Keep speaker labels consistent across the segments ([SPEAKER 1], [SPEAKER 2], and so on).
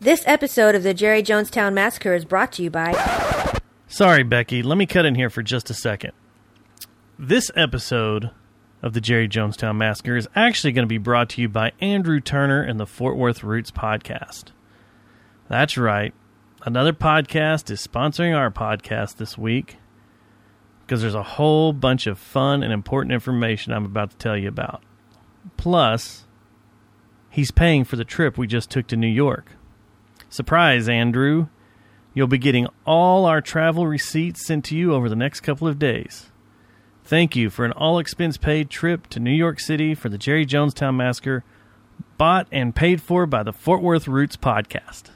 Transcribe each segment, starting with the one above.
[SPEAKER 1] This episode of the Jerry Jonestown Massacre is brought to you by.
[SPEAKER 2] Sorry, Becky. Let me cut in here for just a second. This episode of the Jerry Jonestown Massacre is actually going to be brought to you by Andrew Turner and the Fort Worth Roots podcast. That's right. Another podcast is sponsoring our podcast this week because there's a whole bunch of fun and important information I'm about to tell you about. Plus, he's paying for the trip we just took to New York. Surprise, Andrew. You'll be getting all our travel receipts sent to you over the next couple of days. Thank you for an all expense paid trip to New York City for the Jerry Jonestown Massacre, bought and paid for by the Fort Worth Roots podcast.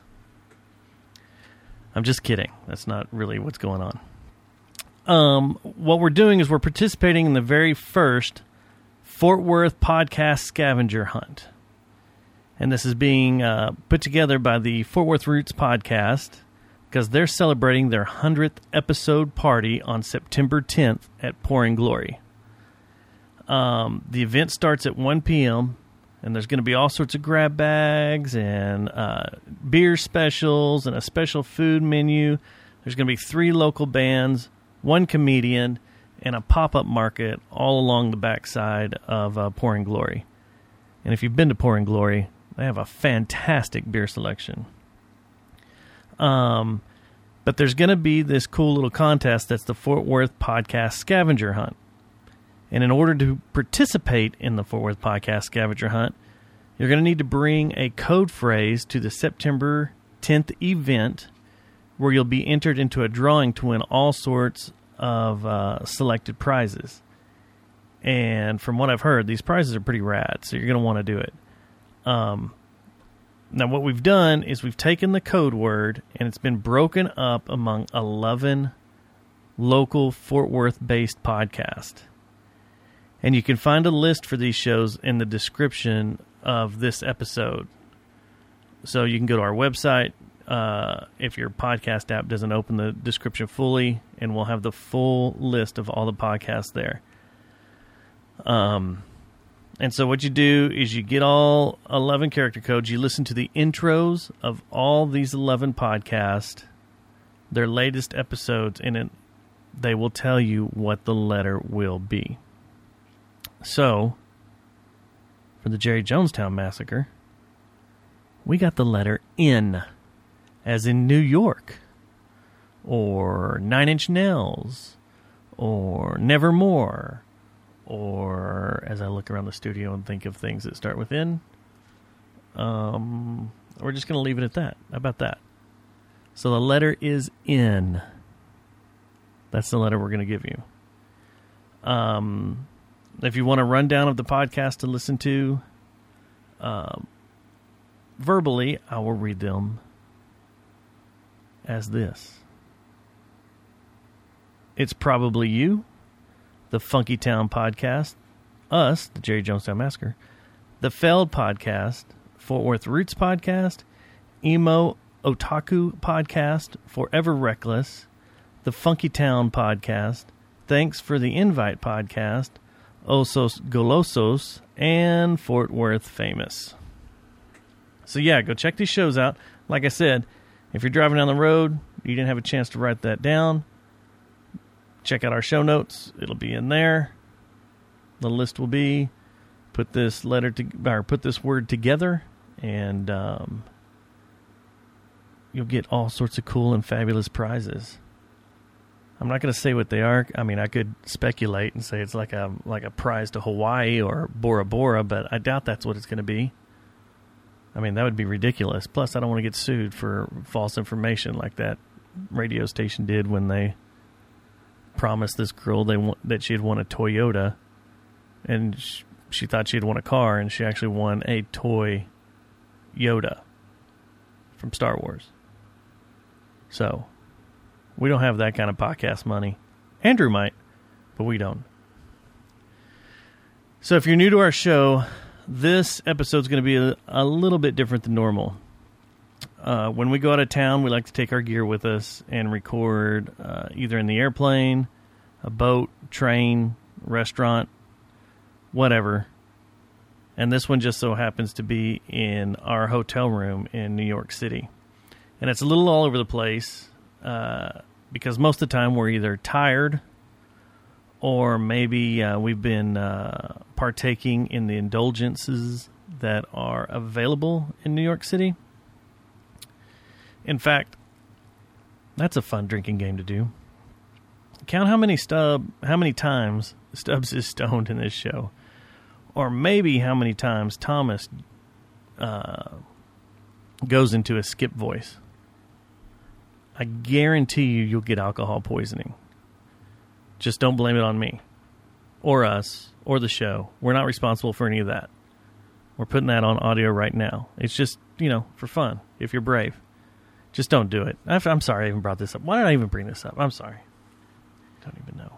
[SPEAKER 2] I'm just kidding. That's not really what's going on. Um, what we're doing is we're participating in the very first Fort Worth podcast scavenger hunt. And this is being uh, put together by the Fort Worth Roots podcast because they're celebrating their 100th episode party on September 10th at Pouring Glory. Um, the event starts at 1 p.m., and there's going to be all sorts of grab bags and uh, beer specials and a special food menu. There's going to be three local bands, one comedian, and a pop up market all along the backside of uh, Pouring Glory. And if you've been to Pouring Glory, they have a fantastic beer selection. Um, but there's going to be this cool little contest that's the Fort Worth Podcast Scavenger Hunt. And in order to participate in the Fort Worth Podcast Scavenger Hunt, you're going to need to bring a code phrase to the September 10th event where you'll be entered into a drawing to win all sorts of uh, selected prizes. And from what I've heard, these prizes are pretty rad, so you're going to want to do it. Now, what we've done is we've taken the code word and it's been broken up among 11 local Fort Worth based podcasts. And you can find a list for these shows in the description of this episode. So you can go to our website uh, if your podcast app doesn't open the description fully, and we'll have the full list of all the podcasts there. And so what you do is you get all 11 character codes, you listen to the intros of all these 11 podcasts, their latest episodes and it they will tell you what the letter will be. So, for the Jerry Jonestown massacre, we got the letter N as in New York or 9 Inch Nails or Nevermore or as I look around the studio and think of things that start with N. Um, we're just going to leave it at that. How about that? So the letter is N. That's the letter we're going to give you. Um, if you want a rundown of the podcast to listen to, um, verbally, I will read them as this. It's probably you the Funky Town podcast, us, the Jerry Jonestown Massacre, the Feld podcast, Fort Worth Roots podcast, Emo Otaku podcast, Forever Reckless, the Funky Town podcast, Thanks for the Invite podcast, Osos Golosos, and Fort Worth Famous. So yeah, go check these shows out. Like I said, if you're driving down the road, you didn't have a chance to write that down check out our show notes. It'll be in there. The list will be put this letter to or put this word together, and um, you'll get all sorts of cool and fabulous prizes. I'm not going to say what they are. I mean, I could speculate and say it's like a like a prize to Hawaii or Bora Bora, but I doubt that's what it's going to be. I mean, that would be ridiculous. Plus, I don't want to get sued for false information like that radio station did when they promised this girl they wa- that she'd won a Toyota, and sh- she thought she'd won a car, and she actually won a toy Yoda from Star Wars. So, we don't have that kind of podcast money. Andrew might, but we don't. So, if you're new to our show, this episode's going to be a, a little bit different than normal. Uh, when we go out of town, we like to take our gear with us and record uh, either in the airplane, a boat, train, restaurant, whatever. And this one just so happens to be in our hotel room in New York City. and it's a little all over the place uh, because most of the time we're either tired or maybe uh, we've been uh, partaking in the indulgences that are available in New York City. In fact, that's a fun drinking game to do. Count how many stub how many times Stubbs is stoned in this show, or maybe how many times Thomas uh, goes into a skip voice. I guarantee you, you'll get alcohol poisoning. Just don't blame it on me, or us, or the show. We're not responsible for any of that. We're putting that on audio right now. It's just you know for fun. If you're brave, just don't do it. I- I'm sorry I even brought this up. Why did I even bring this up? I'm sorry. Don't even know.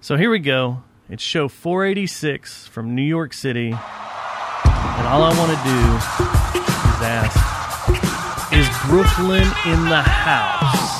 [SPEAKER 2] So here we go. It's show 486 from New York City. And all I want to do is ask Is Brooklyn in the house?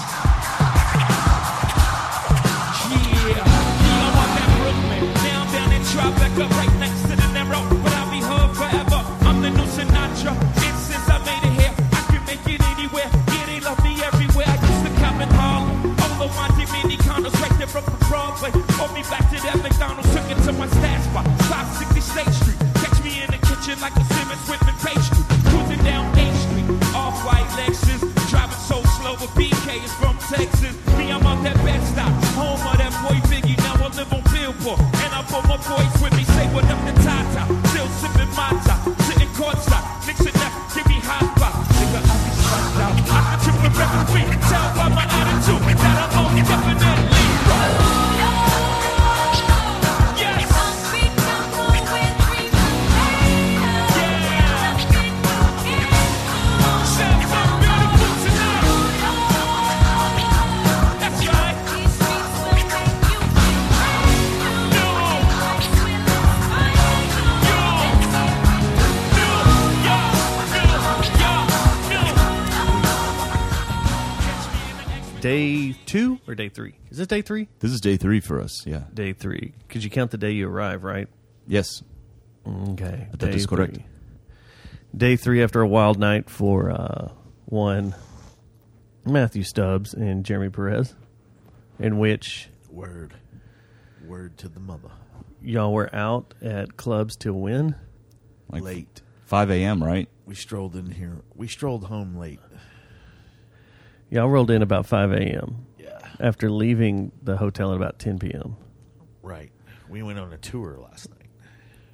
[SPEAKER 3] Yeah, yeah, I want that Brooklyn. Now I'm down in Tribeca, right next to the narrow. But I'll be hood forever. I'm the new Sinatra. And since I made it here, I can make it anywhere. Yeah, they love me everywhere. I used to come in Harlem. All of my Dominicanos right there from the Broadway. Called me back to that McDonald's, took it to my stash spot. South 60 State Street. Catch me in the kitchen like a Simmons whipping pastry. Cruising down A Street. Off-white Lexus. Driving so slow, but BK is from Texas. Me, I'm out that bed stop. Home of that boy Biggie, now I live on Billboard. And I brought my boys with me, say what up to Tata. Still sipping Mata, sitting courtside. Mixing up, give me hot pop. Nigga, I be stressed out. I can trip a referee. Tell by my attitude that I'm only definitely. Yes. Sounds so beautiful tonight. That's right.
[SPEAKER 2] Day two or day three? Is this day three?
[SPEAKER 4] This is day three for us. Yeah.
[SPEAKER 2] Day three. Because you count the day you arrive, right?
[SPEAKER 4] Yes.
[SPEAKER 2] Okay.
[SPEAKER 4] That is correct.
[SPEAKER 2] three. Day three after a wild night for uh, one Matthew Stubbs and Jeremy Perez, in which
[SPEAKER 5] Word. Word to the mother.
[SPEAKER 2] y'all were out at clubs to win.
[SPEAKER 4] Like
[SPEAKER 5] Late.
[SPEAKER 4] 5 a.m., right?
[SPEAKER 5] We strolled in here. We strolled home late.
[SPEAKER 2] Y'all rolled in about 5 a.m.
[SPEAKER 5] Yeah.
[SPEAKER 2] after leaving the hotel at about 10 p.m.
[SPEAKER 5] Right. We went on a tour last night.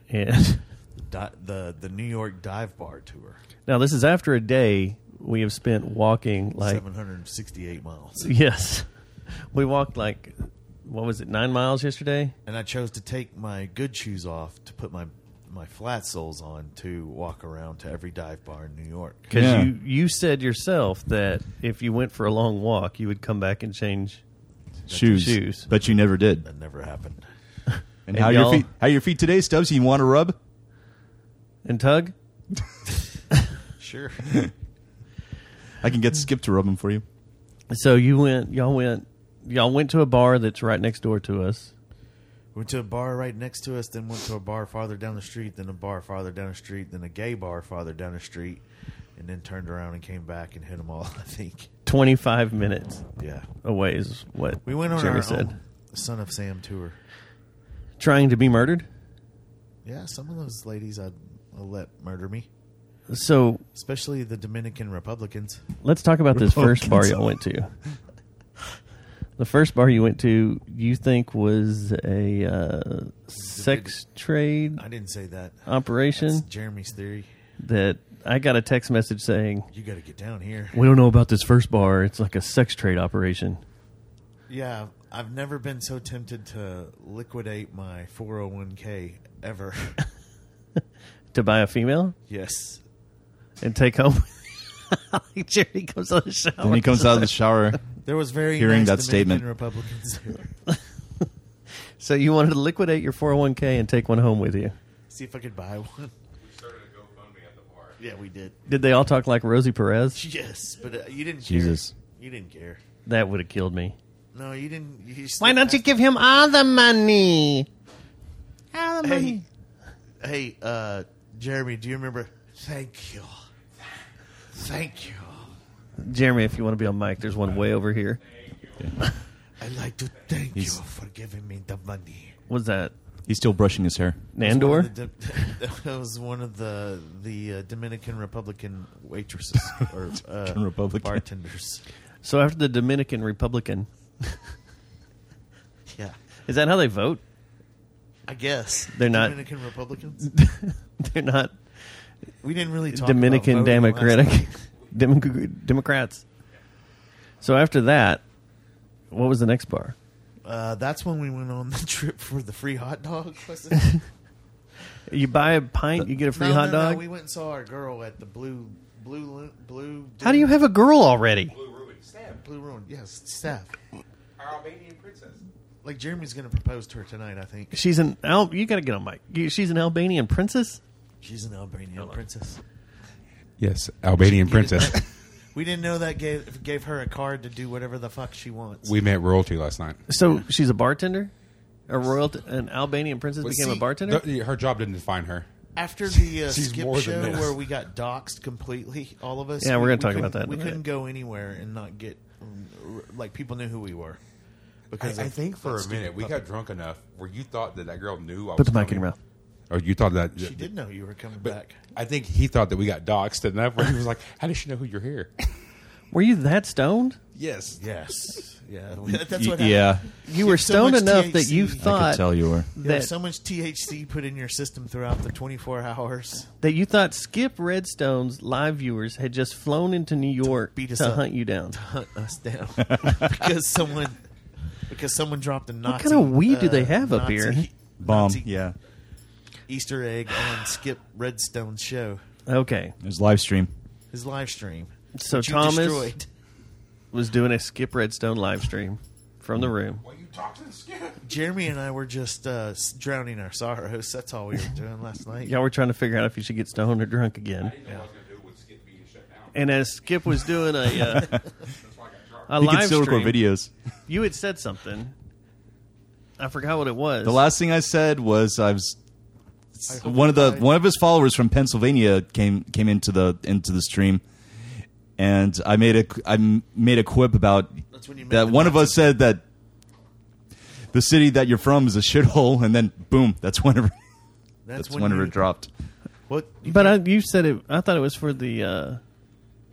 [SPEAKER 2] And
[SPEAKER 5] Di- the the New York dive bar tour.
[SPEAKER 2] now this is after a day we have spent walking like,
[SPEAKER 5] 768 miles.
[SPEAKER 2] yes, we walked like, what was it, nine miles yesterday?
[SPEAKER 5] And I chose to take my good shoes off to put my my flat soles on to walk around to every dive bar in New York.
[SPEAKER 2] Because
[SPEAKER 4] Yeah.
[SPEAKER 2] you, you said yourself that if you went for a long walk, you would come back and change.
[SPEAKER 4] Shoes.
[SPEAKER 2] shoes.
[SPEAKER 4] But you never did.
[SPEAKER 5] That never happened.
[SPEAKER 4] And,
[SPEAKER 2] And
[SPEAKER 4] how are your
[SPEAKER 2] y'all-
[SPEAKER 4] feet? How are your feet today, Stubbs? You want to rub?
[SPEAKER 2] And Tug?
[SPEAKER 5] Sure.
[SPEAKER 4] I can get Skip to rub them for you.
[SPEAKER 2] So you went, y'all went, y'all went to a bar that's right next door to us.
[SPEAKER 5] went to a bar right next to us, then went to a bar farther down the street, then a bar farther down the street, then a gay bar farther down the street, and then turned around and came back and hit them all, I think.
[SPEAKER 2] 25 minutes
[SPEAKER 5] Yeah.
[SPEAKER 2] away is what
[SPEAKER 5] We went on
[SPEAKER 2] Jeremy
[SPEAKER 5] our
[SPEAKER 2] said.
[SPEAKER 5] own Son of Sam tour.
[SPEAKER 2] Trying to be murdered?
[SPEAKER 5] Yeah, some of those ladies I'd, I'll let murder me,
[SPEAKER 2] So
[SPEAKER 5] especially the Dominican Republicans.
[SPEAKER 2] let's talk about this first bar you went to. The first bar you went to, you think was a uh, sex trade
[SPEAKER 5] I didn't say that. That's
[SPEAKER 2] operation
[SPEAKER 5] Jeremy's theory.
[SPEAKER 2] that I got a text message saying,
[SPEAKER 5] You got to get down here.
[SPEAKER 2] "We don't know about this first bar. It's like a sex trade operation."
[SPEAKER 5] Yeah, I've never been so tempted to liquidate my 401k ever.
[SPEAKER 2] To buy a female
[SPEAKER 5] yes.
[SPEAKER 2] and take home. Jerry comes on the show.
[SPEAKER 4] Then he comes out of the shower.
[SPEAKER 5] There was very
[SPEAKER 4] Hearing
[SPEAKER 5] nice
[SPEAKER 4] that
[SPEAKER 5] Dominican
[SPEAKER 4] statement.
[SPEAKER 5] Republicans there.
[SPEAKER 2] So you wanted to liquidate your 401k and take one home with you.
[SPEAKER 5] See if I could buy one. Yeah, we did.
[SPEAKER 2] Did they all talk like Rosie Perez?
[SPEAKER 5] Yes, but uh, you didn't
[SPEAKER 4] Jesus.
[SPEAKER 5] care. You didn't care.
[SPEAKER 2] That would have killed me.
[SPEAKER 5] No, you didn't. You just-
[SPEAKER 2] give him all the money?
[SPEAKER 5] Hey, hey, uh, Jeremy, do you remember? Thank you. Thank you.
[SPEAKER 2] Jeremy, if you want to be on mic, there's one way over here.
[SPEAKER 5] I'd like to thank
[SPEAKER 4] He's-
[SPEAKER 5] you for giving me the money.
[SPEAKER 2] What's that?
[SPEAKER 4] He's still brushing his hair.
[SPEAKER 2] Nandor?
[SPEAKER 5] That was one of the the uh, Dominican Republican waitresses or uh,
[SPEAKER 4] Dominican Republican.
[SPEAKER 5] bartenders.
[SPEAKER 2] So after the Dominican Republican,
[SPEAKER 5] Yeah,
[SPEAKER 2] is that how they vote?
[SPEAKER 5] I guess
[SPEAKER 2] They're not-
[SPEAKER 5] Dominican Republicans.
[SPEAKER 2] They're not
[SPEAKER 5] We didn't really talk
[SPEAKER 2] Dominican
[SPEAKER 5] about voting last
[SPEAKER 2] Democratic
[SPEAKER 5] night.
[SPEAKER 2] Dem- Democrats. So after that, what was the next bar?
[SPEAKER 5] Uh, that's when we went on the trip for the free hot dog. was it?
[SPEAKER 2] You buy a pint, you get a free
[SPEAKER 5] No,
[SPEAKER 2] hot
[SPEAKER 5] no, no,
[SPEAKER 2] dog.
[SPEAKER 5] we went and saw our girl at the blue blue Lo- blue.
[SPEAKER 2] How do you have a girl already?
[SPEAKER 5] Stab, blue ruin? Yes, staff.
[SPEAKER 6] Our Albanian princess.
[SPEAKER 5] Like Jeremy's going to propose to her tonight. I think
[SPEAKER 2] She's an Al- you got to get on mic. You- She's an Albanian princess.
[SPEAKER 5] she's an Albanian princess.
[SPEAKER 6] Yes, Albanian princess.
[SPEAKER 5] We didn't know that gave gave her a card to do whatever the fuck she wants.
[SPEAKER 6] we met royalty last night.
[SPEAKER 2] So she's a bartender. A royal, an Albanian princess became a
[SPEAKER 6] See,
[SPEAKER 2] bartender.
[SPEAKER 6] th- her job didn't define her.
[SPEAKER 5] After the uh,
[SPEAKER 6] She's
[SPEAKER 5] skip
[SPEAKER 6] more than
[SPEAKER 5] show
[SPEAKER 6] this.
[SPEAKER 5] where we got doxxed completely, all of us.
[SPEAKER 2] Yeah, we're gonna
[SPEAKER 5] we- we
[SPEAKER 2] talk about
[SPEAKER 5] couldn't-
[SPEAKER 2] that in
[SPEAKER 5] We
[SPEAKER 2] a
[SPEAKER 5] couldn't
[SPEAKER 2] minute.
[SPEAKER 5] go anywhere and not get mm, r- like people knew who we were because
[SPEAKER 6] I
[SPEAKER 5] of
[SPEAKER 6] think for
[SPEAKER 5] that
[SPEAKER 6] a minute
[SPEAKER 5] stupid
[SPEAKER 6] we
[SPEAKER 5] puppet.
[SPEAKER 6] got drunk enough where you thought that that girl knew. I
[SPEAKER 2] Put the
[SPEAKER 6] was
[SPEAKER 2] mic in your mouth.
[SPEAKER 6] coming. Or Oh, you thought that
[SPEAKER 5] She did know you were coming
[SPEAKER 6] But
[SPEAKER 5] back.
[SPEAKER 6] I think he thought that we got doxxed enough where he was like, "How does she know who you're here?"
[SPEAKER 2] Were you that stoned?
[SPEAKER 6] yes.
[SPEAKER 5] Yes, yeah, that's
[SPEAKER 4] Y-
[SPEAKER 5] what.
[SPEAKER 4] yeah,
[SPEAKER 2] You were
[SPEAKER 5] so
[SPEAKER 2] stoned
[SPEAKER 5] much
[SPEAKER 2] enough that
[SPEAKER 5] THC.
[SPEAKER 2] you
[SPEAKER 5] I could
[SPEAKER 4] I
[SPEAKER 2] thought
[SPEAKER 4] could tell you were.
[SPEAKER 5] There was
[SPEAKER 2] that
[SPEAKER 5] so much THC put in your system throughout the 24 hours.
[SPEAKER 2] that you thought Skip Redstone's live viewers had just flown into New York
[SPEAKER 5] beat
[SPEAKER 2] to,
[SPEAKER 5] us up.
[SPEAKER 2] hunt you down.
[SPEAKER 5] hunt us down because someone because someone dropped a Nazi. uh,
[SPEAKER 2] kind of weed do they have up here?
[SPEAKER 5] Nazi-
[SPEAKER 4] Bomb.
[SPEAKER 5] Nazi
[SPEAKER 4] Yeah,
[SPEAKER 5] Easter egg on Skip Redstone's show,
[SPEAKER 2] Okay,
[SPEAKER 4] it was live stream.
[SPEAKER 5] his live stream.
[SPEAKER 2] So
[SPEAKER 5] which you
[SPEAKER 2] Thomas-
[SPEAKER 5] destroyed.
[SPEAKER 2] was doing a Skip Redstone live stream from the room.
[SPEAKER 6] Well, you talked to the skin.
[SPEAKER 5] Jeremy and I were just uh, s- drowning our sorrows. That's all we were doing last night.
[SPEAKER 2] Y'all were trying to figure out if you should get stoned or drunk again. And as Skip was doing a uh, a
[SPEAKER 4] He
[SPEAKER 2] live
[SPEAKER 4] could still
[SPEAKER 2] stream,
[SPEAKER 4] record videos.
[SPEAKER 2] you had said something. I forgot what it was.
[SPEAKER 4] The last thing I said was I was
[SPEAKER 5] I hope
[SPEAKER 4] one of the
[SPEAKER 5] you
[SPEAKER 4] one of his followers from Pennsylvania came came into the into the stream, and I made a I made a quip about
[SPEAKER 5] That's when you made
[SPEAKER 4] that
[SPEAKER 5] the
[SPEAKER 4] one of
[SPEAKER 5] Nazi-
[SPEAKER 4] us said that the city that you're from is a shithole, and then boom, that's whenever that's, whenever
[SPEAKER 5] you-
[SPEAKER 4] it dropped.
[SPEAKER 5] What? you
[SPEAKER 2] but I,
[SPEAKER 5] can't-
[SPEAKER 2] you said it. I thought it was for the uh,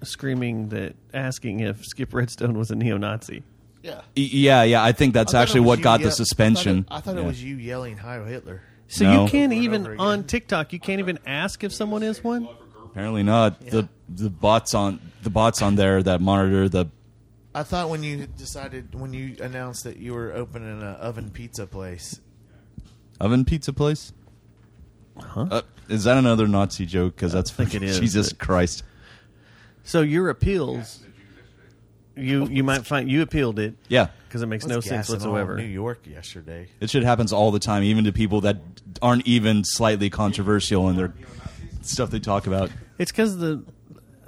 [SPEAKER 2] screaming that asking if Skip Redstone was a neo-Nazi.
[SPEAKER 5] yeah.
[SPEAKER 4] Y- Yeah, yeah, I think that's
[SPEAKER 5] I thought
[SPEAKER 4] actually
[SPEAKER 5] it was
[SPEAKER 4] what
[SPEAKER 5] you
[SPEAKER 4] got
[SPEAKER 5] yell-
[SPEAKER 4] the suspension.
[SPEAKER 5] I thought it, I thought it
[SPEAKER 4] Yeah.
[SPEAKER 5] was you yelling "Heil Hitler."
[SPEAKER 2] So
[SPEAKER 4] No.
[SPEAKER 2] you can't
[SPEAKER 5] Over and
[SPEAKER 2] even
[SPEAKER 5] over again.
[SPEAKER 2] on TikTok. You can't even ask if someone is one.
[SPEAKER 4] Apparently not. The the bots on the bots on there that monitor the
[SPEAKER 5] I thought when you decided when you announced that you were opening an oven pizza place,
[SPEAKER 4] oven pizza place. Huh? Uh, is that another Nazi joke? Because that's
[SPEAKER 2] think it is,
[SPEAKER 4] Jesus
[SPEAKER 2] but-
[SPEAKER 4] Christ.
[SPEAKER 2] So your appeals, you you might find you appealed it
[SPEAKER 4] Yeah,
[SPEAKER 2] because it makes
[SPEAKER 5] I was
[SPEAKER 2] no sense
[SPEAKER 5] gassing all of
[SPEAKER 2] whatsoever.
[SPEAKER 5] New York yesterday.
[SPEAKER 4] it shit happens all the time, even to people that aren't even slightly controversial in their stuff they talk about.
[SPEAKER 2] It's because the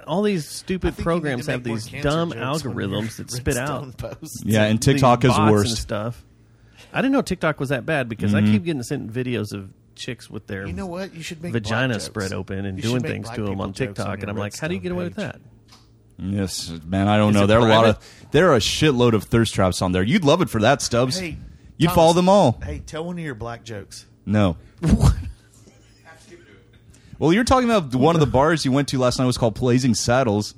[SPEAKER 2] all these stupid
[SPEAKER 5] I think you need
[SPEAKER 2] programs
[SPEAKER 5] to
[SPEAKER 2] have
[SPEAKER 5] make more
[SPEAKER 2] these
[SPEAKER 5] cancer
[SPEAKER 2] dumb
[SPEAKER 5] jokes on
[SPEAKER 2] algorithms
[SPEAKER 5] your
[SPEAKER 2] that spit out
[SPEAKER 5] Redstone posts.
[SPEAKER 4] Yeah, and
[SPEAKER 2] these
[SPEAKER 4] TikTok is
[SPEAKER 2] bots and
[SPEAKER 4] worse. Mm-hmm.
[SPEAKER 2] stuff. I didn't know TikTok was that bad because I keep getting sent videos of chicks with their
[SPEAKER 5] You know what? You should make black
[SPEAKER 2] vagina
[SPEAKER 5] jokes.
[SPEAKER 2] spread open and
[SPEAKER 5] You should
[SPEAKER 2] doing
[SPEAKER 5] make
[SPEAKER 2] things
[SPEAKER 5] black
[SPEAKER 2] to them
[SPEAKER 5] people
[SPEAKER 2] on
[SPEAKER 5] jokes
[SPEAKER 2] TikTok,
[SPEAKER 5] your
[SPEAKER 2] and I'm like, how do you get away with
[SPEAKER 5] Redstone
[SPEAKER 2] that?
[SPEAKER 4] Yes, man, I don't
[SPEAKER 2] Is
[SPEAKER 4] know.
[SPEAKER 2] it
[SPEAKER 4] There are a lot
[SPEAKER 2] private?
[SPEAKER 4] of there are a shitload of thirst traps on there. You'd love it for that,
[SPEAKER 5] page?
[SPEAKER 4] Stubbs.
[SPEAKER 5] Hey,
[SPEAKER 4] You'd
[SPEAKER 5] Thomas,
[SPEAKER 4] follow them all.
[SPEAKER 5] Hey, tell one of your black jokes.
[SPEAKER 4] No. Well, you're talking about one of the bars you went to last night was called Blazing Saddles.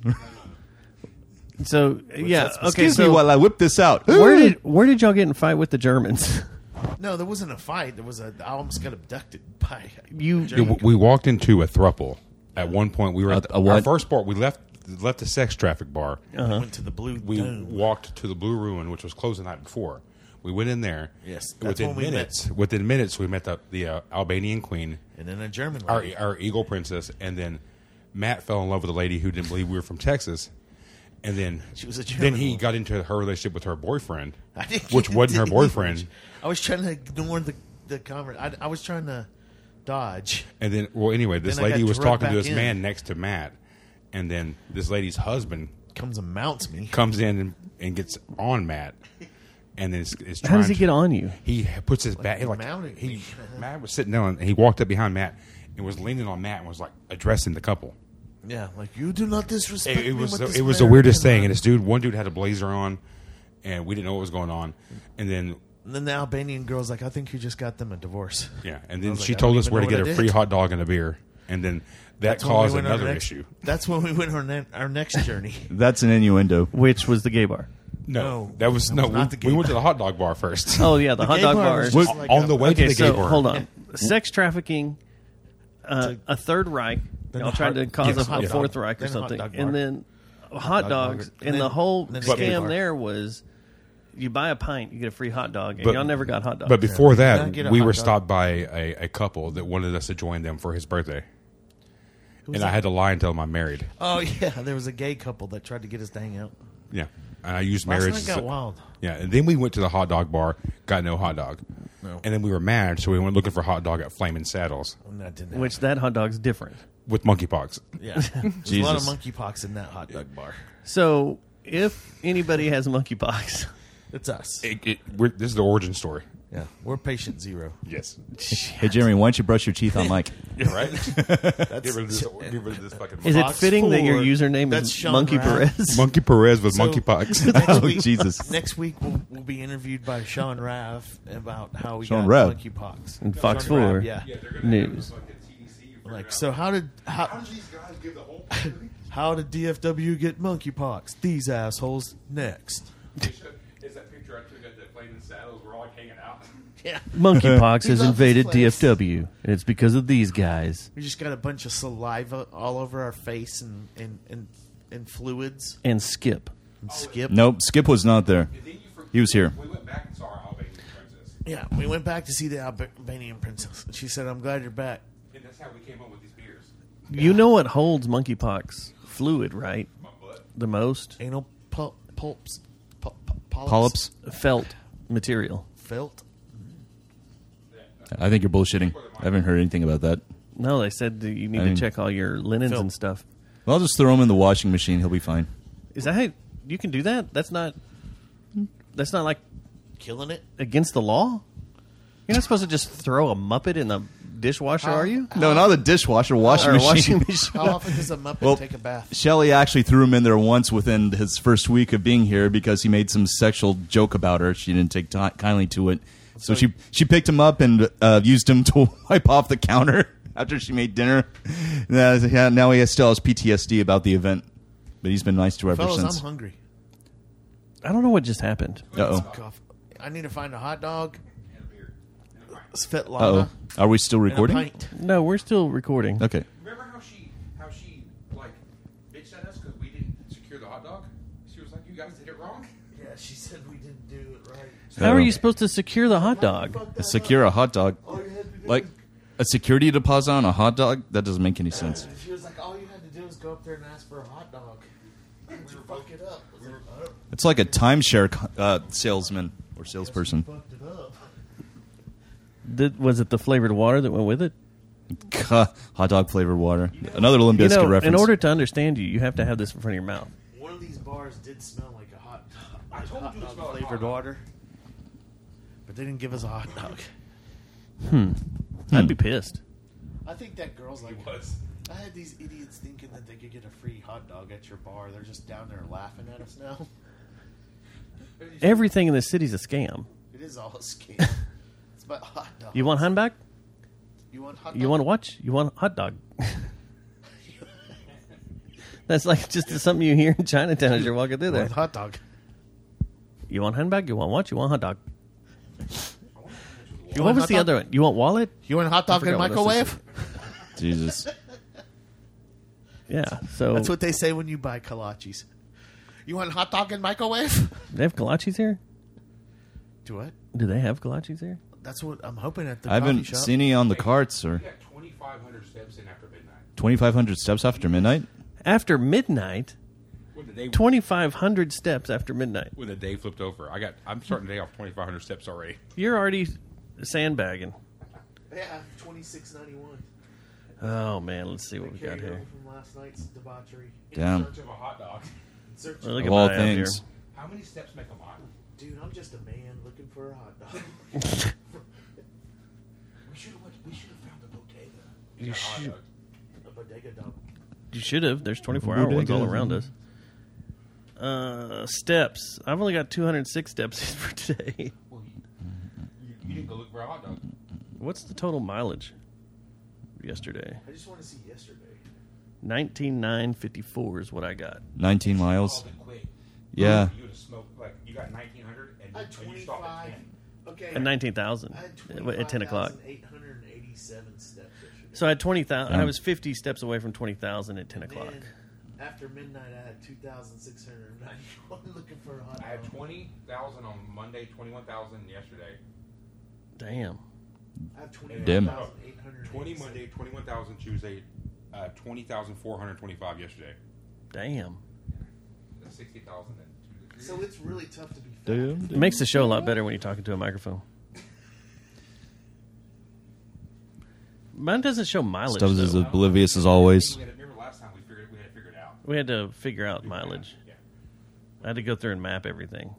[SPEAKER 2] So yeah, okay.
[SPEAKER 4] Excuse
[SPEAKER 2] so
[SPEAKER 4] me while I whip this out.
[SPEAKER 2] where did where did y'all get in a fight with the Germans?
[SPEAKER 5] No, there wasn't a fight. There was a. I almost got abducted by.
[SPEAKER 2] You
[SPEAKER 6] we walked into a thruple. At one point, we were at
[SPEAKER 4] A-
[SPEAKER 6] the,
[SPEAKER 4] a what?
[SPEAKER 6] our first bar. We left left the sex traffic bar.
[SPEAKER 5] Went to the blue
[SPEAKER 6] uh-huh. We
[SPEAKER 5] dome.
[SPEAKER 6] walked to the Blue Ruin, which was closed the night before. We went in there.
[SPEAKER 5] Yes, that's
[SPEAKER 6] within
[SPEAKER 5] when we met.
[SPEAKER 6] minutes. Within minutes, we met the, the uh, Albanian queen,
[SPEAKER 5] and then a German.
[SPEAKER 6] our
[SPEAKER 5] lady.
[SPEAKER 6] our eagle princess, and then Matt fell in love with a lady who didn't believe we were from Texas. And then
[SPEAKER 5] She was a
[SPEAKER 6] then he
[SPEAKER 5] German.
[SPEAKER 6] got into her relationship with her boyfriend,
[SPEAKER 5] I didn't
[SPEAKER 6] which
[SPEAKER 5] get
[SPEAKER 6] wasn't her
[SPEAKER 5] into
[SPEAKER 6] boyfriend.
[SPEAKER 5] English. I was trying to ignore the the conversation. I, I was trying to dodge.
[SPEAKER 6] And then, well, anyway, this
[SPEAKER 5] Then I
[SPEAKER 6] lady
[SPEAKER 5] got
[SPEAKER 6] was
[SPEAKER 5] drugged
[SPEAKER 6] talking to
[SPEAKER 5] back
[SPEAKER 6] this
[SPEAKER 5] in.
[SPEAKER 6] man next to Matt, and then this lady's husband
[SPEAKER 5] Comes and mounts me.
[SPEAKER 6] comes in and, and gets on Matt, and is, is
[SPEAKER 2] how
[SPEAKER 6] trying
[SPEAKER 2] does he
[SPEAKER 6] to-
[SPEAKER 2] get on you?
[SPEAKER 6] He puts his back. He like,
[SPEAKER 5] mounted
[SPEAKER 6] he
[SPEAKER 5] me.
[SPEAKER 6] Matt was sitting down, and he walked up behind Matt and was leaning on Matt and was like addressing the couple.
[SPEAKER 5] Yeah, like you do not disrespect
[SPEAKER 6] It, it
[SPEAKER 5] me
[SPEAKER 6] was
[SPEAKER 5] with
[SPEAKER 6] the,
[SPEAKER 5] this
[SPEAKER 6] it was the
[SPEAKER 5] American
[SPEAKER 6] weirdest thing. And
[SPEAKER 5] flag.
[SPEAKER 6] this dude, one dude had a blazer on, and we didn't know what was going on. And then
[SPEAKER 5] And then the Albanian girl's like, I think you just got them a divorce.
[SPEAKER 6] yeah, and then
[SPEAKER 5] was like,
[SPEAKER 6] she
[SPEAKER 5] I
[SPEAKER 6] told
[SPEAKER 5] don't
[SPEAKER 6] us
[SPEAKER 5] even
[SPEAKER 6] where to
[SPEAKER 5] know what
[SPEAKER 6] get
[SPEAKER 5] I did.
[SPEAKER 6] a free hot dog and a beer, and then that
[SPEAKER 5] when we
[SPEAKER 6] caused
[SPEAKER 5] went on our
[SPEAKER 6] another
[SPEAKER 5] next-
[SPEAKER 6] issue.
[SPEAKER 5] That's when we went on our, our next journey.
[SPEAKER 4] That's an innuendo.
[SPEAKER 2] Which was the gay bar.
[SPEAKER 6] No,
[SPEAKER 5] No,
[SPEAKER 6] that was
[SPEAKER 5] that
[SPEAKER 6] no.
[SPEAKER 5] was not the
[SPEAKER 6] we, we
[SPEAKER 5] gay
[SPEAKER 6] went to the hot dog bar first.
[SPEAKER 2] Oh yeah, the, hot
[SPEAKER 5] gay
[SPEAKER 2] dog
[SPEAKER 5] bar
[SPEAKER 2] bar.
[SPEAKER 5] was
[SPEAKER 2] is-
[SPEAKER 5] just like
[SPEAKER 6] on the
[SPEAKER 5] a-
[SPEAKER 6] way to
[SPEAKER 2] okay,
[SPEAKER 6] the
[SPEAKER 2] so
[SPEAKER 6] gay bar.
[SPEAKER 2] hold on. Sex trafficking, uh, a third Reich. Y'all
[SPEAKER 5] the
[SPEAKER 2] tried to
[SPEAKER 5] hot-
[SPEAKER 2] cause
[SPEAKER 6] yes,
[SPEAKER 2] a hot
[SPEAKER 6] yeah.
[SPEAKER 2] fourth Reich or
[SPEAKER 5] Then the hot
[SPEAKER 2] something,
[SPEAKER 5] dog bar.
[SPEAKER 2] and then hot
[SPEAKER 5] dog
[SPEAKER 2] dogs,
[SPEAKER 5] bar.
[SPEAKER 2] and
[SPEAKER 5] Then-
[SPEAKER 2] the whole
[SPEAKER 5] then the
[SPEAKER 6] gay
[SPEAKER 2] scam
[SPEAKER 6] bar.
[SPEAKER 2] there was. You buy a pint, you get a free hot dog, and
[SPEAKER 6] But-
[SPEAKER 2] y'all never got hot dogs.
[SPEAKER 6] But before
[SPEAKER 5] Can I
[SPEAKER 6] that,
[SPEAKER 5] get a
[SPEAKER 6] we
[SPEAKER 5] hot
[SPEAKER 6] were
[SPEAKER 5] dog?
[SPEAKER 6] stopped by a, a couple that wanted us to join them for his birthday,
[SPEAKER 5] Who was
[SPEAKER 6] and I
[SPEAKER 5] that?
[SPEAKER 6] had to lie and tell them I'm married.
[SPEAKER 5] oh yeah, there was a gay couple that tried to get us to hang out.
[SPEAKER 6] Yeah, and I used
[SPEAKER 5] Last
[SPEAKER 6] marriage.
[SPEAKER 5] night
[SPEAKER 6] as
[SPEAKER 5] got
[SPEAKER 6] a-
[SPEAKER 5] wild.
[SPEAKER 6] Yeah, and then we went to the hot dog bar, got no hot dog,
[SPEAKER 5] No.
[SPEAKER 6] and then we were mad, so we went looking for hot dog at Flaming Saddles
[SPEAKER 5] And that didn't.
[SPEAKER 2] which that hot dog's different.
[SPEAKER 6] with monkeypox.
[SPEAKER 5] happen. yeah, there's a lot of
[SPEAKER 4] Jesus.
[SPEAKER 5] monkeypox in that hot dog bar.
[SPEAKER 2] So if anybody has monkeypox,
[SPEAKER 5] It's us.
[SPEAKER 6] It, it, we're, this is the origin story.
[SPEAKER 5] Yeah, we're patient zero.
[SPEAKER 6] Yes,
[SPEAKER 4] Hey, Jeremy, why don't you brush your teeth on Mike?
[SPEAKER 6] yeah, right. get rid of this, get rid of this fucking
[SPEAKER 2] is it
[SPEAKER 5] Fox
[SPEAKER 2] fitting that your
[SPEAKER 5] four,
[SPEAKER 2] username
[SPEAKER 5] that's
[SPEAKER 2] is
[SPEAKER 5] Sean
[SPEAKER 2] Monkey
[SPEAKER 5] Ryan.
[SPEAKER 2] Perez?
[SPEAKER 6] monkey Perez with
[SPEAKER 5] So-
[SPEAKER 6] monkeypox.
[SPEAKER 5] Next
[SPEAKER 4] Oh, Jesus.
[SPEAKER 5] Next week we'll, we'll be interviewed by Sean Raff about how we
[SPEAKER 4] Sean
[SPEAKER 5] got
[SPEAKER 4] Raff.
[SPEAKER 5] monkeypox.
[SPEAKER 2] And Fox
[SPEAKER 5] Sean Raff,
[SPEAKER 2] Four.
[SPEAKER 5] yeah.
[SPEAKER 2] News.
[SPEAKER 5] Like so, how did how
[SPEAKER 6] these guys give the whole?
[SPEAKER 5] how did DFW get monkeypox? These assholes next.
[SPEAKER 6] Is that picture I took at the Flaming Saddles? We're all hanging out.
[SPEAKER 2] Monkeypox
[SPEAKER 5] He
[SPEAKER 2] has
[SPEAKER 5] loves
[SPEAKER 2] invaded
[SPEAKER 5] this place.
[SPEAKER 2] DFW, and it's because of these guys
[SPEAKER 5] We just got a bunch of saliva all over our face and and and, and fluids
[SPEAKER 2] and Skip.
[SPEAKER 5] and skip.
[SPEAKER 4] Nope, Skip was not there. He was here.
[SPEAKER 6] We went back and saw our Albanian princess,
[SPEAKER 5] Yeah, we went back to see the Albanian princess. She said, "I'm glad you're back."
[SPEAKER 6] and that's how we came up with these beers.
[SPEAKER 2] You know what holds monkeypox fluid, right?
[SPEAKER 6] My butt.
[SPEAKER 2] The most
[SPEAKER 5] Anal pul- pulps, pul- pul- polyps,
[SPEAKER 4] Polyps?
[SPEAKER 2] felt material.
[SPEAKER 5] felt.
[SPEAKER 4] I think you're bullshitting. I haven't heard anything about that.
[SPEAKER 2] No, they said that you need
[SPEAKER 4] I
[SPEAKER 2] to
[SPEAKER 4] mean-
[SPEAKER 2] check all your linens
[SPEAKER 5] Felt.
[SPEAKER 2] and stuff.
[SPEAKER 4] Well, I'll just throw him in the washing machine. He'll be fine.
[SPEAKER 2] Is that how you can do that? That's not. That's not like
[SPEAKER 5] killing it.
[SPEAKER 2] against the law. You're not supposed to just throw a muppet in the dishwasher, are you?
[SPEAKER 4] No, not the dishwasher, washing
[SPEAKER 2] Or a
[SPEAKER 4] machine.
[SPEAKER 2] washing machine?
[SPEAKER 5] How often does a muppet
[SPEAKER 4] Well,
[SPEAKER 5] take a bath?
[SPEAKER 4] Shelly actually threw him in there once within his first week of being here because he made some sexual joke about her. She didn't take ti kindly to it, so she she picked him up and uh, used him to wipe off the counter after she made dinner. And that is- yeah, now he still has PTSD about the event, but he's been nice to her ever
[SPEAKER 5] Fellas,
[SPEAKER 4] since.
[SPEAKER 5] I'm hungry.
[SPEAKER 2] I don't know what just happened.
[SPEAKER 4] Uh oh.
[SPEAKER 5] Cough. I need to find a hot dog.
[SPEAKER 4] Uh
[SPEAKER 5] Svetlana.
[SPEAKER 4] oh. Are we still
[SPEAKER 5] Uh-huh. and a
[SPEAKER 4] recording?
[SPEAKER 5] pint.
[SPEAKER 2] No, we're still recording.
[SPEAKER 4] Okay.
[SPEAKER 6] Remember how she how she like bitched at us because we didn't secure the hot dog? She was like, "You guys did it wrong."
[SPEAKER 5] Yeah, she said we didn't do it right.
[SPEAKER 2] How
[SPEAKER 4] Uh-oh.
[SPEAKER 2] are you supposed to secure the hot dog?
[SPEAKER 4] Secure a hot dog,
[SPEAKER 5] All you had to do
[SPEAKER 4] like a security deposit on a hot dog. That doesn't make any sense.
[SPEAKER 5] was- she was like, all you had to do was go up there and ask for a hot dog. We were fuck it up. I was like, oh,
[SPEAKER 4] It's like a timeshare co- uh, salesman or salesperson.
[SPEAKER 5] fucked it up.
[SPEAKER 2] Did, was it the flavored water that went with it?
[SPEAKER 4] Hot dog flavored water. Another Limp Bizkit
[SPEAKER 2] you know,
[SPEAKER 4] reference.
[SPEAKER 2] in order to understand you, you have to have this in front of your mouth.
[SPEAKER 5] One of these bars did smell like a hot dog.
[SPEAKER 6] I told
[SPEAKER 5] hot
[SPEAKER 6] you it
[SPEAKER 5] dog
[SPEAKER 6] smelled like
[SPEAKER 5] flavored
[SPEAKER 6] hot dog.
[SPEAKER 5] water. But they didn't give us a hot dog.
[SPEAKER 4] Hmm.
[SPEAKER 2] I'd be pissed.
[SPEAKER 5] I think that girl's like,
[SPEAKER 6] Was
[SPEAKER 5] I had these idiots thinking that they could get a free hot dog at your bar. They're just down there laughing at us now.
[SPEAKER 2] Everything in this city's a scam.
[SPEAKER 5] It is all a scam. it's about hot dogs.
[SPEAKER 2] You want Hanbach?
[SPEAKER 5] You want hot
[SPEAKER 2] You want to watch? You want hot dog? That's like just something you hear in Chinatown as you're walking through there.
[SPEAKER 5] With hot dog.
[SPEAKER 2] You want handbag? You want watch? You want hot dog?
[SPEAKER 5] You
[SPEAKER 2] what
[SPEAKER 5] want
[SPEAKER 2] was
[SPEAKER 5] hot
[SPEAKER 2] the
[SPEAKER 5] dog?
[SPEAKER 2] other one? You want wallet?
[SPEAKER 5] You want hot dog in a
[SPEAKER 2] forgot what else this
[SPEAKER 5] microwave?
[SPEAKER 4] Jesus.
[SPEAKER 2] Yeah. So
[SPEAKER 5] That's what they say when you buy kolaches. You want hot dog in microwave?
[SPEAKER 2] they have galachis here.
[SPEAKER 5] Do what?
[SPEAKER 2] Do they have galachis here?
[SPEAKER 5] That's what I'm hoping at the
[SPEAKER 4] I haven't
[SPEAKER 5] coffee shop.
[SPEAKER 4] seen any on the cards, sir.
[SPEAKER 6] we got twenty five hundred steps in after midnight.
[SPEAKER 4] 2,500 steps after midnight?
[SPEAKER 2] After midnight,
[SPEAKER 6] When the day
[SPEAKER 2] twenty five hundred steps after midnight.
[SPEAKER 6] when the day flipped over, I got I'm starting the day off twenty five hundred steps already.
[SPEAKER 2] You're already sandbagging.
[SPEAKER 5] Yeah, twenty six ninety one.
[SPEAKER 2] Oh man, let's see what we got
[SPEAKER 5] Carried over
[SPEAKER 2] here.
[SPEAKER 5] from last night's debauchery.
[SPEAKER 4] Damn.
[SPEAKER 6] Search of a hot dog.
[SPEAKER 5] Search
[SPEAKER 2] Well, look at
[SPEAKER 4] Of all
[SPEAKER 2] my app here.
[SPEAKER 4] things.
[SPEAKER 6] How many steps make a mile?
[SPEAKER 5] Dude, I'm just a man looking for a hot dog.
[SPEAKER 6] We should have we should have found the bodega.
[SPEAKER 2] You
[SPEAKER 6] Got hot
[SPEAKER 2] should-
[SPEAKER 6] dogs.
[SPEAKER 5] a bodega dog.
[SPEAKER 2] You should have. There's 24 hour
[SPEAKER 4] Bodega
[SPEAKER 2] ones all
[SPEAKER 4] is-
[SPEAKER 2] around us. Uh, steps. I've only got 206 steps for today.
[SPEAKER 6] Well, you, you, you didn't go look for a hot dog.
[SPEAKER 2] What's the total mileage? Yesterday,
[SPEAKER 5] I just want to see yesterday.
[SPEAKER 2] 19954 is what I got.
[SPEAKER 4] 19 miles.
[SPEAKER 6] Called it quit.
[SPEAKER 4] Yeah.
[SPEAKER 6] You would have smoked like you got 1900 and,
[SPEAKER 5] I had
[SPEAKER 6] and you stopped at
[SPEAKER 5] 25.
[SPEAKER 6] 10.
[SPEAKER 5] Okay.
[SPEAKER 2] At 19,000
[SPEAKER 5] I had
[SPEAKER 2] at 10 o'clock.
[SPEAKER 5] 887 steps yesterday.
[SPEAKER 2] So I had 20,000. I
[SPEAKER 4] Yeah.
[SPEAKER 2] was 50 steps away from 20,000 at 10
[SPEAKER 5] And
[SPEAKER 2] o'clock.
[SPEAKER 5] then After midnight, I had 2,691 looking for a hot dog.
[SPEAKER 6] I had 20,000 on Monday, 21,000 yesterday.
[SPEAKER 2] Damn.
[SPEAKER 5] I have
[SPEAKER 4] Damn.
[SPEAKER 5] 21,800.
[SPEAKER 6] 20 Monday, 21,000 Tuesday, uh, 20,425 yesterday.
[SPEAKER 2] Damn.
[SPEAKER 6] That's 60,000 and two.
[SPEAKER 5] So it's really tough to be fat.
[SPEAKER 4] Damn.
[SPEAKER 2] It makes the show a lot better when you're talking to a microphone. Mine doesn't show mileage.
[SPEAKER 4] Stubbs is
[SPEAKER 2] though.
[SPEAKER 4] oblivious as always.
[SPEAKER 6] We had, remember last time we figured we had it figured out.
[SPEAKER 2] We had to figure out mileage.
[SPEAKER 6] Yeah.
[SPEAKER 2] I had to go through and map everything.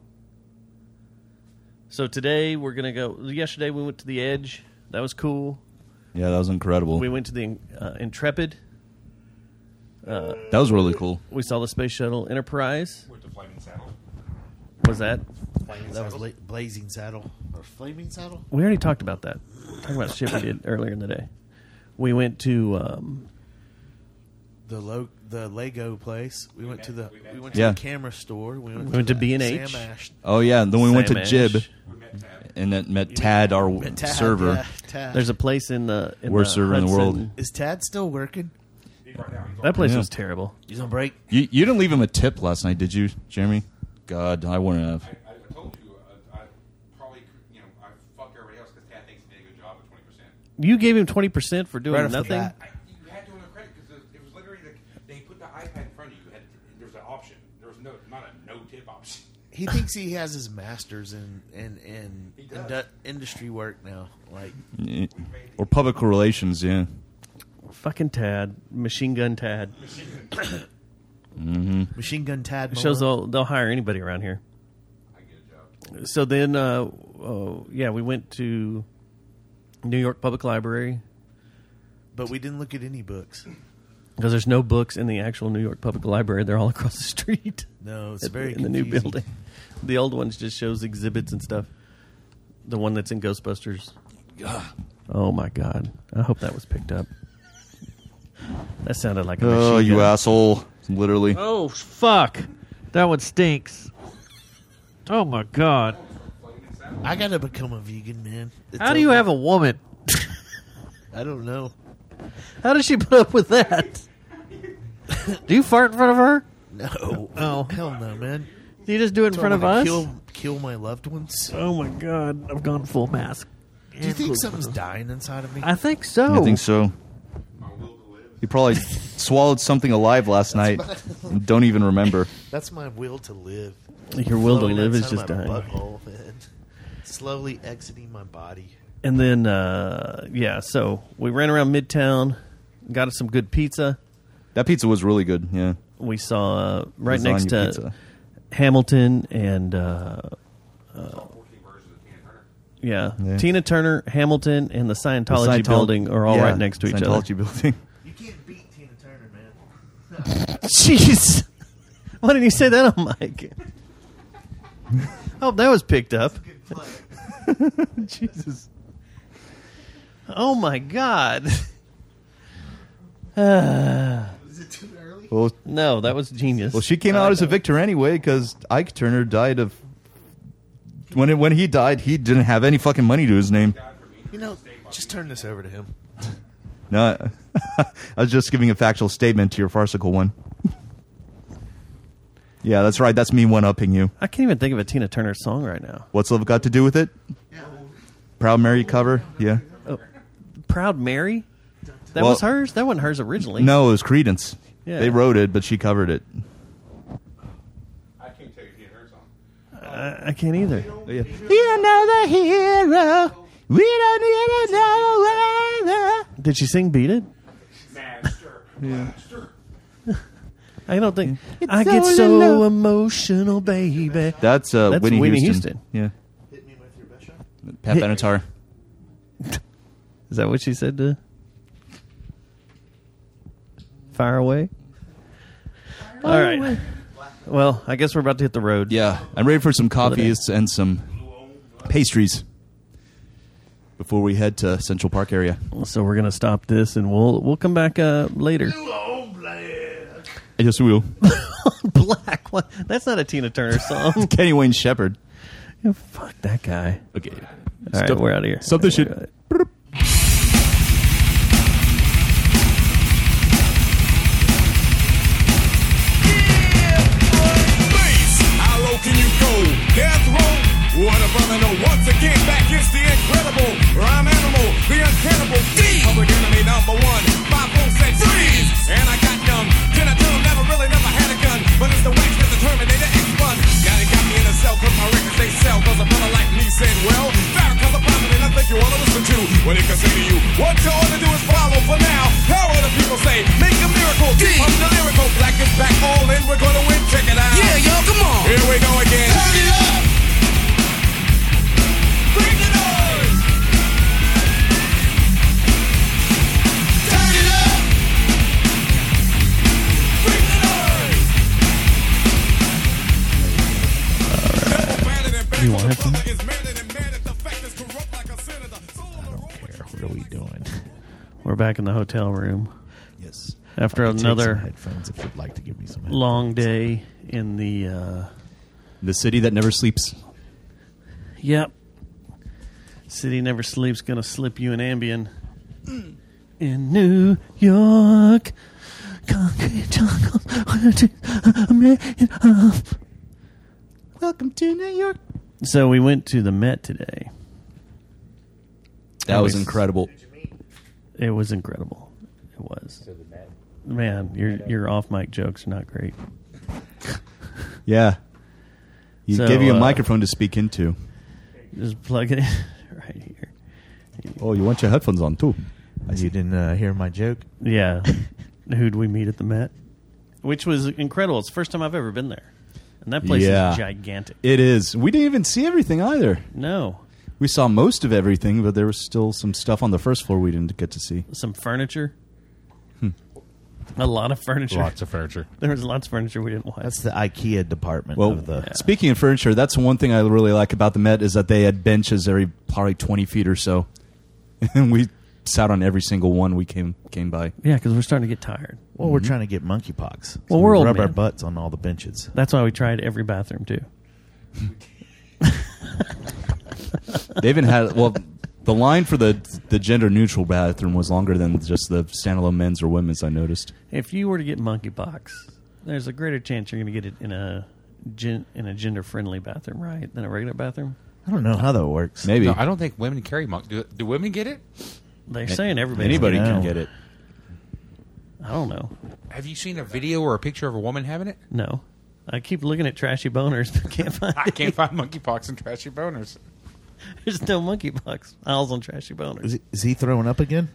[SPEAKER 2] So today we're gonna go. Yesterday we went to the Edge. That was cool.
[SPEAKER 4] Yeah, that was incredible.
[SPEAKER 2] We went to the uh, Intrepid.
[SPEAKER 4] That was really cool.
[SPEAKER 2] We saw the space shuttle Enterprise.
[SPEAKER 6] With the flaming saddle.
[SPEAKER 2] Was that?
[SPEAKER 5] Flaming
[SPEAKER 2] That was-
[SPEAKER 5] saddle. Bla- blazing saddle or flaming saddle.
[SPEAKER 2] We already talked about that. Talking about shit we did earlier in the day. We went to um,
[SPEAKER 5] The lo- the Lego place. We went to the we went to
[SPEAKER 4] Yeah.
[SPEAKER 5] the camera store. We went,
[SPEAKER 2] went to
[SPEAKER 5] the
[SPEAKER 2] B&H.
[SPEAKER 5] Sam Ash-
[SPEAKER 4] Oh yeah, and then we went to
[SPEAKER 2] Sam Ash.
[SPEAKER 4] Jib
[SPEAKER 6] We met Tab.
[SPEAKER 4] and that met Tad, our
[SPEAKER 5] Tad,
[SPEAKER 4] server.
[SPEAKER 5] yeah, Tad.
[SPEAKER 2] There's a place in the in
[SPEAKER 4] Worst server in the
[SPEAKER 2] Hudson-
[SPEAKER 4] world.
[SPEAKER 5] Is Tad still working?
[SPEAKER 6] He's right now. He's
[SPEAKER 2] That place
[SPEAKER 4] Yeah.
[SPEAKER 2] was terrible.
[SPEAKER 5] He's on break.
[SPEAKER 4] You you didn't leave him a tip last night, did you, Jeremy? God, I wouldn't have.
[SPEAKER 6] I, I told you, uh, I probably, could- you know, I fuck everybody else because Tad thinks he did a good job at 20%.
[SPEAKER 2] You gave him twenty percent for doing
[SPEAKER 5] Right off the
[SPEAKER 2] nothing.
[SPEAKER 5] bat.
[SPEAKER 6] I, you had to on the credit because it was literally the, they put the iPad in front of you. You Had, there was an option. There was no, not a no tip option.
[SPEAKER 5] He thinks he has his masters in in in,
[SPEAKER 6] He does.
[SPEAKER 5] indu- industry work now. Like
[SPEAKER 4] Or public relations, yeah.
[SPEAKER 2] Fucking Tad, machine gun Tad.
[SPEAKER 5] machine gun Tad.
[SPEAKER 2] Shows
[SPEAKER 5] Malone.
[SPEAKER 2] they'll they'll hire anybody around here.
[SPEAKER 6] I get a job.
[SPEAKER 2] So then, uh, oh, yeah, we went to New York Public Library
[SPEAKER 5] But we didn't look at any books.
[SPEAKER 2] because there's no books in the actual New York Public Library. They're all across the street
[SPEAKER 5] No, it's
[SPEAKER 2] at-
[SPEAKER 5] very
[SPEAKER 2] in the new
[SPEAKER 5] confusing.
[SPEAKER 2] building. The old ones just shows exhibits and stuff. The one that's in Ghostbusters. Oh my god! I hope that was picked up. That sounded like a
[SPEAKER 4] Oh,
[SPEAKER 2] machine
[SPEAKER 4] you
[SPEAKER 2] gun.
[SPEAKER 4] asshole! Literally.
[SPEAKER 7] Oh fuck, that one stinks. Oh my god,
[SPEAKER 5] I gotta become a vegan man. It's
[SPEAKER 7] how do you
[SPEAKER 5] over.
[SPEAKER 7] have a woman?
[SPEAKER 5] I don't know.
[SPEAKER 7] How does she put up with that? do you fart in front of her?
[SPEAKER 5] No.
[SPEAKER 7] Oh.
[SPEAKER 5] hell no, man.
[SPEAKER 7] Do you just do it in
[SPEAKER 5] Do I
[SPEAKER 7] front of
[SPEAKER 5] wanna
[SPEAKER 7] us?
[SPEAKER 5] Kill, kill my loved ones.
[SPEAKER 7] Oh my god, I've gone full mask.
[SPEAKER 5] Do you think something's dying inside of me?
[SPEAKER 7] I think so.
[SPEAKER 4] I think so. You probably swallowed something alive last night. and Don't even remember.
[SPEAKER 5] That's my will to live.
[SPEAKER 2] Your will to
[SPEAKER 5] Flowing
[SPEAKER 2] live is
[SPEAKER 5] outside
[SPEAKER 2] just
[SPEAKER 5] my
[SPEAKER 2] dying.
[SPEAKER 5] Butthole, man. Slowly exiting my body.
[SPEAKER 2] And then, uh, yeah, so we ran around Midtown, got us some good pizza.
[SPEAKER 4] That pizza was really good. Yeah.
[SPEAKER 2] We saw uh, right
[SPEAKER 4] Lasagna
[SPEAKER 2] next to
[SPEAKER 4] pizza.
[SPEAKER 2] Hamilton and, uh,
[SPEAKER 6] Saw 14 versions of Tina Turner.
[SPEAKER 2] yeah,
[SPEAKER 4] Yeah.
[SPEAKER 2] Tina Turner, Hamilton, and the Scientology, building are all right
[SPEAKER 4] yeah,
[SPEAKER 2] next to each
[SPEAKER 4] Scientology building.
[SPEAKER 5] You can't beat Tina Turner, man.
[SPEAKER 2] other. Jeez. Why didn't you say that on mic? oh, that was picked up.
[SPEAKER 5] Good play.
[SPEAKER 4] Jesus.
[SPEAKER 2] Oh, my God.
[SPEAKER 5] Is it too early?
[SPEAKER 4] Well,
[SPEAKER 2] No, that was genius.
[SPEAKER 4] well, she came out as a victor anyway because Ike Turner died of. When it, when he died, he didn't have any fucking money to his name.
[SPEAKER 5] You know, just turn this over to him.
[SPEAKER 4] No, I was just giving a factual statement to your farcical one. yeah, that's right. That's me one upping you.
[SPEAKER 2] I can't even think of a Tina Turner song right now.
[SPEAKER 4] What's love got to do with it? Proud Mary cover. Yeah.
[SPEAKER 2] Proud Mary? That
[SPEAKER 4] Well-
[SPEAKER 2] was hers? That wasn't hers originally.
[SPEAKER 4] No, it was Credence.
[SPEAKER 2] Yeah.
[SPEAKER 4] They wrote it, but she covered it.
[SPEAKER 6] I can't tell you Tina Turner song.
[SPEAKER 2] I, I can't either.
[SPEAKER 4] Yeah. Need another hero. We don't need another.
[SPEAKER 2] Did she sing Beat It?
[SPEAKER 6] Master. Master.
[SPEAKER 2] I don't think. I get
[SPEAKER 4] all in
[SPEAKER 2] so
[SPEAKER 4] love.
[SPEAKER 2] emotional, baby.
[SPEAKER 4] That's uh,
[SPEAKER 2] That's
[SPEAKER 4] Whitney,
[SPEAKER 2] Whitney
[SPEAKER 4] Houston.
[SPEAKER 5] Hit me with your best shot.
[SPEAKER 4] Yeah, Pat Benatar.
[SPEAKER 2] Is that what she said to Fire Away? All right. Well, I guess we're about to hit the road.
[SPEAKER 4] Yeah, I'm ready for some coffees and some pastries before we head to Central Park area.
[SPEAKER 2] So we're gonna stop this, and we'll we'll come back uh, later.
[SPEAKER 4] I guess we will.
[SPEAKER 2] Black. What? That's not a Tina Turner song.
[SPEAKER 4] Kenny Wayne Shepherd.
[SPEAKER 2] Fuck that guy.
[SPEAKER 4] Okay.
[SPEAKER 2] All right,
[SPEAKER 4] Stop-
[SPEAKER 2] we're out of here.
[SPEAKER 4] stop this
[SPEAKER 2] We're
[SPEAKER 4] shit.
[SPEAKER 2] outta here.
[SPEAKER 3] Please, how low can you go? Death row? What a brother, no. Once again, back is the incredible rhyme animal, the uncannibal thief. Public enemy number one, five folks said freeze. And I got numb. Can I tell 'em never really never had a gun? But it's the wax that the Terminator X one. Now they got me in a cell, cause my records they sell. Cause a brother like me said, well, Farrakhan's a prophet and I think you wanna listen to what he can say to you. What you ought to do is follow for now. How other people say, make a miracle. Deep. I'm the lyrical, black is back, all in, we're gonna win, check it out.
[SPEAKER 8] Yeah, y'all, come on.
[SPEAKER 3] Here we go again.
[SPEAKER 8] Turn it up.
[SPEAKER 3] Bring the noise.
[SPEAKER 8] Turn it up.
[SPEAKER 3] Bring the noise. You want
[SPEAKER 5] What are we doing?
[SPEAKER 2] We're back in the hotel room
[SPEAKER 5] Yes.
[SPEAKER 2] after
[SPEAKER 5] Take some
[SPEAKER 2] another
[SPEAKER 5] headphones if you'd like to give me some. headphones.
[SPEAKER 2] long day in the. Uh,
[SPEAKER 4] The city that never sleeps.
[SPEAKER 2] yep. City never sleeps. Gonna slip you an Ambien. In New York, concrete jungles, one, two, a million of-
[SPEAKER 4] Welcome to New York.
[SPEAKER 2] So we went to the Met today.
[SPEAKER 4] That was incredible.
[SPEAKER 2] It was incredible. It was. Man, your your off mic jokes are not great.
[SPEAKER 4] Yeah. He
[SPEAKER 2] So,
[SPEAKER 4] gave you a
[SPEAKER 2] uh,
[SPEAKER 4] microphone to speak into.
[SPEAKER 2] Just plug it in right here.
[SPEAKER 4] Oh, you want your headphones on too?
[SPEAKER 5] You didn't uh, hear my joke?
[SPEAKER 2] Yeah. Who'd we meet at the Met? Which was incredible. It's the first time I've ever been there. And that place
[SPEAKER 4] Yeah.
[SPEAKER 2] is gigantic.
[SPEAKER 4] It is. We didn't even see everything either.
[SPEAKER 2] No.
[SPEAKER 4] We saw most of everything, but there was still some stuff on the first floor we didn't get to see.
[SPEAKER 2] Some furniture. A lot of furniture.
[SPEAKER 6] Hmm. Lots of furniture.
[SPEAKER 2] There was lots of furniture we didn't watch.
[SPEAKER 5] That's the IKEA department
[SPEAKER 4] Well,
[SPEAKER 5] of the.
[SPEAKER 4] speaking of furniture, that's one thing I really like about the Met is that they had benches every probably twenty feet or so, and we sat on every single one we came came by.
[SPEAKER 2] yeah, because we're starting to get tired.
[SPEAKER 5] Well, we're trying to get monkeypox. So
[SPEAKER 2] Well, we're
[SPEAKER 5] we
[SPEAKER 2] old
[SPEAKER 5] rub our
[SPEAKER 2] men.
[SPEAKER 5] butts on all the benches.
[SPEAKER 2] That's why we tried every bathroom too.
[SPEAKER 4] They even had well, the line for the the gender neutral bathroom was longer than just the standalone men's or women's. I noticed.
[SPEAKER 2] If you were to get monkeypox, there's a greater chance you're going to get it in a gen- in a gender friendly bathroom, right, than a regular bathroom.
[SPEAKER 5] I don't know how that works.
[SPEAKER 4] Maybe
[SPEAKER 6] No,
[SPEAKER 4] I
[SPEAKER 6] I don't think women carry monk. Do, do women get it?
[SPEAKER 2] They're saying everybody.
[SPEAKER 4] anybody
[SPEAKER 5] I
[SPEAKER 4] can
[SPEAKER 5] know.
[SPEAKER 4] get it.
[SPEAKER 2] I don't know.
[SPEAKER 6] Have you seen a video or a picture of a woman having it?
[SPEAKER 2] No, I keep looking at trashy boners, but can't find.
[SPEAKER 6] I can't find monkeypox and trashy boners.
[SPEAKER 2] There's no monkeypox. I was on trashy boners.
[SPEAKER 5] Is he, is he throwing up again?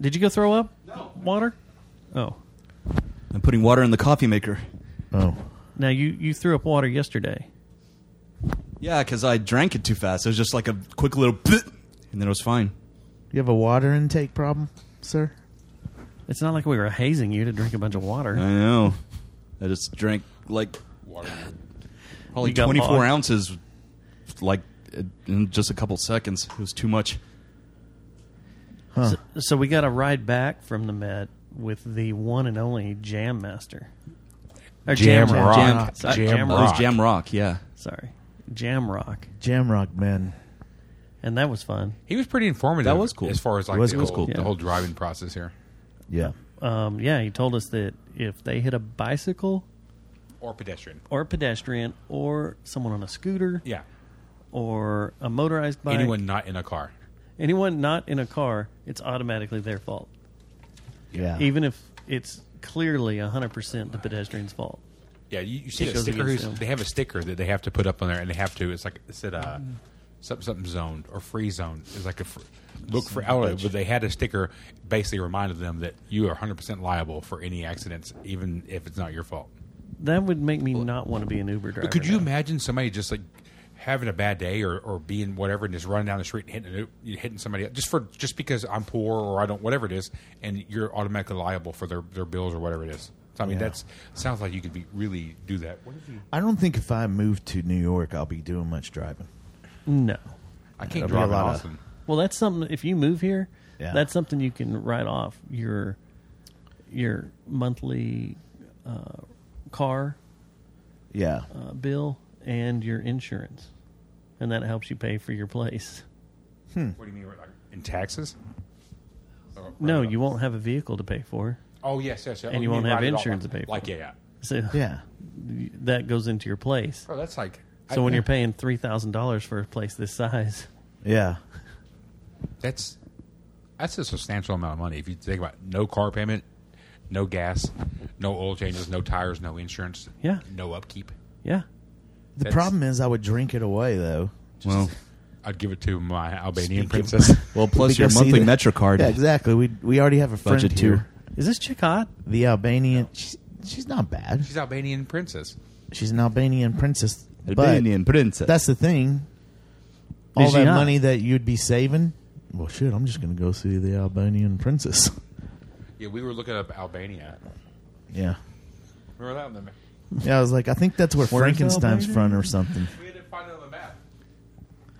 [SPEAKER 2] Did you go throw up? No water. Oh,
[SPEAKER 4] I'm putting water in the coffee maker.
[SPEAKER 5] Oh,
[SPEAKER 2] now you you threw up water yesterday.
[SPEAKER 4] Yeah, because I drank it too fast. It was just like a quick little, and then it was fine.
[SPEAKER 5] you have a water intake problem, sir?
[SPEAKER 2] It's not like we were hazing you to drink a bunch of water.
[SPEAKER 4] I know. I just drank like probably
[SPEAKER 2] You got
[SPEAKER 4] 24
[SPEAKER 2] logged.
[SPEAKER 4] ounces, like in just a couple seconds. It was too much.
[SPEAKER 2] So, so we got a ride back from the Met with the one and only Jam Master. Or
[SPEAKER 6] Jam Rock.
[SPEAKER 2] Sorry,
[SPEAKER 6] Jam
[SPEAKER 2] Jam
[SPEAKER 4] It was
[SPEAKER 6] Rock.
[SPEAKER 4] Jam Rock, yeah.
[SPEAKER 2] Sorry, Jam Rock,
[SPEAKER 5] Jamrock man.
[SPEAKER 2] and that was fun.
[SPEAKER 6] He was pretty informative.
[SPEAKER 4] That was cool.
[SPEAKER 6] As far as like
[SPEAKER 5] was
[SPEAKER 6] the,
[SPEAKER 5] cool.
[SPEAKER 6] whole,
[SPEAKER 2] Yeah.
[SPEAKER 6] the whole driving process here,
[SPEAKER 5] Yeah.
[SPEAKER 2] Um, yeah, he told us that if they hit a bicycle
[SPEAKER 6] or pedestrian.
[SPEAKER 2] or pedestrian or someone on a scooter
[SPEAKER 6] Yeah,
[SPEAKER 2] or a motorized bike,
[SPEAKER 6] anyone not in a car.
[SPEAKER 2] anyone not in a car, it's automatically their fault,
[SPEAKER 5] Yeah.
[SPEAKER 2] even if it's clearly hundred percent the pedestrian's fault.
[SPEAKER 6] Yeah, you, you see
[SPEAKER 2] It
[SPEAKER 6] a
[SPEAKER 2] goes
[SPEAKER 6] sticker.
[SPEAKER 2] against
[SPEAKER 6] Who's,
[SPEAKER 2] them.
[SPEAKER 6] they have a sticker that they have to put up on there, and they have to. It's like it said uh, something something zoned or free zone. It's like a fr- look for outlet, but they had a sticker basically reminded them that you are 100 percent liable for any accidents, even if it's not your fault.
[SPEAKER 2] That would make me not want to be an Uber driver.
[SPEAKER 6] But could you
[SPEAKER 2] now.
[SPEAKER 6] imagine somebody just like having a bad day or, or being whatever and just running down the street and hitting a, new- hitting somebody up just for just because I'm poor or I don't whatever it is, and you're automatically liable for their, their bills or whatever it is. So, I mean,
[SPEAKER 5] Yeah.
[SPEAKER 6] that's sounds like you could be really do that. What did you?
[SPEAKER 5] I don't think if I move to New York, I'll be doing much driving.
[SPEAKER 2] No.
[SPEAKER 6] I can't
[SPEAKER 5] That'd be
[SPEAKER 6] drive
[SPEAKER 5] a lot
[SPEAKER 6] in
[SPEAKER 5] of-
[SPEAKER 6] Austin.
[SPEAKER 2] Well, that's something. If you move here,
[SPEAKER 5] Yeah.
[SPEAKER 2] that's something you can write off your your monthly uh, car
[SPEAKER 5] Yeah,
[SPEAKER 2] uh, bill and your insurance, and that helps you pay for your place.
[SPEAKER 6] What do you mean like, in taxes? Or-
[SPEAKER 2] No,
[SPEAKER 6] or-
[SPEAKER 2] you won't have a vehicle to pay for,
[SPEAKER 6] Oh yes, yes, yes.
[SPEAKER 2] And
[SPEAKER 6] Oh,
[SPEAKER 2] you won't
[SPEAKER 6] mean
[SPEAKER 2] have
[SPEAKER 6] write it off,
[SPEAKER 2] insurance
[SPEAKER 6] like-
[SPEAKER 2] to pay for
[SPEAKER 6] Like
[SPEAKER 2] it.
[SPEAKER 6] yeah, yeah.
[SPEAKER 2] so
[SPEAKER 5] yeah.
[SPEAKER 2] that goes into your place.
[SPEAKER 6] Bro, that's like.
[SPEAKER 2] So
[SPEAKER 6] I-
[SPEAKER 2] when you're paying three thousand dollars for a place this size,
[SPEAKER 5] Yeah.
[SPEAKER 6] that's that's a substantial amount of money. If you think about no car payment, no gas, no oil changes, no tires, no insurance,
[SPEAKER 2] Yeah.
[SPEAKER 6] no upkeep.
[SPEAKER 2] yeah,
[SPEAKER 5] The
[SPEAKER 6] That's-
[SPEAKER 5] problem is, I would drink it away though.
[SPEAKER 4] Well,
[SPEAKER 6] I'd give it to my Albanian
[SPEAKER 5] Speaking-
[SPEAKER 6] princess.
[SPEAKER 4] well, plus
[SPEAKER 5] Because
[SPEAKER 4] your
[SPEAKER 5] see,
[SPEAKER 4] monthly
[SPEAKER 5] the-
[SPEAKER 4] MetroCard.
[SPEAKER 5] Yeah, exactly. We we already have a friend
[SPEAKER 4] Budget
[SPEAKER 5] here.
[SPEAKER 4] tier.
[SPEAKER 2] is this chick hot?
[SPEAKER 5] The Albanian. She's, she's not bad.
[SPEAKER 6] She's Albanian princess.
[SPEAKER 5] She's an Albanian princess. but
[SPEAKER 4] Albanian princess.
[SPEAKER 5] That's the thing. All
[SPEAKER 2] Is she
[SPEAKER 5] that
[SPEAKER 2] hot?
[SPEAKER 5] money that you'd be saving. Well, shit. I'm just gonna go see the Albanian princess.
[SPEAKER 6] Yeah, we were looking up Albania.
[SPEAKER 5] yeah.
[SPEAKER 6] Remember that on the map?
[SPEAKER 5] Yeah. I was like, I think that's where Frankenstein's
[SPEAKER 2] Albania?
[SPEAKER 5] from or something.
[SPEAKER 6] We had to find it on the map.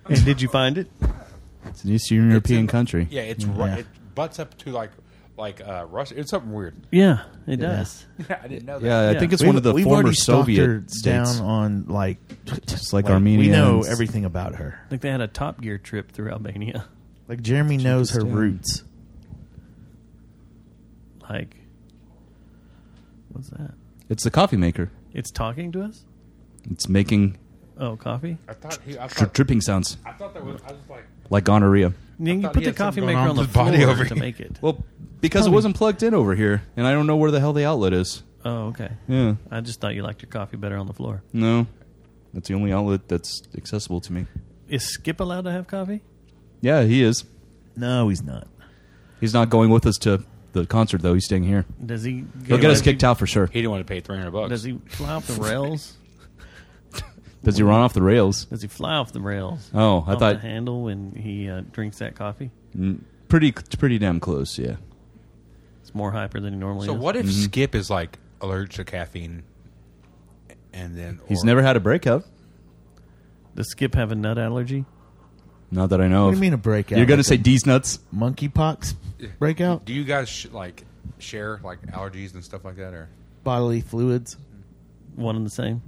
[SPEAKER 2] And did you find it?
[SPEAKER 4] it's an Eastern European
[SPEAKER 6] in-
[SPEAKER 4] country.
[SPEAKER 6] Yeah, it's
[SPEAKER 5] Yeah.
[SPEAKER 6] right. It butts up to like like uh, Russia. It's something weird.
[SPEAKER 2] Yeah, it does.
[SPEAKER 6] I didn't know that.
[SPEAKER 4] Yeah, I
[SPEAKER 2] Yeah.
[SPEAKER 4] think it's
[SPEAKER 5] We've-
[SPEAKER 4] one of the
[SPEAKER 5] we've
[SPEAKER 4] former
[SPEAKER 5] already stalked her
[SPEAKER 4] Soviet states.
[SPEAKER 5] down on like just
[SPEAKER 4] like Armenia
[SPEAKER 5] We know
[SPEAKER 4] and-
[SPEAKER 5] everything about her.
[SPEAKER 2] I think they had a Top Gear trip through Albania.
[SPEAKER 5] Like Jeremy knows her
[SPEAKER 4] Tajikistan.
[SPEAKER 5] roots.
[SPEAKER 2] Like, what's that?
[SPEAKER 4] It's the coffee maker.
[SPEAKER 2] It's talking to us.
[SPEAKER 4] It's making
[SPEAKER 2] Oh, coffee.
[SPEAKER 6] I thought he. I
[SPEAKER 4] tr-
[SPEAKER 6] thought,
[SPEAKER 4] dripping sounds
[SPEAKER 6] I thought that was. I was like.
[SPEAKER 4] like gonorrhea.
[SPEAKER 2] Then you
[SPEAKER 6] thought
[SPEAKER 2] put
[SPEAKER 6] he
[SPEAKER 2] the
[SPEAKER 6] had something
[SPEAKER 2] coffee
[SPEAKER 6] going
[SPEAKER 2] maker
[SPEAKER 6] on
[SPEAKER 2] on the
[SPEAKER 6] with his body
[SPEAKER 2] floor
[SPEAKER 6] over
[SPEAKER 2] to
[SPEAKER 6] here.
[SPEAKER 2] make it.
[SPEAKER 4] Well, because it wasn't plugged in over here, and I don't know where the hell the outlet is.
[SPEAKER 2] Oh, okay.
[SPEAKER 4] Yeah,
[SPEAKER 2] I just thought you liked your coffee better on the floor.
[SPEAKER 4] no, that's the only outlet that's accessible to me.
[SPEAKER 2] Is Skip allowed to have coffee?
[SPEAKER 4] Yeah, he is.
[SPEAKER 5] No, he's not.
[SPEAKER 4] He's not going with us to the concert though. He's staying here.
[SPEAKER 2] Does he?
[SPEAKER 4] He'll get us kicked out for sure.
[SPEAKER 6] He didn't want to pay three hundred bucks.
[SPEAKER 2] Does he fly off the rails?
[SPEAKER 4] Does he run off the rails?
[SPEAKER 2] Does he fly off the rails?
[SPEAKER 4] Oh, I
[SPEAKER 2] off
[SPEAKER 4] thought-
[SPEAKER 2] the handle when he uh, drinks that coffee.
[SPEAKER 4] Pretty, pretty damn close. Yeah.
[SPEAKER 2] It's more hyper than he normally
[SPEAKER 6] So
[SPEAKER 2] is.
[SPEAKER 6] what if Skip is like allergic to caffeine, and then
[SPEAKER 4] He's
[SPEAKER 6] or-
[SPEAKER 4] never had a breakup.
[SPEAKER 2] Does Skip have a nut allergy?
[SPEAKER 4] Not that I know
[SPEAKER 5] What
[SPEAKER 4] of.
[SPEAKER 5] do you mean a breakout?
[SPEAKER 4] You're gonna
[SPEAKER 5] Like
[SPEAKER 4] say
[SPEAKER 5] a
[SPEAKER 4] D's nuts?
[SPEAKER 5] monkeypox breakout?
[SPEAKER 6] Do you guys sh- like share like allergies and stuff like that, or
[SPEAKER 5] Bodily fluids?
[SPEAKER 2] One and the same.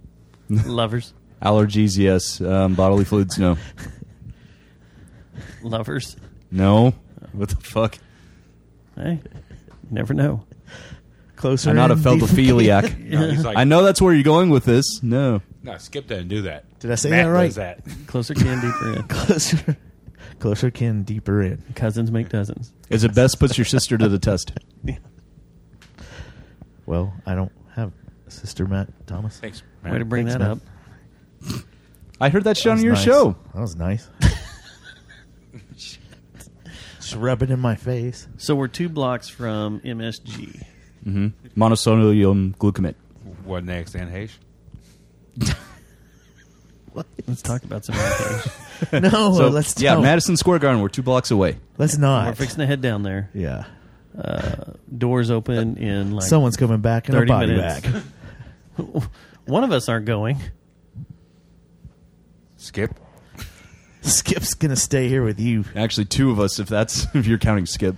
[SPEAKER 2] lovers,
[SPEAKER 4] Allergies? Yes. Um, bodily fluids? No.
[SPEAKER 2] lovers.
[SPEAKER 4] No. What the fuck?
[SPEAKER 2] Hey, you never know.
[SPEAKER 5] Closer.
[SPEAKER 4] I'm not a
[SPEAKER 5] in,
[SPEAKER 4] feldophiliac.
[SPEAKER 6] no? He's like,
[SPEAKER 4] I know that's where you're going with this. No.
[SPEAKER 6] No, Skip doesn't do that.
[SPEAKER 5] Did I say
[SPEAKER 6] Matt
[SPEAKER 5] that right?
[SPEAKER 6] Does that.
[SPEAKER 2] Closer kin, deeper in.
[SPEAKER 5] Closer. Closer kin, deeper in.
[SPEAKER 2] Cousins make dozens.
[SPEAKER 4] Is it best puts your sister to the test?
[SPEAKER 5] Well, I don't have a sister Matt Thomas.
[SPEAKER 6] Thanks.
[SPEAKER 2] Way to bring
[SPEAKER 5] Thanks,
[SPEAKER 2] that
[SPEAKER 5] man.
[SPEAKER 2] up.
[SPEAKER 4] I heard that shit
[SPEAKER 5] That
[SPEAKER 4] on
[SPEAKER 5] was
[SPEAKER 4] your
[SPEAKER 5] nice.
[SPEAKER 4] show.
[SPEAKER 5] That was nice. Just rub it in my face.
[SPEAKER 2] So we're two blocks from MSG.
[SPEAKER 4] Monosodium glucamate.
[SPEAKER 6] What next, Anhage?
[SPEAKER 2] Let's talk about some allocation.
[SPEAKER 5] No,
[SPEAKER 4] So
[SPEAKER 5] Oh, let's
[SPEAKER 4] yeah,
[SPEAKER 5] don't.
[SPEAKER 4] Madison Square Garden. We're two blocks away.
[SPEAKER 5] Let's not.
[SPEAKER 2] We're fixing to head down there.
[SPEAKER 5] Yeah.
[SPEAKER 2] Doors open in like
[SPEAKER 5] Someone's coming back in a
[SPEAKER 2] 30
[SPEAKER 5] body
[SPEAKER 2] minutes.
[SPEAKER 5] bag.
[SPEAKER 2] One of us aren't going.
[SPEAKER 6] Skip.
[SPEAKER 5] Skip's gonna stay here with you.
[SPEAKER 4] Actually, two of us, if that's if you're counting Skip.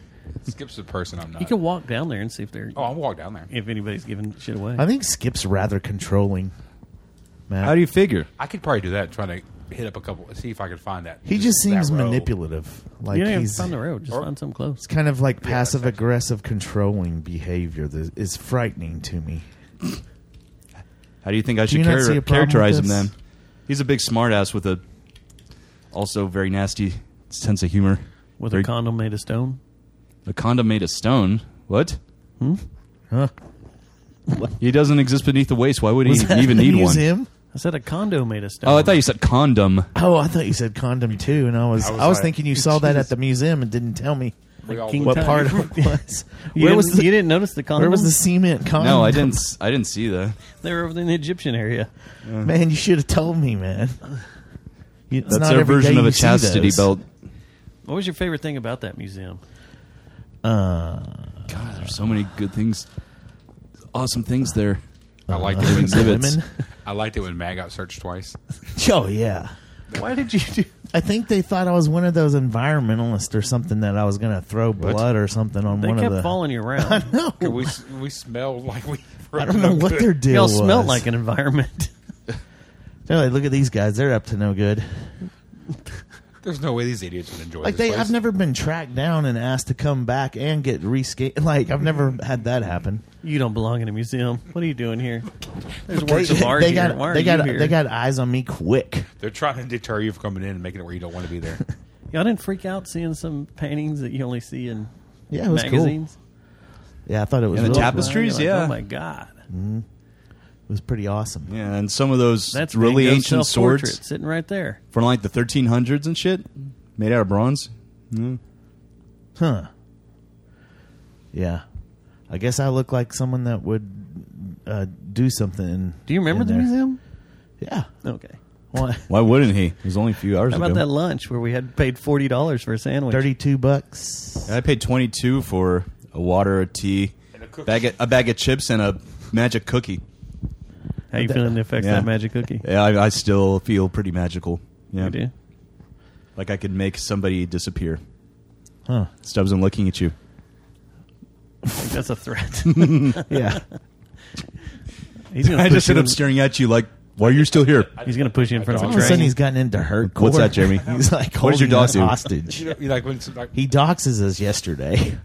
[SPEAKER 6] Skip's the person I'm not.
[SPEAKER 2] You can walk down there and see if they're
[SPEAKER 6] oh, I'll walk down there.
[SPEAKER 2] if anybody's giving shit away.
[SPEAKER 5] I think Skip's rather controlling. Matt.
[SPEAKER 4] How do you figure?
[SPEAKER 6] I could probably do that. Trying to hit up a couple, see if I could find that.
[SPEAKER 5] he just
[SPEAKER 6] that
[SPEAKER 5] seems
[SPEAKER 6] row.
[SPEAKER 5] manipulative. Like
[SPEAKER 2] you don't even
[SPEAKER 5] he's
[SPEAKER 2] find the road. Just
[SPEAKER 6] or-
[SPEAKER 2] find something close.
[SPEAKER 5] it's kind of like passive aggressive controlling behavior that is frightening to me.
[SPEAKER 4] How do you think I
[SPEAKER 5] Do
[SPEAKER 4] should
[SPEAKER 5] you not
[SPEAKER 4] char-
[SPEAKER 5] see a problem
[SPEAKER 4] characterize
[SPEAKER 5] with
[SPEAKER 4] him
[SPEAKER 5] this?
[SPEAKER 4] then? He's a big smartass with a also very nasty sense of humor.
[SPEAKER 2] With
[SPEAKER 4] Very-
[SPEAKER 2] a condom made of stone.
[SPEAKER 4] a condom made of stone. What?
[SPEAKER 5] Hmm? Huh?
[SPEAKER 4] He doesn't exist beneath the waist. Why would he
[SPEAKER 5] Was that
[SPEAKER 4] even
[SPEAKER 5] in the
[SPEAKER 4] need one?
[SPEAKER 5] museum?
[SPEAKER 2] I said a condo made of stone.
[SPEAKER 4] Oh, I thought you said condom.
[SPEAKER 5] Oh, I thought you said condom too, and I was I
[SPEAKER 6] I
[SPEAKER 5] was,
[SPEAKER 6] was like,
[SPEAKER 5] thinking you saw that at the museum and didn't tell me
[SPEAKER 6] We all
[SPEAKER 2] King
[SPEAKER 6] look-
[SPEAKER 2] Tut.
[SPEAKER 5] what part of it was.
[SPEAKER 2] You,
[SPEAKER 5] Where
[SPEAKER 2] didn't,
[SPEAKER 5] was the,
[SPEAKER 2] you didn't notice the condom.
[SPEAKER 5] where was the cement condom?
[SPEAKER 4] No, I didn't. s- I didn't see that.
[SPEAKER 2] They were over in the Egyptian area.
[SPEAKER 5] Man, you should have told me, man. It's
[SPEAKER 4] That's
[SPEAKER 5] not
[SPEAKER 4] their
[SPEAKER 5] every
[SPEAKER 4] version
[SPEAKER 5] day
[SPEAKER 4] of a
[SPEAKER 5] you see
[SPEAKER 4] chastity
[SPEAKER 5] those.
[SPEAKER 4] belt.
[SPEAKER 2] What was your favorite thing about that museum?
[SPEAKER 5] Uh,
[SPEAKER 4] God, there's so many good things. awesome things there.
[SPEAKER 6] I liked it
[SPEAKER 4] Uh,
[SPEAKER 6] when
[SPEAKER 4] exhibits.
[SPEAKER 6] I liked it when Mag got searched twice.
[SPEAKER 5] Oh yeah.
[SPEAKER 2] Why did you do?
[SPEAKER 5] I think they thought I was one of those environmentalists or something that I was going to throw blood or something on
[SPEAKER 2] They
[SPEAKER 5] one
[SPEAKER 2] kept
[SPEAKER 5] of the.
[SPEAKER 2] following you around.
[SPEAKER 5] No,
[SPEAKER 6] Could we s- we smelled like we.
[SPEAKER 5] I don't know what their deal
[SPEAKER 2] Y'all
[SPEAKER 5] was.
[SPEAKER 2] smelled like an environment.
[SPEAKER 5] They're like, look at these guys; they're up to no good.
[SPEAKER 6] There's no way these idiots would enjoy.
[SPEAKER 5] Like
[SPEAKER 6] this
[SPEAKER 5] they,
[SPEAKER 6] place.
[SPEAKER 5] I've never been tracked down and asked to come back and get rescaled. Like I've never had that happen.
[SPEAKER 2] You don't belong in a museum. What are you doing here? There's
[SPEAKER 5] They,
[SPEAKER 2] works of art
[SPEAKER 5] they
[SPEAKER 2] here.
[SPEAKER 5] got,
[SPEAKER 2] Why are
[SPEAKER 5] they
[SPEAKER 2] you
[SPEAKER 5] got,
[SPEAKER 2] here?
[SPEAKER 5] they got eyes on me quick.
[SPEAKER 6] They're trying to deter you from coming in and making it where you don't want to be there.
[SPEAKER 2] Y'all didn't freak out seeing some paintings that you only see in
[SPEAKER 5] Yeah, it was
[SPEAKER 2] magazines.
[SPEAKER 5] cool. Yeah, I thought it was.
[SPEAKER 4] And the
[SPEAKER 5] really-
[SPEAKER 4] tapestry? Tapestries,
[SPEAKER 2] You're like,
[SPEAKER 4] yeah.
[SPEAKER 2] Oh my god,
[SPEAKER 5] It was pretty awesome.
[SPEAKER 4] Yeah, and some of those
[SPEAKER 2] that's
[SPEAKER 4] really
[SPEAKER 2] Van Gogh's
[SPEAKER 4] ancient
[SPEAKER 2] self-portrait
[SPEAKER 4] swords
[SPEAKER 2] sitting right there.
[SPEAKER 4] from like the 1300s and shit, made out of bronze.
[SPEAKER 5] Huh. Yeah. I guess I look like someone that would uh, do something. in-
[SPEAKER 2] Do you remember
[SPEAKER 5] in
[SPEAKER 2] the
[SPEAKER 5] there.
[SPEAKER 2] museum?
[SPEAKER 5] Yeah.
[SPEAKER 2] Okay.
[SPEAKER 5] Well,
[SPEAKER 4] Why wouldn't he? It was only a few hours
[SPEAKER 2] How about
[SPEAKER 4] ago.
[SPEAKER 2] that lunch where we had paid forty dollars for a sandwich?
[SPEAKER 5] 32 bucks.
[SPEAKER 4] I paid 22 for a water, a tea,
[SPEAKER 6] a cookie.
[SPEAKER 4] bag of, a bag of chips, and a magic cookie.
[SPEAKER 2] How you feeling? The effects of
[SPEAKER 4] Yeah.
[SPEAKER 2] that magic cookie.
[SPEAKER 4] Yeah, I, I still feel pretty magical. Yeah,
[SPEAKER 2] You do?
[SPEAKER 4] like I could make somebody disappear.
[SPEAKER 5] Huh.
[SPEAKER 4] Stubbs, I'm looking at you.
[SPEAKER 2] I think that's a threat.
[SPEAKER 5] Yeah.
[SPEAKER 2] He's gonna
[SPEAKER 4] I
[SPEAKER 2] push
[SPEAKER 4] just
[SPEAKER 2] you
[SPEAKER 4] sit up
[SPEAKER 2] in-
[SPEAKER 4] staring at you like, why are you still here?
[SPEAKER 2] He's gonna push you in
[SPEAKER 6] I
[SPEAKER 2] front
[SPEAKER 6] don't-
[SPEAKER 2] of
[SPEAKER 5] All
[SPEAKER 2] a
[SPEAKER 5] of a
[SPEAKER 2] train.
[SPEAKER 5] sudden, he's gotten into her. Court.
[SPEAKER 4] What's that, Jeremy?
[SPEAKER 5] He's like,
[SPEAKER 4] What does your
[SPEAKER 5] holding
[SPEAKER 4] dog
[SPEAKER 5] us
[SPEAKER 4] do?
[SPEAKER 5] hostage.
[SPEAKER 6] You know, you like when it's like
[SPEAKER 5] He doxes us yesterday.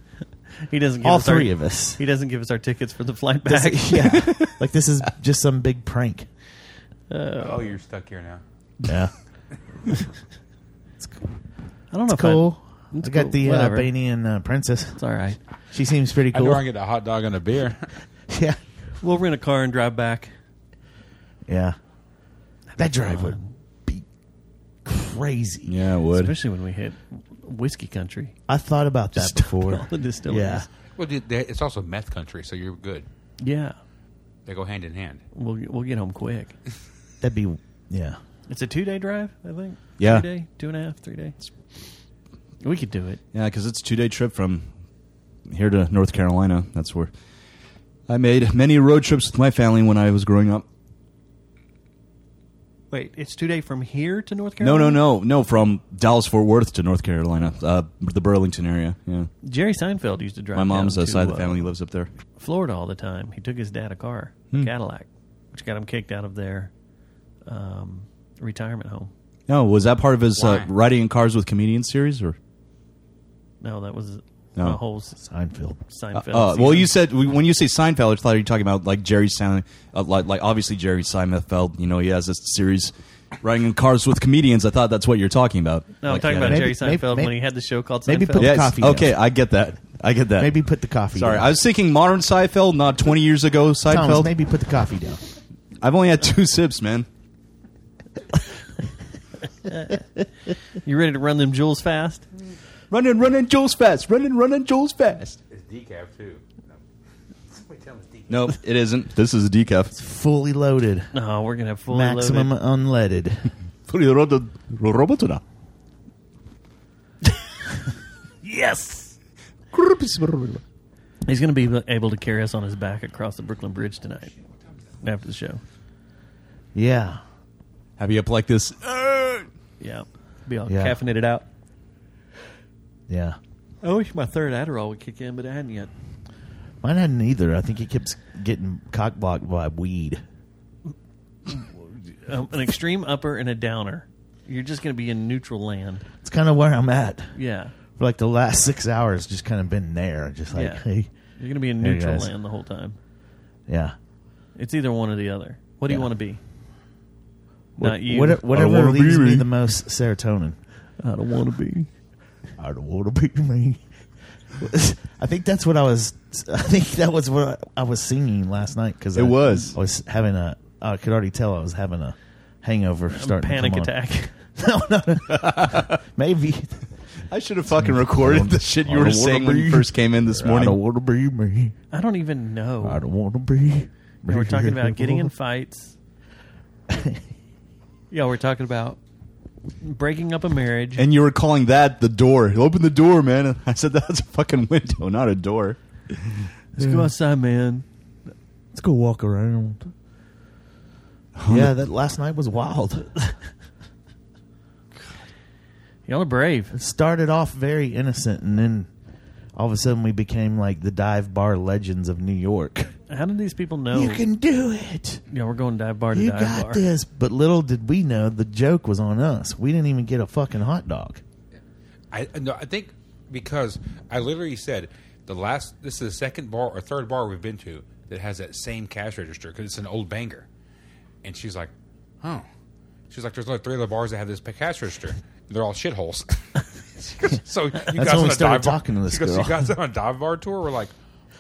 [SPEAKER 2] He doesn't. Give
[SPEAKER 5] All
[SPEAKER 2] us our-
[SPEAKER 5] three of us.
[SPEAKER 2] He doesn't give us our tickets for the flight
[SPEAKER 5] This-
[SPEAKER 2] back.
[SPEAKER 5] yeah. Like, this is just some big prank.
[SPEAKER 6] oh, you're stuck here now.
[SPEAKER 5] Yeah.
[SPEAKER 2] I don't know.
[SPEAKER 5] It's cool.
[SPEAKER 2] If I,
[SPEAKER 5] I got the uh,
[SPEAKER 2] whatever.
[SPEAKER 5] Albanian uh, princess.
[SPEAKER 2] It's all right.
[SPEAKER 5] She seems pretty
[SPEAKER 6] I know I
[SPEAKER 5] cool.
[SPEAKER 6] can get a hot dog and a beer.
[SPEAKER 5] Yeah.
[SPEAKER 2] We'll rent a car and drive back.
[SPEAKER 5] Yeah. That drive would be crazy.
[SPEAKER 4] Yeah, I would.
[SPEAKER 2] Especially when we hit whiskey country.
[SPEAKER 5] I thought about that before.
[SPEAKER 2] all the distilleries.
[SPEAKER 5] Yeah.
[SPEAKER 6] well, dude, they- it's also meth country, so you're good.
[SPEAKER 2] Yeah.
[SPEAKER 6] They go hand in hand.
[SPEAKER 2] We'll we'll get home quick.
[SPEAKER 5] That'd be yeah.
[SPEAKER 2] It's a two day drive, I think.
[SPEAKER 4] Yeah.
[SPEAKER 2] Two day, two and a half, three days. We could do it.
[SPEAKER 4] Yeah, because it's a two day trip from here to North Carolina. That's where I made many road trips with my family when I was growing up.
[SPEAKER 2] Wait, it's two day from here to North
[SPEAKER 4] No,
[SPEAKER 2] Carolina.
[SPEAKER 4] no, no, no. From Dallas Fort Worth to North Carolina, uh, the Burlington area. Yeah,
[SPEAKER 2] Jerry Seinfeld used to drive.
[SPEAKER 4] my mom's
[SPEAKER 2] down
[SPEAKER 4] uh,
[SPEAKER 2] to,
[SPEAKER 4] side of the
[SPEAKER 2] uh,
[SPEAKER 4] family lives up there.
[SPEAKER 2] Florida all the time. He took his dad a car,
[SPEAKER 4] Hmm.
[SPEAKER 2] a Cadillac, which got him kicked out of their um, retirement home.
[SPEAKER 4] No, was that part of his uh,
[SPEAKER 6] Why?
[SPEAKER 4] riding in cars with comedians series or?
[SPEAKER 2] No, that was
[SPEAKER 4] No.
[SPEAKER 2] a whole s-
[SPEAKER 5] Seinfeld.
[SPEAKER 2] Seinfeld.
[SPEAKER 4] Uh, well,
[SPEAKER 2] season.
[SPEAKER 4] you said when you say Seinfeld, I thought you were talking about like Jerry Seinfeld, uh, like, like obviously Jerry Seinfeld. You know, he has this series riding in cars with comedians. I thought that's what you're talking about.
[SPEAKER 2] No, I'm
[SPEAKER 4] Like,
[SPEAKER 2] talking
[SPEAKER 4] yeah.
[SPEAKER 2] about
[SPEAKER 5] Maybe-
[SPEAKER 2] Jerry
[SPEAKER 5] maybe-
[SPEAKER 2] Seinfeld when
[SPEAKER 5] maybe-
[SPEAKER 2] he had the show called Seinfeld.
[SPEAKER 5] maybe put
[SPEAKER 4] Yes.
[SPEAKER 5] coffee
[SPEAKER 4] okay, I get that. I get that.
[SPEAKER 5] Maybe put the coffee.
[SPEAKER 4] Sorry,
[SPEAKER 5] down.
[SPEAKER 4] I was thinking modern Seinfeld, not 20 years ago
[SPEAKER 5] Thomas,
[SPEAKER 4] Seinfeld.
[SPEAKER 5] maybe put the coffee down.
[SPEAKER 4] I've only had two sips, man.
[SPEAKER 2] You ready to run them jewels fast?
[SPEAKER 4] Running, running, Jules fast. Running, running, Jules fast.
[SPEAKER 6] It's decaf too. Somebody tell him it's decaf.
[SPEAKER 4] No, it isn't. This is a decaf.
[SPEAKER 5] Fully loaded,
[SPEAKER 2] No, Oh, we're gonna have full
[SPEAKER 5] maximum unleaded.
[SPEAKER 4] Fully loaded robotina.
[SPEAKER 2] Yes. He's gonna be able to carry us on his back across the Brooklyn Bridge tonight after the show.
[SPEAKER 5] Yeah.
[SPEAKER 4] Have you up like this? Uh,
[SPEAKER 2] Yeah, be all
[SPEAKER 5] Yeah.
[SPEAKER 2] caffeinated out.
[SPEAKER 5] Yeah.
[SPEAKER 2] I wish my third Adderall would kick in, but I hadn't yet.
[SPEAKER 5] Mine hadn't either. I think he kept getting cock blocked by weed.
[SPEAKER 2] Um, an extreme upper and a downer. You're just gonna be in neutral land.
[SPEAKER 5] It's kind of where I'm at
[SPEAKER 2] Yeah,
[SPEAKER 5] for like the last six hours. Just kind of been there. Just like
[SPEAKER 2] Yeah.
[SPEAKER 5] hey,
[SPEAKER 2] you're gonna be in
[SPEAKER 5] There you
[SPEAKER 2] neutral
[SPEAKER 5] guys.
[SPEAKER 2] land the whole time.
[SPEAKER 5] yeah.
[SPEAKER 2] It's either one or the other. What do you
[SPEAKER 5] Yeah.
[SPEAKER 2] want to be? Not you. Oh,
[SPEAKER 5] What,
[SPEAKER 4] I
[SPEAKER 5] whatever
[SPEAKER 4] wanna be
[SPEAKER 5] leaves me
[SPEAKER 4] me.
[SPEAKER 5] the most serotonin.
[SPEAKER 2] I don't want to be.
[SPEAKER 5] I don't want to be me. I think that's what I was. I think that was what I was singing last night because
[SPEAKER 4] It
[SPEAKER 5] I,
[SPEAKER 4] was.
[SPEAKER 5] I was having a. I could already tell I was having a hangover. Starting to
[SPEAKER 2] Panic
[SPEAKER 5] come on.
[SPEAKER 2] attack.
[SPEAKER 5] No, no, no. maybe.
[SPEAKER 4] I should have fucking recorded the shit you were saying when you first came in this
[SPEAKER 5] I don't
[SPEAKER 4] morning.
[SPEAKER 5] want to be me.
[SPEAKER 2] I don't even know.
[SPEAKER 5] I don't want to be.
[SPEAKER 2] And we're talking about getting in fights. yeah, we're talking about breaking up a marriage.
[SPEAKER 4] And you were calling that the door. Open the door, man. I said that's a fucking window, not a door.
[SPEAKER 2] Let's go outside, man.
[SPEAKER 9] Let's go walk around. Yeah, that last night was wild.
[SPEAKER 2] Y'all are brave.
[SPEAKER 9] It started off very innocent, and then all of a sudden we became like the dive bar legends of New York.
[SPEAKER 2] How do these people know?
[SPEAKER 9] You can do it.
[SPEAKER 2] Yeah, we're going dive bar to
[SPEAKER 9] You
[SPEAKER 2] Oh. dive
[SPEAKER 9] got
[SPEAKER 2] bar.
[SPEAKER 9] this. But little did we know the joke was on us. We didn't even get a fucking hot dog.
[SPEAKER 6] I no, I think because I literally said the last. This is the second bar or third bar we've been to that has that same cash register because it's an old banger. And she's like, "Oh," she's like, "There's only three other bars that have this cash register. They're all shitholes." She goes, so you guys
[SPEAKER 9] when
[SPEAKER 6] on
[SPEAKER 9] we
[SPEAKER 6] a
[SPEAKER 9] started
[SPEAKER 6] dive bar-
[SPEAKER 9] talking to this
[SPEAKER 6] she goes,
[SPEAKER 9] girl."
[SPEAKER 6] You guys on a dive bar tour? We're like,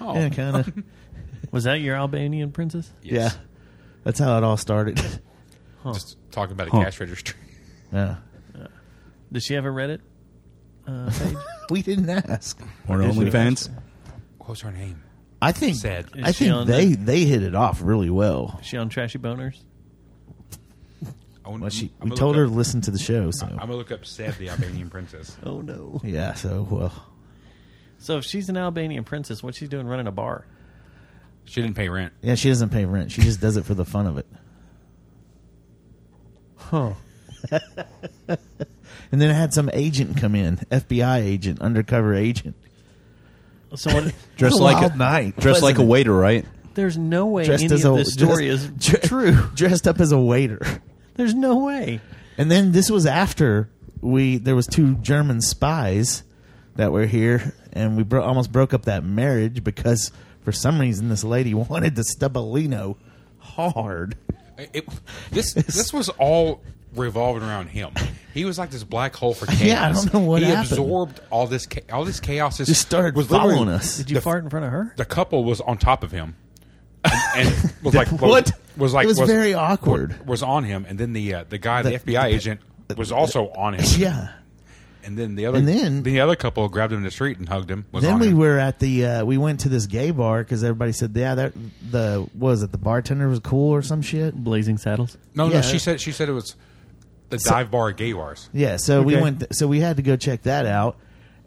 [SPEAKER 6] "Oh,
[SPEAKER 9] Yeah, kind of.
[SPEAKER 2] Was that your Albanian princess?
[SPEAKER 9] Yeah. That's how it all started.
[SPEAKER 6] Just talking about a
[SPEAKER 9] Huh.
[SPEAKER 6] cash register."
[SPEAKER 9] yeah.
[SPEAKER 2] Did she ever read it? Uh, page?
[SPEAKER 9] We didn't ask.
[SPEAKER 5] Or OnlyFans.
[SPEAKER 6] What was her name?
[SPEAKER 9] I think
[SPEAKER 6] Sad.
[SPEAKER 9] I
[SPEAKER 2] Is she
[SPEAKER 9] think
[SPEAKER 2] on
[SPEAKER 9] they, they hit it off really well.
[SPEAKER 2] Is she on Trashy Boners?
[SPEAKER 6] I wanna-
[SPEAKER 9] Well, she,
[SPEAKER 6] I'm
[SPEAKER 9] we
[SPEAKER 6] gonna
[SPEAKER 9] told her
[SPEAKER 6] look
[SPEAKER 9] to
[SPEAKER 6] up-
[SPEAKER 9] listen to the show, so
[SPEAKER 6] I'm gonna look up Seb the Albanian princess.
[SPEAKER 2] Oh no.
[SPEAKER 9] yeah. So well,
[SPEAKER 2] So if she's an Albanian princess, what's she doing running a bar?
[SPEAKER 6] She didn't pay rent.
[SPEAKER 9] yeah. She doesn't pay rent. She just does it for the fun of it.
[SPEAKER 2] Huh.
[SPEAKER 9] And then I had some agent come in, FBI agent, undercover agent,
[SPEAKER 2] So what,
[SPEAKER 5] Dressed
[SPEAKER 9] It's a
[SPEAKER 5] like
[SPEAKER 9] wild
[SPEAKER 5] a
[SPEAKER 9] night,
[SPEAKER 5] dressed like a
[SPEAKER 9] wasn't it?
[SPEAKER 5] waiter, right?
[SPEAKER 2] there's no way
[SPEAKER 9] dressed
[SPEAKER 2] any
[SPEAKER 9] as
[SPEAKER 2] of
[SPEAKER 9] a
[SPEAKER 2] this story
[SPEAKER 9] dressed-
[SPEAKER 2] is
[SPEAKER 9] dre-
[SPEAKER 2] true.
[SPEAKER 9] dressed up as a waiter.
[SPEAKER 2] There's no way.
[SPEAKER 9] And then this was after we there was two German spies that were here, and we bro- almost broke up that marriage because for some reason this lady wanted the Stubalino hard.
[SPEAKER 6] It, this this was all revolving around him. He was like this black hole for chaos.
[SPEAKER 9] Yeah, I don't know what
[SPEAKER 6] he
[SPEAKER 9] happened.
[SPEAKER 6] absorbed all this cha- all this chaos.
[SPEAKER 9] Just started
[SPEAKER 6] was literally-
[SPEAKER 9] following us.
[SPEAKER 2] Did you
[SPEAKER 6] The-
[SPEAKER 2] fart in front of her?
[SPEAKER 6] The couple was on top of him, and, and was like
[SPEAKER 9] What?
[SPEAKER 6] was like
[SPEAKER 9] It was very awkward.
[SPEAKER 6] Was on him, and then the uh, the guy, the,
[SPEAKER 9] The-
[SPEAKER 6] FBI agent, was also on him.
[SPEAKER 9] Yeah.
[SPEAKER 6] and then the other
[SPEAKER 9] And then-
[SPEAKER 6] the other couple grabbed him in the street and hugged him. Was
[SPEAKER 9] Then
[SPEAKER 6] on
[SPEAKER 9] we
[SPEAKER 6] him.
[SPEAKER 9] were at the uh, we went to this gay bar because everybody said yeah that the what was it the bartender was cool or some shit
[SPEAKER 2] Blazing Saddles.
[SPEAKER 6] no
[SPEAKER 9] yeah.
[SPEAKER 6] no. She said she said it was the dive bar at gay bars.
[SPEAKER 9] Yeah, so we
[SPEAKER 2] Okay.
[SPEAKER 9] went. Th- so we had to go check that out.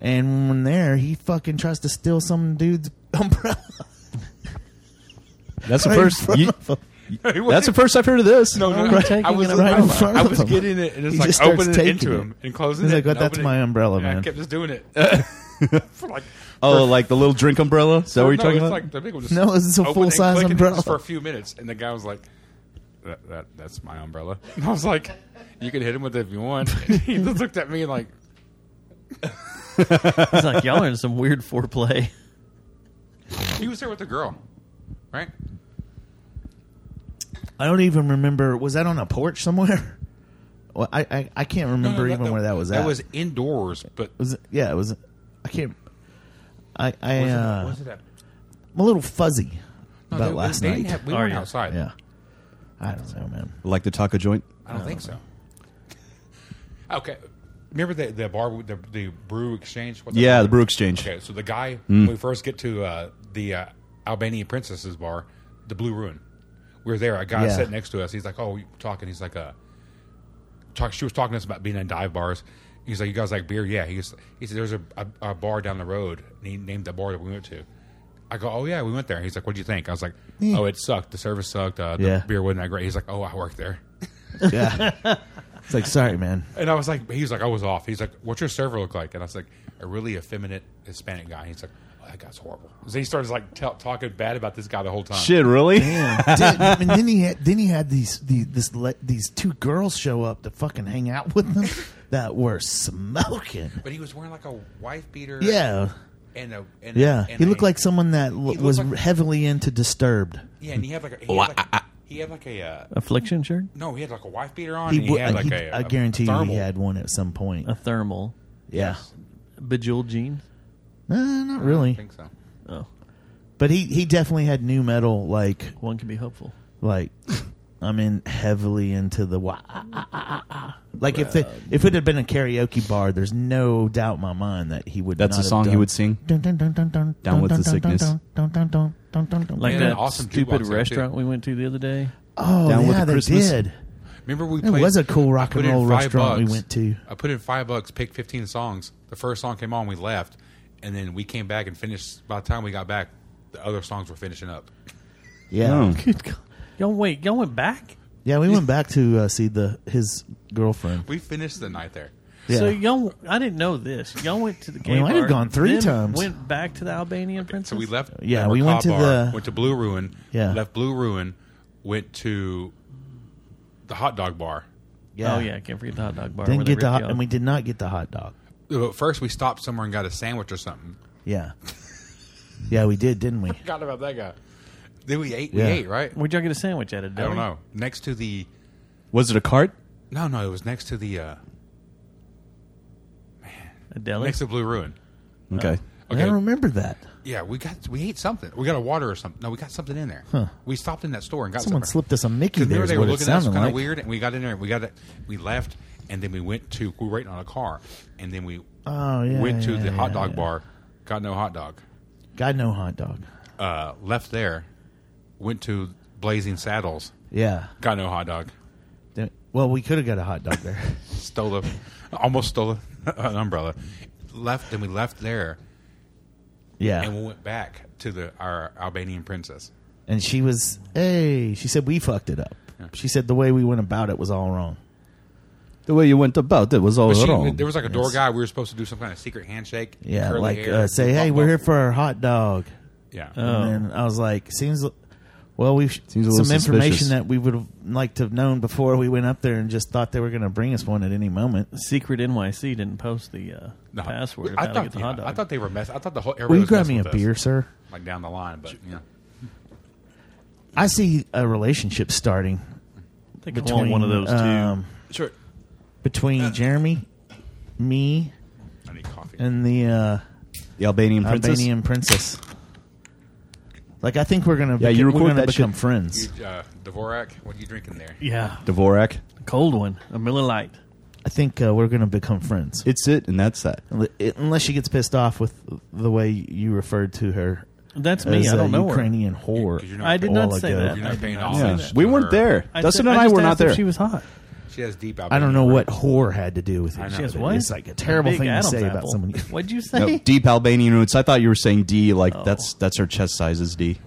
[SPEAKER 9] And when there, he fucking tries to steal some dude's umbrella.
[SPEAKER 5] That's the
[SPEAKER 9] Right in
[SPEAKER 5] first.
[SPEAKER 9] front
[SPEAKER 5] you-
[SPEAKER 9] of him.
[SPEAKER 5] that's the first I've heard of this.
[SPEAKER 6] Oh, No, no,
[SPEAKER 9] Right.
[SPEAKER 6] I
[SPEAKER 2] Taking
[SPEAKER 6] was,
[SPEAKER 2] it
[SPEAKER 9] right
[SPEAKER 6] I
[SPEAKER 9] in
[SPEAKER 6] was-
[SPEAKER 9] front
[SPEAKER 6] I
[SPEAKER 9] of
[SPEAKER 6] was
[SPEAKER 9] him.
[SPEAKER 6] getting it and it's
[SPEAKER 9] He
[SPEAKER 6] like
[SPEAKER 9] just starts
[SPEAKER 6] opening it
[SPEAKER 9] taking
[SPEAKER 6] into
[SPEAKER 9] it.
[SPEAKER 6] him and closing
[SPEAKER 9] He's
[SPEAKER 6] it.
[SPEAKER 9] like, "Well,
[SPEAKER 6] and
[SPEAKER 9] that's
[SPEAKER 6] opening
[SPEAKER 9] my
[SPEAKER 6] it."
[SPEAKER 9] umbrella,
[SPEAKER 6] And I
[SPEAKER 9] man.
[SPEAKER 6] kept just doing it. for like,
[SPEAKER 5] Oh,
[SPEAKER 6] for-
[SPEAKER 5] like the little drink umbrella. Is that what
[SPEAKER 6] no,
[SPEAKER 5] you're talking
[SPEAKER 6] it's
[SPEAKER 5] about?
[SPEAKER 6] Like the big one just
[SPEAKER 9] No, it's a
[SPEAKER 6] open and
[SPEAKER 9] full-size
[SPEAKER 6] click and
[SPEAKER 9] umbrella.
[SPEAKER 6] just for a few minutes, and the guy was like, that, that, "That's my umbrella." And I was like, "You can hit him with it if you want." he just looked at me like,
[SPEAKER 2] It's like y'all are in some weird foreplay.
[SPEAKER 6] "He was there with the girl, right?"
[SPEAKER 9] I don't even remember. Was that on a porch somewhere? Well, I I, I can't
[SPEAKER 6] No, no,
[SPEAKER 9] remember even where that was
[SPEAKER 6] That
[SPEAKER 9] at.
[SPEAKER 6] was indoors, but
[SPEAKER 9] was it- yeah, it was. I can't. I I
[SPEAKER 6] was it-
[SPEAKER 9] uh,
[SPEAKER 6] was it at?
[SPEAKER 9] I'm a little fuzzy
[SPEAKER 6] No,
[SPEAKER 9] about
[SPEAKER 6] they-
[SPEAKER 9] last
[SPEAKER 6] they didn't
[SPEAKER 9] night.
[SPEAKER 6] have- we
[SPEAKER 5] Oh,
[SPEAKER 2] Are
[SPEAKER 6] weren't
[SPEAKER 2] you?
[SPEAKER 6] outside.
[SPEAKER 9] yeah, I don't know, man.
[SPEAKER 5] like the taco joint.
[SPEAKER 6] I don't think so. okay. Remember the the bar with the the brew exchange? What's that
[SPEAKER 5] Yeah,
[SPEAKER 6] called?
[SPEAKER 5] the Brew Exchange. Mm-hmm.
[SPEAKER 6] Okay, so the guy when we first get to uh, the uh, Albanian Princesses bar, the Blue Ruin. We were there. A guy
[SPEAKER 9] Yeah.
[SPEAKER 6] sat next to us. He's like, "Oh, you talking?" He's like, "Uh, talk." She was talking to us about being in dive bars. He's like, "You guys like beer?" Yeah. He goes, he said, "There's a, a, a bar down the road." And he named the bar that we went to. I go, "Oh yeah, we went there." He's like, "What'd you think?" I was like, "Oh, it sucked. The service sucked. Uh, the
[SPEAKER 9] Yeah.
[SPEAKER 6] beer wasn't that great." He's like, "Oh, I worked there."
[SPEAKER 9] Yeah, it's like sorry, man.
[SPEAKER 6] And I was like, he was like, I was off. He's like, what's your server look like? And I was like, a really effeminate Hispanic guy. He's like, oh, that guy's horrible. So he starts like tell talking bad about this guy the whole time.
[SPEAKER 5] Shit, really?
[SPEAKER 9] Dude, and then he had, then he had these the, this le- these two girls show up to fucking hang out with them that were smoking.
[SPEAKER 6] But he was wearing like a wife beater.
[SPEAKER 9] Yeah,
[SPEAKER 6] And a and a-
[SPEAKER 9] yeah.
[SPEAKER 6] and
[SPEAKER 9] He looked
[SPEAKER 6] a-
[SPEAKER 9] like someone that l-
[SPEAKER 6] looked
[SPEAKER 9] was
[SPEAKER 6] like-
[SPEAKER 9] heavily into Disturbed.
[SPEAKER 6] yeah, and he had like a he had like, a- he had like a uh,
[SPEAKER 2] Affliction shirt?
[SPEAKER 6] no, he had like a wife beater on.
[SPEAKER 9] He,
[SPEAKER 6] and he
[SPEAKER 9] w-
[SPEAKER 6] had like
[SPEAKER 9] he-
[SPEAKER 6] a,
[SPEAKER 9] I
[SPEAKER 6] a
[SPEAKER 9] guarantee you
[SPEAKER 6] thermal.
[SPEAKER 9] he had one at some point.
[SPEAKER 2] A thermal.
[SPEAKER 9] yeah,
[SPEAKER 2] Bejeweled jeans?
[SPEAKER 9] no, not
[SPEAKER 6] I
[SPEAKER 9] really.
[SPEAKER 6] think so.
[SPEAKER 2] Oh,
[SPEAKER 9] But he he definitely had new metal like
[SPEAKER 2] one can be hopeful.
[SPEAKER 9] like I'm in heavily into the wa- ah, ah, ah, ah. like if the, if it had been a karaoke bar, there's no doubt in my mind that he would.
[SPEAKER 5] That's
[SPEAKER 9] not
[SPEAKER 5] the
[SPEAKER 9] have
[SPEAKER 5] song he
[SPEAKER 9] done-
[SPEAKER 5] would sing?
[SPEAKER 9] Dun, dun, dun, dun, dun,
[SPEAKER 5] Down
[SPEAKER 9] dun,
[SPEAKER 5] with the
[SPEAKER 9] dun, dun,
[SPEAKER 5] sickness?
[SPEAKER 9] dun, dun, dun, dun, dun, dun.
[SPEAKER 2] Like
[SPEAKER 6] Yeah,
[SPEAKER 2] that
[SPEAKER 6] an awesome
[SPEAKER 2] stupid
[SPEAKER 6] jukebox there,
[SPEAKER 2] restaurant
[SPEAKER 6] too.
[SPEAKER 2] we went to the other day.
[SPEAKER 9] oh
[SPEAKER 5] Down
[SPEAKER 9] yeah,
[SPEAKER 5] with the
[SPEAKER 9] they
[SPEAKER 5] Christmas?
[SPEAKER 9] did.
[SPEAKER 6] Remember we
[SPEAKER 9] It
[SPEAKER 6] played,
[SPEAKER 9] was a cool rock
[SPEAKER 6] I put
[SPEAKER 9] and
[SPEAKER 6] in
[SPEAKER 9] roll
[SPEAKER 6] five
[SPEAKER 9] restaurant we
[SPEAKER 6] bucks.
[SPEAKER 9] went to.
[SPEAKER 6] I put in five bucks, picked fifteen songs. The first song came on, we left, and then we came back and finished. By the time we got back, the other songs were finishing up.
[SPEAKER 9] Yeah.
[SPEAKER 5] Oh.
[SPEAKER 2] Good God. Y'all wait, y'all went back?
[SPEAKER 9] Yeah, we went back to uh, see the his girlfriend.
[SPEAKER 6] We finished the night there.
[SPEAKER 9] Yeah.
[SPEAKER 2] So y'all, I didn't know this. Y'all went to the game.
[SPEAKER 9] might have gone three times.
[SPEAKER 2] Went back to the Albanian princess.
[SPEAKER 6] So we left.
[SPEAKER 9] Yeah,
[SPEAKER 6] the
[SPEAKER 9] we went to
[SPEAKER 6] Mercaw bar,
[SPEAKER 9] the-
[SPEAKER 6] went to Blue Ruin.
[SPEAKER 9] Yeah.
[SPEAKER 6] left Blue Ruin, went to the hot dog bar.
[SPEAKER 2] Oh yeah, I can't forget the hot dog bar.
[SPEAKER 9] Didn't
[SPEAKER 2] where they
[SPEAKER 9] get the
[SPEAKER 2] ripped
[SPEAKER 9] hot,
[SPEAKER 2] you
[SPEAKER 9] and
[SPEAKER 2] off.
[SPEAKER 9] we did not get the hot dog.
[SPEAKER 6] Uh, First, we stopped somewhere and got a sandwich or something.
[SPEAKER 9] Yeah. yeah, we did, didn't we?
[SPEAKER 6] Forgot about that guy. Then we ate.
[SPEAKER 9] Yeah.
[SPEAKER 6] We ate right.
[SPEAKER 2] Where'd y'all get a sandwich at? A
[SPEAKER 6] I
[SPEAKER 2] deli?
[SPEAKER 6] don't know. Next to the
[SPEAKER 5] Was it a cart?
[SPEAKER 6] no, no, it was next to the uh,
[SPEAKER 2] A deli.
[SPEAKER 6] next to Blue Ruin.
[SPEAKER 5] Okay.
[SPEAKER 9] I
[SPEAKER 6] Okay,
[SPEAKER 9] don't remember that.
[SPEAKER 6] yeah, we got we ate something. We got a water or something. No, we got something in there. We stopped in that store and got
[SPEAKER 9] Someone
[SPEAKER 6] something.
[SPEAKER 9] slipped us a Mickey
[SPEAKER 6] Because
[SPEAKER 9] there.
[SPEAKER 6] remember
[SPEAKER 9] Is
[SPEAKER 6] they were
[SPEAKER 9] what it
[SPEAKER 6] looking at us
[SPEAKER 9] sounded
[SPEAKER 6] kind of
[SPEAKER 9] like.
[SPEAKER 6] weird, and we got in there, and we got it, we left, and then we went to we were waiting on a car, and then we
[SPEAKER 9] Oh, yeah,
[SPEAKER 6] went to
[SPEAKER 9] yeah,
[SPEAKER 6] the
[SPEAKER 9] yeah,
[SPEAKER 6] hot dog
[SPEAKER 9] yeah.
[SPEAKER 6] bar, got no hot dog,
[SPEAKER 9] Got no hot dog.
[SPEAKER 6] uh, left there, went to Blazing Saddles,
[SPEAKER 9] Yeah.
[SPEAKER 6] got no hot dog,
[SPEAKER 9] Didn't- Well, we could have got a hot dog there.
[SPEAKER 6] stole a, almost stole a, an umbrella, left, then we left there,
[SPEAKER 9] yeah.
[SPEAKER 6] and we went back to the our Albanian princess.
[SPEAKER 9] and she was hey she said we fucked it up she said the way we went about it was all wrong
[SPEAKER 5] The way you went about it was all
[SPEAKER 6] But she,
[SPEAKER 5] wrong.
[SPEAKER 6] there was like a door guy. We were supposed to do some kind of secret handshake.
[SPEAKER 9] yeah
[SPEAKER 6] curly
[SPEAKER 9] like
[SPEAKER 6] hair,
[SPEAKER 9] uh, say hey
[SPEAKER 6] bump,
[SPEAKER 9] we're
[SPEAKER 6] bump.
[SPEAKER 9] here for uh, our hot dog
[SPEAKER 6] yeah.
[SPEAKER 9] and then i was like seems well we have
[SPEAKER 5] Oh. Seems a
[SPEAKER 9] some
[SPEAKER 5] little suspicious.
[SPEAKER 9] information that we would have liked to have known before we went up there and just thought they were going to bring us one at any moment
[SPEAKER 2] Secret NYC didn't post the uh,
[SPEAKER 6] No.
[SPEAKER 2] password. of
[SPEAKER 6] I
[SPEAKER 2] how to
[SPEAKER 6] thought,
[SPEAKER 2] get the
[SPEAKER 6] yeah,
[SPEAKER 2] hot dog.
[SPEAKER 6] I thought they were messing. I thought the whole everybody
[SPEAKER 9] will you
[SPEAKER 6] was
[SPEAKER 9] grab
[SPEAKER 6] messing
[SPEAKER 9] me a
[SPEAKER 6] with us,
[SPEAKER 9] beer sir
[SPEAKER 6] like down the line, but yeah.
[SPEAKER 9] i see a relationship starting
[SPEAKER 2] I think I want
[SPEAKER 9] between
[SPEAKER 2] one of those
[SPEAKER 9] um,
[SPEAKER 6] Sure.
[SPEAKER 9] between jeremy me
[SPEAKER 6] I need coffee.
[SPEAKER 9] and the uh,
[SPEAKER 5] the Albanian princess.
[SPEAKER 9] Albanian princess. Like I think we're gonna
[SPEAKER 5] Yeah,
[SPEAKER 9] beca-
[SPEAKER 5] you record
[SPEAKER 9] we're gonna
[SPEAKER 5] that
[SPEAKER 9] become
[SPEAKER 5] shit.
[SPEAKER 9] friends.
[SPEAKER 6] You, uh, Dvorak, what are you drinking there?
[SPEAKER 2] two. Yeah,
[SPEAKER 5] Dvorak.
[SPEAKER 2] a cold one, a Miller Lite.
[SPEAKER 9] I think uh, we're gonna become friends.
[SPEAKER 5] It's it, and that's that.
[SPEAKER 9] Unle- it- Unless she gets pissed off with the way you referred to her
[SPEAKER 2] That's me.
[SPEAKER 9] as
[SPEAKER 2] I
[SPEAKER 9] a
[SPEAKER 2] don't know her.
[SPEAKER 9] Ukrainian whore.
[SPEAKER 6] 'Cause you're
[SPEAKER 2] I did not
[SPEAKER 9] all
[SPEAKER 2] say
[SPEAKER 9] ago.
[SPEAKER 2] that.
[SPEAKER 6] You're
[SPEAKER 2] I
[SPEAKER 6] not
[SPEAKER 2] did
[SPEAKER 6] paying
[SPEAKER 2] not.
[SPEAKER 5] Yeah,
[SPEAKER 6] homage. to
[SPEAKER 5] we weren't
[SPEAKER 6] her.
[SPEAKER 5] there.
[SPEAKER 2] I
[SPEAKER 5] Dustin
[SPEAKER 2] said-
[SPEAKER 5] and I,
[SPEAKER 2] just
[SPEAKER 5] were not
[SPEAKER 2] asked if
[SPEAKER 5] there.
[SPEAKER 2] She was hot.
[SPEAKER 6] She has deep.
[SPEAKER 9] I don't
[SPEAKER 6] Albanian
[SPEAKER 9] know what
[SPEAKER 6] roots.
[SPEAKER 9] whore had to do with it.
[SPEAKER 2] She has
[SPEAKER 9] but
[SPEAKER 2] what?
[SPEAKER 9] It's like a terrible
[SPEAKER 2] Big
[SPEAKER 9] thing to
[SPEAKER 2] Adam's
[SPEAKER 9] say about
[SPEAKER 2] apple.
[SPEAKER 9] someone. you-
[SPEAKER 2] What'd you say?
[SPEAKER 5] No, deep Albanian roots. I thought you were saying D. Like that's that's her chest size is D.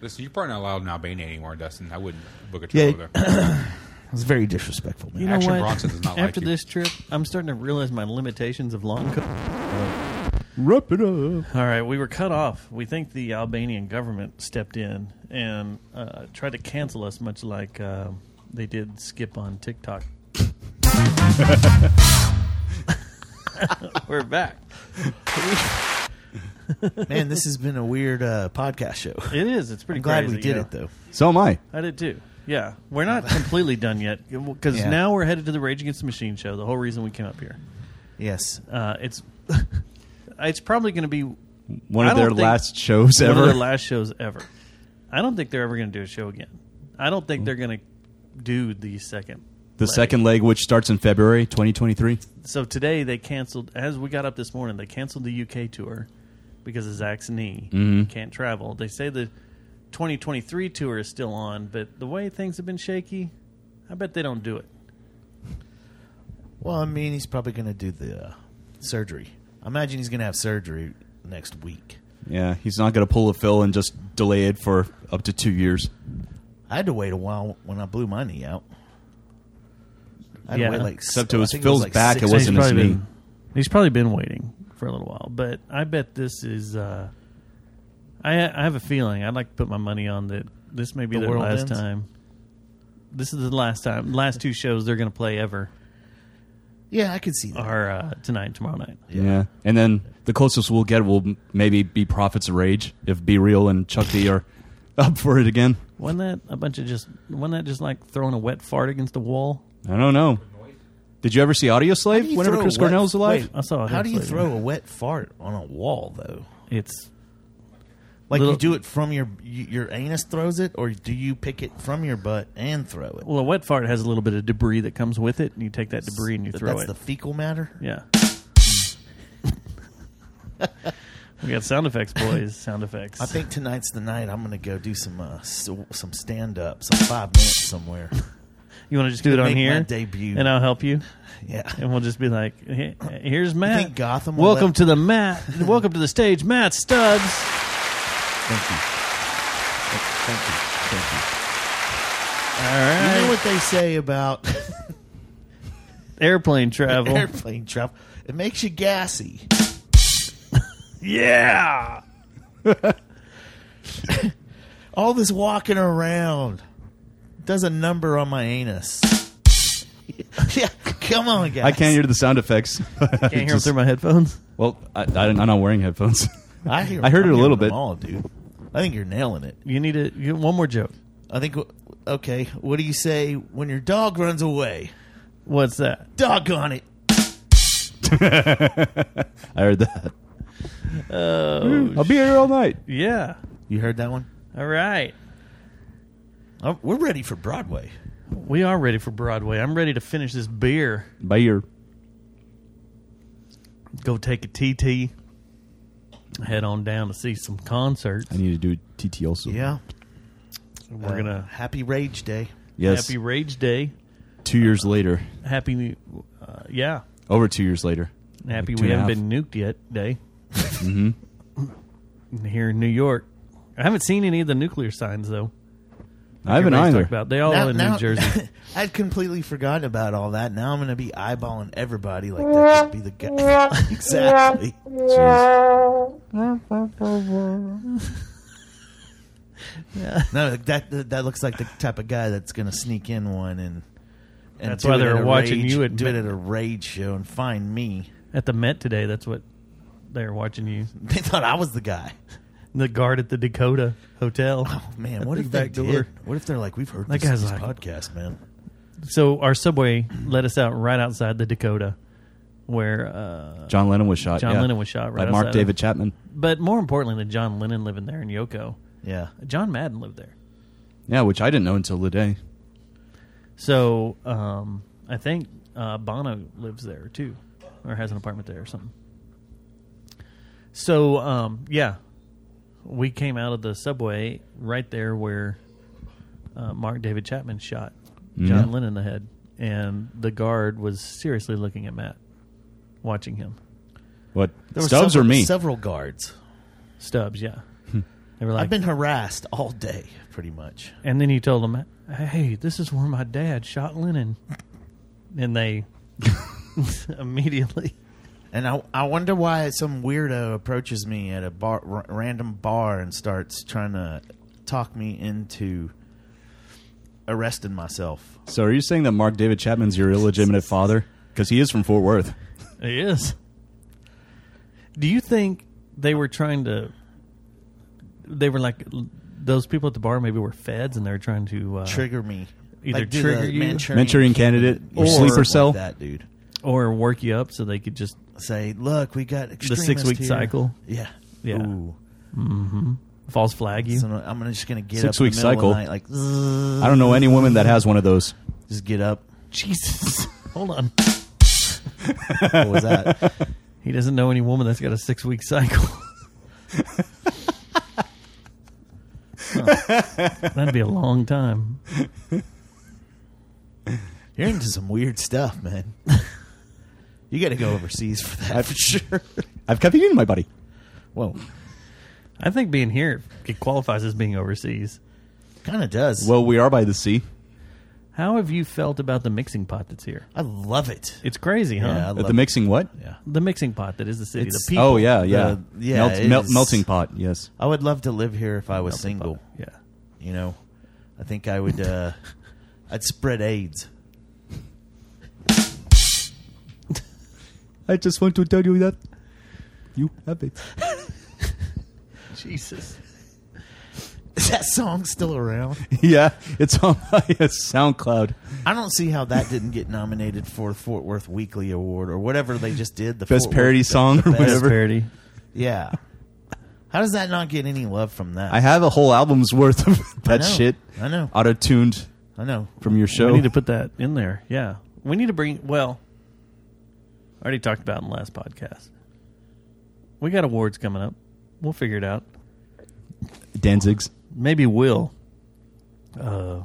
[SPEAKER 6] Listen, you're probably not allowed in Albania anymore, Dustin. I wouldn't book a
[SPEAKER 9] Yeah.
[SPEAKER 6] trip over there.
[SPEAKER 9] It's very disrespectful. Man.
[SPEAKER 2] You know
[SPEAKER 6] Action
[SPEAKER 2] what?
[SPEAKER 6] Bronson does not like
[SPEAKER 2] After
[SPEAKER 6] you.
[SPEAKER 2] this trip, I'm starting to realize my limitations of long. Co-
[SPEAKER 5] Wrap it up.
[SPEAKER 2] All right, we were cut off. We think the Albanian government stepped in and uh, tried to cancel us, much like uh, they did Skip on TikTok. we're back.
[SPEAKER 9] Man, this has been a weird uh, podcast show.
[SPEAKER 2] It is. It's pretty
[SPEAKER 9] I'm glad
[SPEAKER 2] crazy,
[SPEAKER 9] we did
[SPEAKER 2] yeah.
[SPEAKER 9] it though.
[SPEAKER 5] So am I.
[SPEAKER 2] I did too. Yeah, we're not completely done yet because
[SPEAKER 9] Yeah.
[SPEAKER 2] now we're headed to the Rage Against the Machine show. The whole reason we came up here.
[SPEAKER 9] Yes.
[SPEAKER 2] Uh, it's it's probably going to be
[SPEAKER 5] One
[SPEAKER 2] I
[SPEAKER 5] of their
[SPEAKER 2] don't think-
[SPEAKER 5] last shows
[SPEAKER 2] one
[SPEAKER 5] ever.
[SPEAKER 2] of their last shows ever. I don't think they're ever going to do a show again. I don't think they're going to do the second.
[SPEAKER 5] the
[SPEAKER 2] leg.
[SPEAKER 5] second leg, which starts in February 2023.
[SPEAKER 2] So today they canceled. As we got up this morning, they canceled the UK tour because of Zach's knee.
[SPEAKER 5] Mm-hmm.
[SPEAKER 2] Can't travel. They say the 2023 tour is still on, but the way things have been shaky, I bet they don't do it.
[SPEAKER 9] Well, I mean, he's probably going to do the uh, surgery. I imagine he's going to have surgery next week.
[SPEAKER 5] Yeah, he's not going to pull a fill and just delay it for up to two years.
[SPEAKER 9] I had to wait a while when I blew my knee out. I had
[SPEAKER 2] Yeah.
[SPEAKER 9] to wait like
[SPEAKER 5] Except
[SPEAKER 9] I
[SPEAKER 5] it was
[SPEAKER 9] think
[SPEAKER 5] Phil's back,
[SPEAKER 9] six
[SPEAKER 5] it
[SPEAKER 9] weeks.
[SPEAKER 2] he's
[SPEAKER 5] wasn't his
[SPEAKER 2] probably
[SPEAKER 5] knee.
[SPEAKER 2] been- he's probably been waiting for a little while, but I bet this is. Uh, I I have a feeling. I'd like to put my money on that. This may be
[SPEAKER 9] The
[SPEAKER 2] their
[SPEAKER 9] world
[SPEAKER 2] last
[SPEAKER 9] ends?
[SPEAKER 2] time. This is the last time. Last two shows they're going to play ever
[SPEAKER 9] Yeah, I could see that.
[SPEAKER 2] are uh, tonight and tomorrow night.
[SPEAKER 5] Yeah. And then the closest we'll get will m- maybe be Prophets of Rage if Be Real and Chuck D are up for it again.
[SPEAKER 2] Wasn't that a bunch of just? Wasn't that just like throwing a wet fart against the wall?
[SPEAKER 5] I don't know. Did you ever see Audio
[SPEAKER 9] How
[SPEAKER 5] Slave
[SPEAKER 9] do you
[SPEAKER 5] whenever
[SPEAKER 9] throw
[SPEAKER 5] Chris
[SPEAKER 9] a wet-
[SPEAKER 5] Cornell's alive?
[SPEAKER 9] wait,
[SPEAKER 2] I saw it
[SPEAKER 9] How do you
[SPEAKER 2] inside.
[SPEAKER 9] throw a wet fart on a wall though?
[SPEAKER 2] It's
[SPEAKER 9] Like
[SPEAKER 2] Little-
[SPEAKER 9] you do it from your you- your anus throws it, or do you pick it from your butt and throw it?
[SPEAKER 2] well, a wet fart has a little bit of debris that comes with it, and you take that debris and you
[SPEAKER 9] That-
[SPEAKER 2] throw
[SPEAKER 9] That's
[SPEAKER 2] it.
[SPEAKER 9] the fecal matter.
[SPEAKER 2] yeah. we got sound effects, boys. Sound effects.
[SPEAKER 9] I think tonight's the night I'm going to go do some uh, s- some stand up, some five minutes somewhere.
[SPEAKER 2] You want to just do it on
[SPEAKER 9] make
[SPEAKER 2] here?
[SPEAKER 9] my debut.
[SPEAKER 2] And I'll help you.
[SPEAKER 9] Yeah.
[SPEAKER 2] And we'll just be like, "Hey, here's Matt.
[SPEAKER 9] think Gotham will
[SPEAKER 2] welcome
[SPEAKER 9] let-
[SPEAKER 2] to the Matt. welcome to the stage, Matt Stubbs.
[SPEAKER 9] Thank you. Thank you. Thank
[SPEAKER 2] All right.
[SPEAKER 9] You know what they say about
[SPEAKER 2] Airplane travel.
[SPEAKER 9] airplane travel? It makes you gassy.
[SPEAKER 2] yeah.
[SPEAKER 9] All this walking around does a number on my anus. yeah, come on, guys.
[SPEAKER 4] I can't hear the sound effects.
[SPEAKER 2] Can't hear 'em through my headphones.
[SPEAKER 4] Well, I, I didn't- I'm not wearing headphones.
[SPEAKER 9] I, hear,
[SPEAKER 4] I heard it
[SPEAKER 9] I'm
[SPEAKER 4] a little
[SPEAKER 9] hearing
[SPEAKER 4] bit.
[SPEAKER 9] them all, dude. I think you're nailing it.
[SPEAKER 2] You need to you, one more joke.
[SPEAKER 9] I think. Okay, what do you say when your dog runs away?
[SPEAKER 2] What's that?
[SPEAKER 9] Dog on it.
[SPEAKER 4] I heard that.
[SPEAKER 2] Oh,
[SPEAKER 4] I'll be here all night.
[SPEAKER 2] Yeah.
[SPEAKER 9] You heard that one?
[SPEAKER 2] All right.
[SPEAKER 9] Oh, we're ready for Broadway.
[SPEAKER 2] We are ready for Broadway. I'm ready to finish this beer.
[SPEAKER 4] By ear.
[SPEAKER 2] Go take a TT. Head on down to see some concerts.
[SPEAKER 4] I need to do TT also.
[SPEAKER 9] Yeah. Uh,
[SPEAKER 2] We're gonna
[SPEAKER 9] Happy Rage Day.
[SPEAKER 4] Yes.
[SPEAKER 2] happy Rage Day.
[SPEAKER 4] two years later.
[SPEAKER 2] Happy, uh, yeah.
[SPEAKER 4] Over two years later.
[SPEAKER 2] Happy
[SPEAKER 4] Like two
[SPEAKER 2] we
[SPEAKER 4] and a
[SPEAKER 2] haven't been nuked yet. Day. mm-hmm. Here in New York, I haven't seen any of the nuclear signs though.
[SPEAKER 4] I haven't
[SPEAKER 2] Everybody's talking
[SPEAKER 4] either.
[SPEAKER 2] About. They all in New Jersey.
[SPEAKER 9] I'd completely forgotten about all that. Now I'm going to be eyeballing everybody like that could be the guy. exactly. No, that, that that looks like the type of guy that's going to sneak in one and. And
[SPEAKER 2] That's
[SPEAKER 9] do
[SPEAKER 2] why
[SPEAKER 9] it
[SPEAKER 2] they
[SPEAKER 9] at
[SPEAKER 2] were
[SPEAKER 9] a
[SPEAKER 2] watching
[SPEAKER 9] rage,
[SPEAKER 2] you at
[SPEAKER 9] do it
[SPEAKER 2] Mi-
[SPEAKER 9] at a rage show and find me.
[SPEAKER 2] at the Met today. That's what they're watching you.
[SPEAKER 9] They thought I was the guy. Oh,
[SPEAKER 2] The guard at the Dakota Hotel.
[SPEAKER 9] Man,
[SPEAKER 2] At
[SPEAKER 9] what
[SPEAKER 2] the
[SPEAKER 9] if they
[SPEAKER 2] back
[SPEAKER 9] did?
[SPEAKER 2] door.
[SPEAKER 9] What if they're like, we've heard
[SPEAKER 2] That
[SPEAKER 9] this,
[SPEAKER 2] guy's
[SPEAKER 9] this
[SPEAKER 2] like-
[SPEAKER 9] podcast, man.
[SPEAKER 2] So our subway let us out right outside the Dakota, where. Uh,
[SPEAKER 4] John Lennon was shot.
[SPEAKER 2] John
[SPEAKER 4] yeah.
[SPEAKER 2] Lennon was shot right
[SPEAKER 4] by Mark
[SPEAKER 2] outside of-
[SPEAKER 4] David Chapman.
[SPEAKER 2] but more importantly than John Lennon living there in Yoko,
[SPEAKER 9] Yeah,
[SPEAKER 2] John Madden lived there.
[SPEAKER 4] Yeah, which I didn't know until today.
[SPEAKER 2] So um, I think uh, Bono lives there too, or has an apartment there or something. So um, yeah, we came out of the subway right there where uh, Mark David Chapman shot John Lennon in the head, and the guard was seriously looking at Matt, watching him.
[SPEAKER 4] What
[SPEAKER 9] There were
[SPEAKER 4] Stubbs
[SPEAKER 9] several-
[SPEAKER 4] or me?
[SPEAKER 9] Several guards.
[SPEAKER 2] Stubbs, yeah. They were
[SPEAKER 9] I've
[SPEAKER 2] like,
[SPEAKER 9] been harassed all day, pretty much.
[SPEAKER 2] and then you told them, "Hey, this is where my dad shot Lennon," and they immediately.
[SPEAKER 9] And I, I wonder why some weirdo approaches me at a bar, r- random bar and starts trying to talk me into arresting myself.
[SPEAKER 4] So are you saying that Mark David Chapman's your illegitimate father? Because he is from Fort Worth.
[SPEAKER 2] It is. Do you think they were trying to? They were like those people at the bar. Maybe were feds, and they were trying to uh,
[SPEAKER 9] Trigger me.
[SPEAKER 2] Either
[SPEAKER 9] do the
[SPEAKER 2] trigger you-
[SPEAKER 4] Manchurian candidate or
[SPEAKER 9] something
[SPEAKER 4] sleeper cell.
[SPEAKER 9] Like that dude.
[SPEAKER 2] or work you up so they could just
[SPEAKER 9] Say, look, we got
[SPEAKER 2] the six week
[SPEAKER 9] extremists here."
[SPEAKER 2] cycle,
[SPEAKER 9] Yeah.
[SPEAKER 2] Yeah.
[SPEAKER 9] Ooh.
[SPEAKER 2] false flag you.
[SPEAKER 9] So I'm gonna- just gonna get
[SPEAKER 4] Six
[SPEAKER 9] up in
[SPEAKER 4] week
[SPEAKER 9] the middle
[SPEAKER 4] cycle.
[SPEAKER 9] Of the night, like zzz,
[SPEAKER 4] I don't know any woman that has one of those.
[SPEAKER 9] just get up.
[SPEAKER 2] Jesus, hold on.
[SPEAKER 9] What was that?
[SPEAKER 2] He doesn't know any woman that's got a six week cycle. Huh. That'd be a long time.
[SPEAKER 9] You're into some weird stuff, man. You got to go overseas for that for sure.
[SPEAKER 4] I've kept it in my body.
[SPEAKER 9] Whoa,
[SPEAKER 2] I think being here it qualifies as being overseas.
[SPEAKER 9] kind of does.
[SPEAKER 4] Well, we are by the sea.
[SPEAKER 2] How have you felt about the mixing pot that's here?
[SPEAKER 9] I love it.
[SPEAKER 2] It's crazy, huh?
[SPEAKER 9] Yeah, I
[SPEAKER 4] At
[SPEAKER 9] love
[SPEAKER 4] the mixing what?
[SPEAKER 9] It. Yeah,
[SPEAKER 2] the mixing pot that is the city.
[SPEAKER 9] It's-
[SPEAKER 2] the people.
[SPEAKER 4] Oh yeah, yeah,
[SPEAKER 9] The- yeah,
[SPEAKER 4] Melt-
[SPEAKER 9] it
[SPEAKER 4] mel-
[SPEAKER 9] is-
[SPEAKER 4] melting pot. Yes,
[SPEAKER 9] I would love to live here if I was
[SPEAKER 2] Melting
[SPEAKER 9] single.
[SPEAKER 2] pot. Yeah.
[SPEAKER 9] You know, I think I would. Uh, I'd spread AIDS.
[SPEAKER 4] I just want to tell you that you have it.
[SPEAKER 2] Jesus.
[SPEAKER 9] Is that song still around?
[SPEAKER 4] yeah, it's on my uh, SoundCloud.
[SPEAKER 9] I don't see how that didn't get nominated for the Fort Worth Weekly Award or whatever they just did. The
[SPEAKER 4] Best
[SPEAKER 9] Fort
[SPEAKER 4] parody
[SPEAKER 9] Worth- the-
[SPEAKER 4] song
[SPEAKER 9] the
[SPEAKER 4] or
[SPEAKER 9] best-
[SPEAKER 4] whatever.
[SPEAKER 2] Parody.
[SPEAKER 9] Yeah. How does that not get any love from that?
[SPEAKER 4] I have a whole album's worth of
[SPEAKER 9] I
[SPEAKER 4] that
[SPEAKER 9] know.
[SPEAKER 4] shit
[SPEAKER 9] I know.
[SPEAKER 4] auto tuned
[SPEAKER 9] I know.
[SPEAKER 4] from your
[SPEAKER 2] We
[SPEAKER 4] show.
[SPEAKER 2] need to put that in there. Yeah. We need to bring. Well, I already talked about it in the last podcast. We got awards coming up. We'll figure it out.
[SPEAKER 4] Danzig's.
[SPEAKER 2] Maybe we'll uh,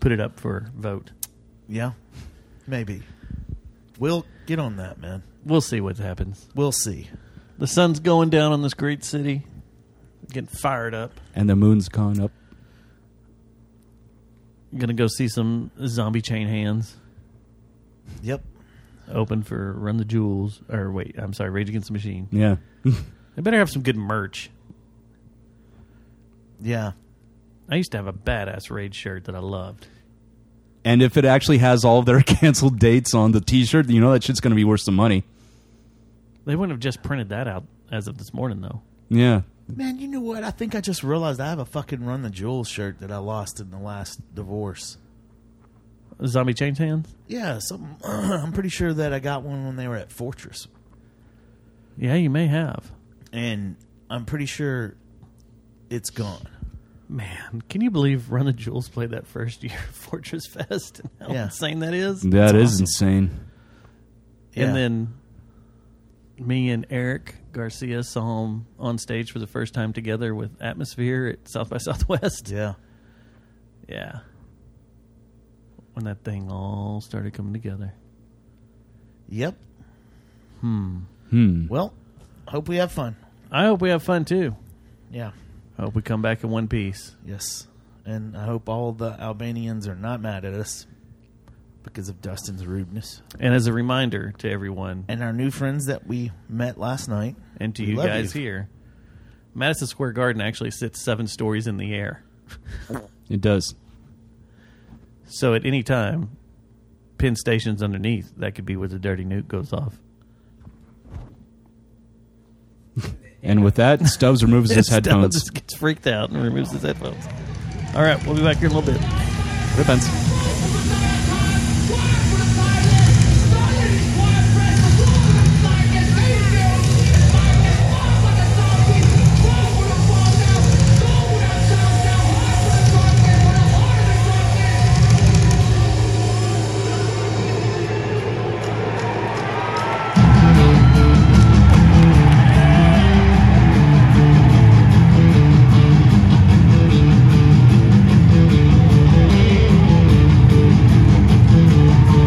[SPEAKER 2] put it up for vote.
[SPEAKER 9] Yeah. Maybe. We'll get on that, man.
[SPEAKER 2] We'll see what happens.
[SPEAKER 9] We'll see.
[SPEAKER 2] The sun's going down on this great city. Getting fired up.
[SPEAKER 4] And the moon's gone up.
[SPEAKER 2] Gonna go see some zombie chain hands.
[SPEAKER 9] Yep.
[SPEAKER 2] Open for Run the Jewels. Or wait, I'm sorry, Rage Against the Machine.
[SPEAKER 4] Yeah.
[SPEAKER 2] They better have some good merch.
[SPEAKER 9] Yeah.
[SPEAKER 2] I used to have a badass Rage shirt that I loved.
[SPEAKER 4] And if it actually has all of their canceled dates on the T-shirt, you know that shit's going to be worth some money.
[SPEAKER 2] They wouldn't have just printed that out as of this morning, though.
[SPEAKER 4] Yeah.
[SPEAKER 9] Man, you know what? I think I just realized I have a fucking Run the Jewels shirt that I lost in the last divorce.
[SPEAKER 2] Zombie chain hands?
[SPEAKER 9] Yeah, some, I'm pretty sure that I got one when they were at Fortress.
[SPEAKER 2] Yeah, you may have.
[SPEAKER 9] And I'm pretty sure it's gone.
[SPEAKER 2] Man, can you believe Run the Jewels played that first year of Fortress Fest and how
[SPEAKER 9] Yeah.
[SPEAKER 2] insane that is?
[SPEAKER 4] That is insane.
[SPEAKER 9] Yeah.
[SPEAKER 2] And then me and Eric Garcia saw him on stage for the first time together with Atmosphere at South by Southwest.
[SPEAKER 9] Yeah.
[SPEAKER 2] Yeah. When that thing all started coming together.
[SPEAKER 9] Yep.
[SPEAKER 2] Hmm.
[SPEAKER 4] Hmm.
[SPEAKER 9] Well, hope we have fun.
[SPEAKER 2] I hope we have fun too.
[SPEAKER 9] Yeah.
[SPEAKER 2] I hope we come back in one piece.
[SPEAKER 9] Yes. And I hope all the Albanians are not mad at us because of Dustin's rudeness.
[SPEAKER 2] And as a reminder to everyone
[SPEAKER 9] And our new friends that we met last night.
[SPEAKER 2] and to
[SPEAKER 9] we
[SPEAKER 2] you
[SPEAKER 9] love
[SPEAKER 2] guys here, Madison Square Garden actually sits seven stories in the air.
[SPEAKER 4] It does.
[SPEAKER 2] So at any time, Penn Station's underneath. That could be where the dirty nuke goes off.
[SPEAKER 4] And with that, Stubbs removes his
[SPEAKER 2] Stella
[SPEAKER 4] headphones.
[SPEAKER 2] just gets freaked out and removes his headphones. All right, we'll be back here in a little bit.
[SPEAKER 4] Headphones.
[SPEAKER 2] All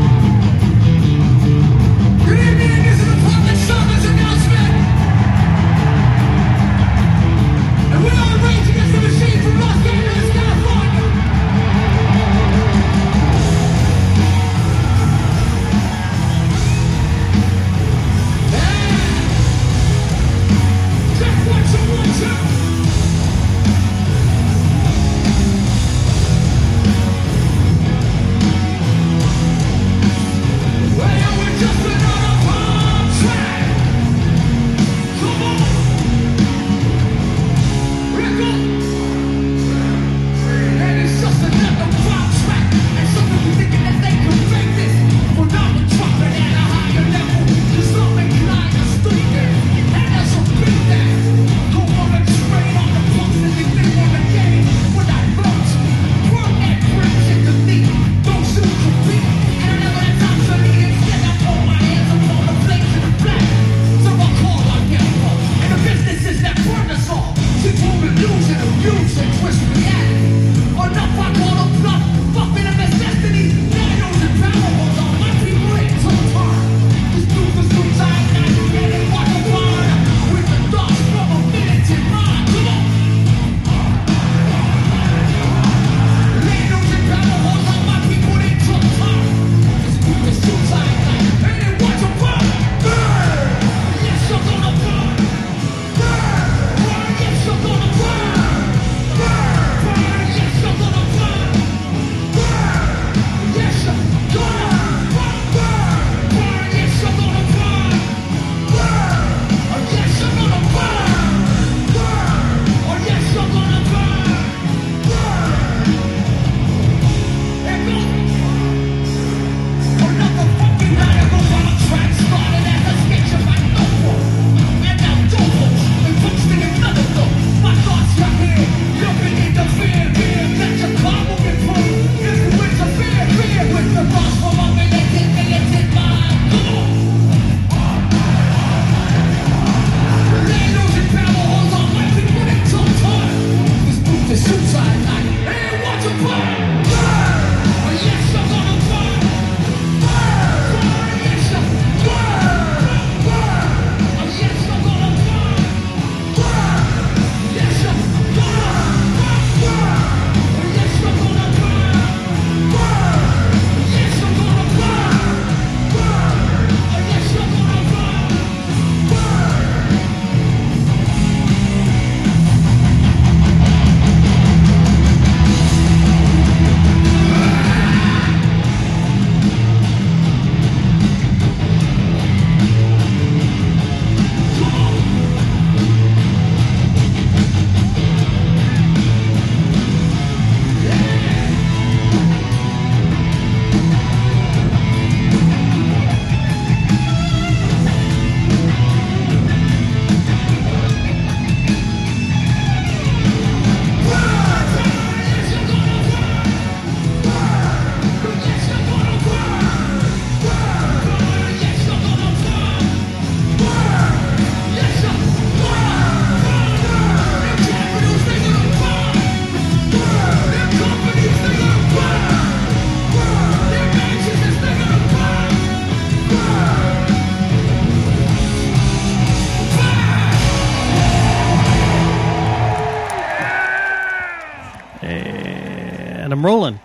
[SPEAKER 2] I'm rolling.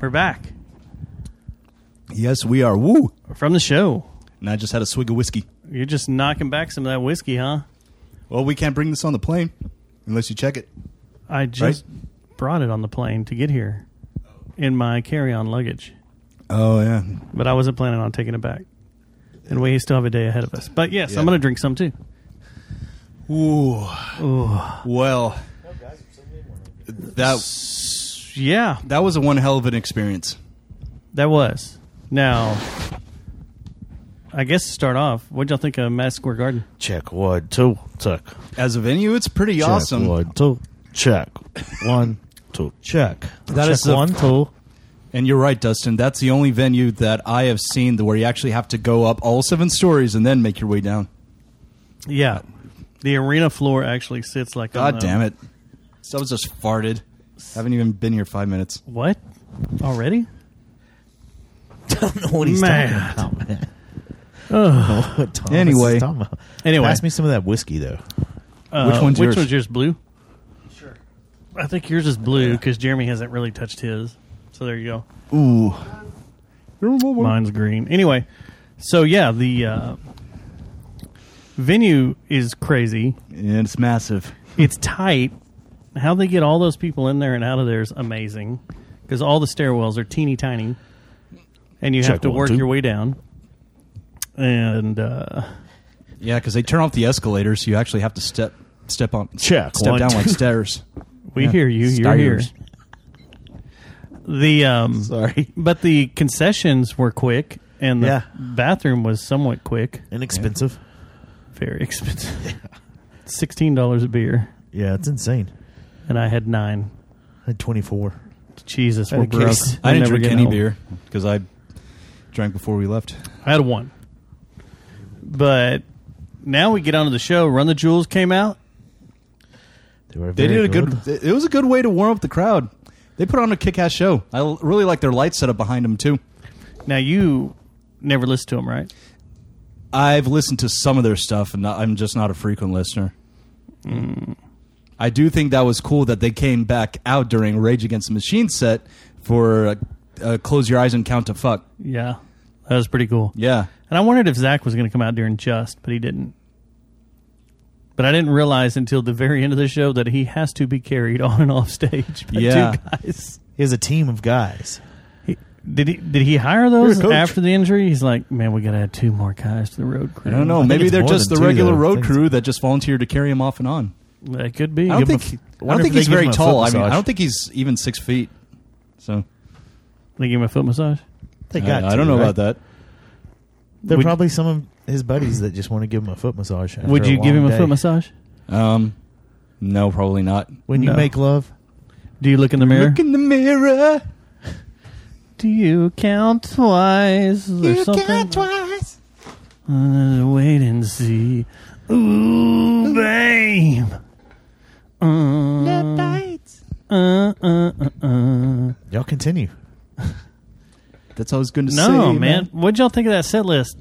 [SPEAKER 2] We're back.
[SPEAKER 4] Yes, we are. Woo!
[SPEAKER 2] From the show.
[SPEAKER 4] And I just had a swig of whiskey.
[SPEAKER 2] You're just knocking back some of that whiskey, huh?
[SPEAKER 4] Well, we can't bring this on the plane unless you check it.
[SPEAKER 2] I just brought it on the plane to get here in my carry-on luggage.
[SPEAKER 4] Oh yeah.
[SPEAKER 2] But I wasn't planning on taking it back. And we still have a day ahead of us. But yes, I'm going to drink some too.
[SPEAKER 4] Ooh. Well,
[SPEAKER 2] that yeah,
[SPEAKER 4] that was a one hell of an experience.
[SPEAKER 2] That was. Now, I guess to start off, what y'all think of Madison Square Garden?
[SPEAKER 9] Check one, two, check.
[SPEAKER 4] As a venue, it's pretty
[SPEAKER 9] check
[SPEAKER 4] awesome.
[SPEAKER 9] One, two, check. One, two, check.
[SPEAKER 4] That
[SPEAKER 9] check
[SPEAKER 4] is the-
[SPEAKER 9] one, two.
[SPEAKER 4] And you're right, Dustin. That's the only venue that I have seen where you actually have to go up all seven stories and then make your way down.
[SPEAKER 2] Yeah, the arena floor actually sits like.
[SPEAKER 4] God
[SPEAKER 2] on the-
[SPEAKER 4] damn it! So I was just farted. Haven't even been here five minutes.
[SPEAKER 2] What? Already?
[SPEAKER 9] Don't know what he's
[SPEAKER 2] Man.
[SPEAKER 9] talking about. Man.
[SPEAKER 2] Ugh.
[SPEAKER 9] What Thomas is
[SPEAKER 4] Anyway.
[SPEAKER 9] talking about.
[SPEAKER 2] Anyway.
[SPEAKER 9] pass me some of that whiskey though.
[SPEAKER 2] Uh,
[SPEAKER 4] Which one's
[SPEAKER 2] which
[SPEAKER 4] yours?
[SPEAKER 2] one's yours? Blue. Sure. I think yours is blue because Jeremy hasn't really touched his. So there you go.
[SPEAKER 4] Ooh.
[SPEAKER 2] Mine's green. Anyway, so yeah, the uh, venue is crazy.
[SPEAKER 4] And it's massive.
[SPEAKER 2] It's tight. How they get all those people in there and out of there is amazing because all the stairwells are teeny tiny, and you have
[SPEAKER 4] Check
[SPEAKER 2] to
[SPEAKER 4] one,
[SPEAKER 2] work
[SPEAKER 4] two.
[SPEAKER 2] your way down. And uh,
[SPEAKER 4] Yeah, because they turn off the escalator, so you actually have to step step on
[SPEAKER 2] Check.
[SPEAKER 4] step
[SPEAKER 2] One,
[SPEAKER 4] down like
[SPEAKER 2] two.
[SPEAKER 4] stairs.
[SPEAKER 2] we
[SPEAKER 4] Yeah.
[SPEAKER 2] hear you. You're here.
[SPEAKER 4] Stairs.
[SPEAKER 2] The um,
[SPEAKER 9] sorry,
[SPEAKER 2] but the concessions were quick, and the
[SPEAKER 9] Yeah.
[SPEAKER 2] bathroom was somewhat quick,
[SPEAKER 9] Inexpensive.
[SPEAKER 2] very expensive. Sixteen dollars a beer,
[SPEAKER 9] Yeah, it's insane.
[SPEAKER 2] and I had nine.
[SPEAKER 9] I had twenty four.
[SPEAKER 2] Jesus,
[SPEAKER 9] Had
[SPEAKER 2] we're
[SPEAKER 9] a
[SPEAKER 2] broke.
[SPEAKER 9] case.
[SPEAKER 4] I
[SPEAKER 2] We're
[SPEAKER 4] didn't
[SPEAKER 2] never
[SPEAKER 4] drink
[SPEAKER 2] getting
[SPEAKER 4] any
[SPEAKER 2] home.
[SPEAKER 4] beer because I drank before we left.
[SPEAKER 2] I had one. But now we get onto the show. Run the Jewels came out.
[SPEAKER 9] They, were
[SPEAKER 4] They
[SPEAKER 9] very
[SPEAKER 4] did a good. It was a good way to warm up the crowd. They put on a kick-ass show. I l- really like their light setup behind them too.
[SPEAKER 2] Now you never listened to them, right?
[SPEAKER 4] I've listened to some of their stuff, and I'm just not a frequent listener. I do think that was cool that they came back out during Rage Against the Machine set for uh, uh, "Close Your Eyes and Count to Fuck."
[SPEAKER 2] Yeah, that was pretty cool.
[SPEAKER 4] Yeah,
[SPEAKER 2] And I wondered if Zach was going to come out during Just, but he didn't. But I didn't realize until the very end of the show that he has to be carried on and off stage by
[SPEAKER 4] Yeah.
[SPEAKER 2] two guys.
[SPEAKER 9] He has a team of guys.
[SPEAKER 2] He, did he did he hire
[SPEAKER 9] You're
[SPEAKER 2] those
[SPEAKER 9] a coach.
[SPEAKER 2] after the injury? He's like, man, we got to add two more guys to the road crew.
[SPEAKER 4] I don't know.
[SPEAKER 9] Mm, think
[SPEAKER 4] Maybe
[SPEAKER 9] it's
[SPEAKER 4] they're
[SPEAKER 9] more
[SPEAKER 4] just the
[SPEAKER 9] than two,
[SPEAKER 4] regular
[SPEAKER 9] though. I
[SPEAKER 4] road
[SPEAKER 9] think
[SPEAKER 4] crew that just volunteered to carry him off and on.
[SPEAKER 2] That could be.
[SPEAKER 4] I don't
[SPEAKER 2] Give him a
[SPEAKER 4] think.
[SPEAKER 2] f-
[SPEAKER 4] I don't
[SPEAKER 9] wonder if
[SPEAKER 4] think
[SPEAKER 9] they
[SPEAKER 4] he's
[SPEAKER 9] give
[SPEAKER 4] very
[SPEAKER 9] him a foot
[SPEAKER 4] tall. I mean, I
[SPEAKER 9] massage.
[SPEAKER 4] don't think he's even six feet. So
[SPEAKER 2] they give him a foot massage.
[SPEAKER 9] They got.
[SPEAKER 4] I,
[SPEAKER 9] to,
[SPEAKER 4] I don't know
[SPEAKER 9] right?
[SPEAKER 4] about that.
[SPEAKER 9] They're
[SPEAKER 2] Would-
[SPEAKER 9] probably some of his buddies that just want to give him a foot massage. after
[SPEAKER 2] Would
[SPEAKER 9] a
[SPEAKER 2] you give him
[SPEAKER 9] long
[SPEAKER 2] a
[SPEAKER 9] day.
[SPEAKER 2] foot massage?
[SPEAKER 4] Um, no, probably not.
[SPEAKER 9] when you
[SPEAKER 2] No.
[SPEAKER 9] make love?
[SPEAKER 2] Do you look in the mirror?
[SPEAKER 4] Look in the mirror.
[SPEAKER 2] Do you count twice? Is there something?
[SPEAKER 9] twice.
[SPEAKER 2] Uh, wait and see. Ooh, babe. Uh, uh, uh, uh, uh.
[SPEAKER 9] Y'all continue.
[SPEAKER 4] That's all I was going to say.
[SPEAKER 2] No, man. What'd y'all think of that set list?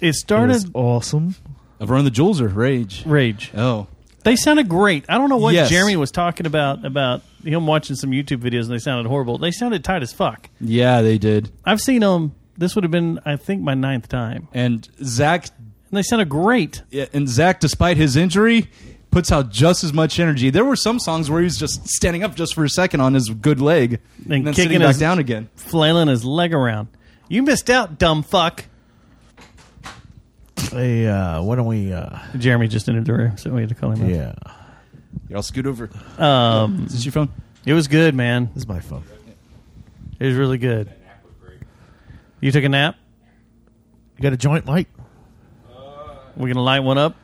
[SPEAKER 2] It
[SPEAKER 9] It
[SPEAKER 2] started
[SPEAKER 9] was awesome.
[SPEAKER 4] I've run the jewels or rage.
[SPEAKER 2] Rage.
[SPEAKER 4] Oh,
[SPEAKER 2] They sounded great. I don't know what
[SPEAKER 4] Yes.
[SPEAKER 2] Jeremy was talking about about him watching some YouTube videos and they sounded horrible. They sounded tight as fuck.
[SPEAKER 4] yeah, they did.
[SPEAKER 2] I've seen them. This would have been, I think, my ninth time,
[SPEAKER 4] And Zach,
[SPEAKER 2] and they sounded great.
[SPEAKER 4] yeah, and Zach, despite his injury, puts out just as much energy. There were some songs where he was just standing up just for a second on his good leg and, then
[SPEAKER 2] kicking
[SPEAKER 4] sitting back
[SPEAKER 2] his-
[SPEAKER 4] down again.
[SPEAKER 2] flailing his leg around. You missed out, dumb fuck.
[SPEAKER 9] Hey, uh, why don't we? Uh,
[SPEAKER 2] Jeremy just entered the room, so we had to call him.
[SPEAKER 9] yeah,
[SPEAKER 4] Here, I'll scoot over.
[SPEAKER 2] Out. Um,
[SPEAKER 4] Is this your phone?
[SPEAKER 2] it was good, man.
[SPEAKER 9] this is my phone.
[SPEAKER 2] It was really good. You took a nap.
[SPEAKER 9] You got a joint, Mike?
[SPEAKER 2] We're gonna light one up.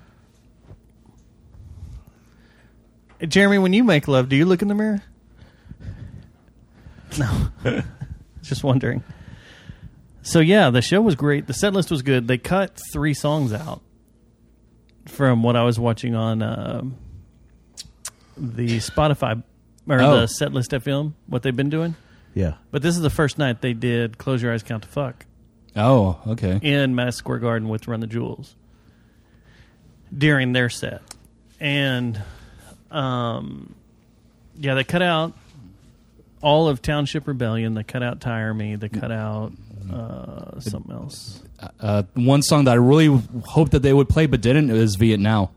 [SPEAKER 2] Hey, Jeremy, when you make love, do you look in the mirror? No, just wondering. So yeah, the show was great. The set list was good. They cut three songs out from what I was watching on um the Spotify or
[SPEAKER 4] Oh.
[SPEAKER 2] the set list FM. What they've been doing,
[SPEAKER 9] Yeah,
[SPEAKER 2] but this is the first night they did "Close Your Eyes, Count to Fuck"
[SPEAKER 4] Oh, okay.
[SPEAKER 2] in Madison Square Garden with Run the Jewels during their set. And um, yeah, they cut out all of Township Rebellion. They cut out Tire Me. They cut out uh, something else.
[SPEAKER 4] Uh, one song that I really hoped that they would play but didn't is Viet Now.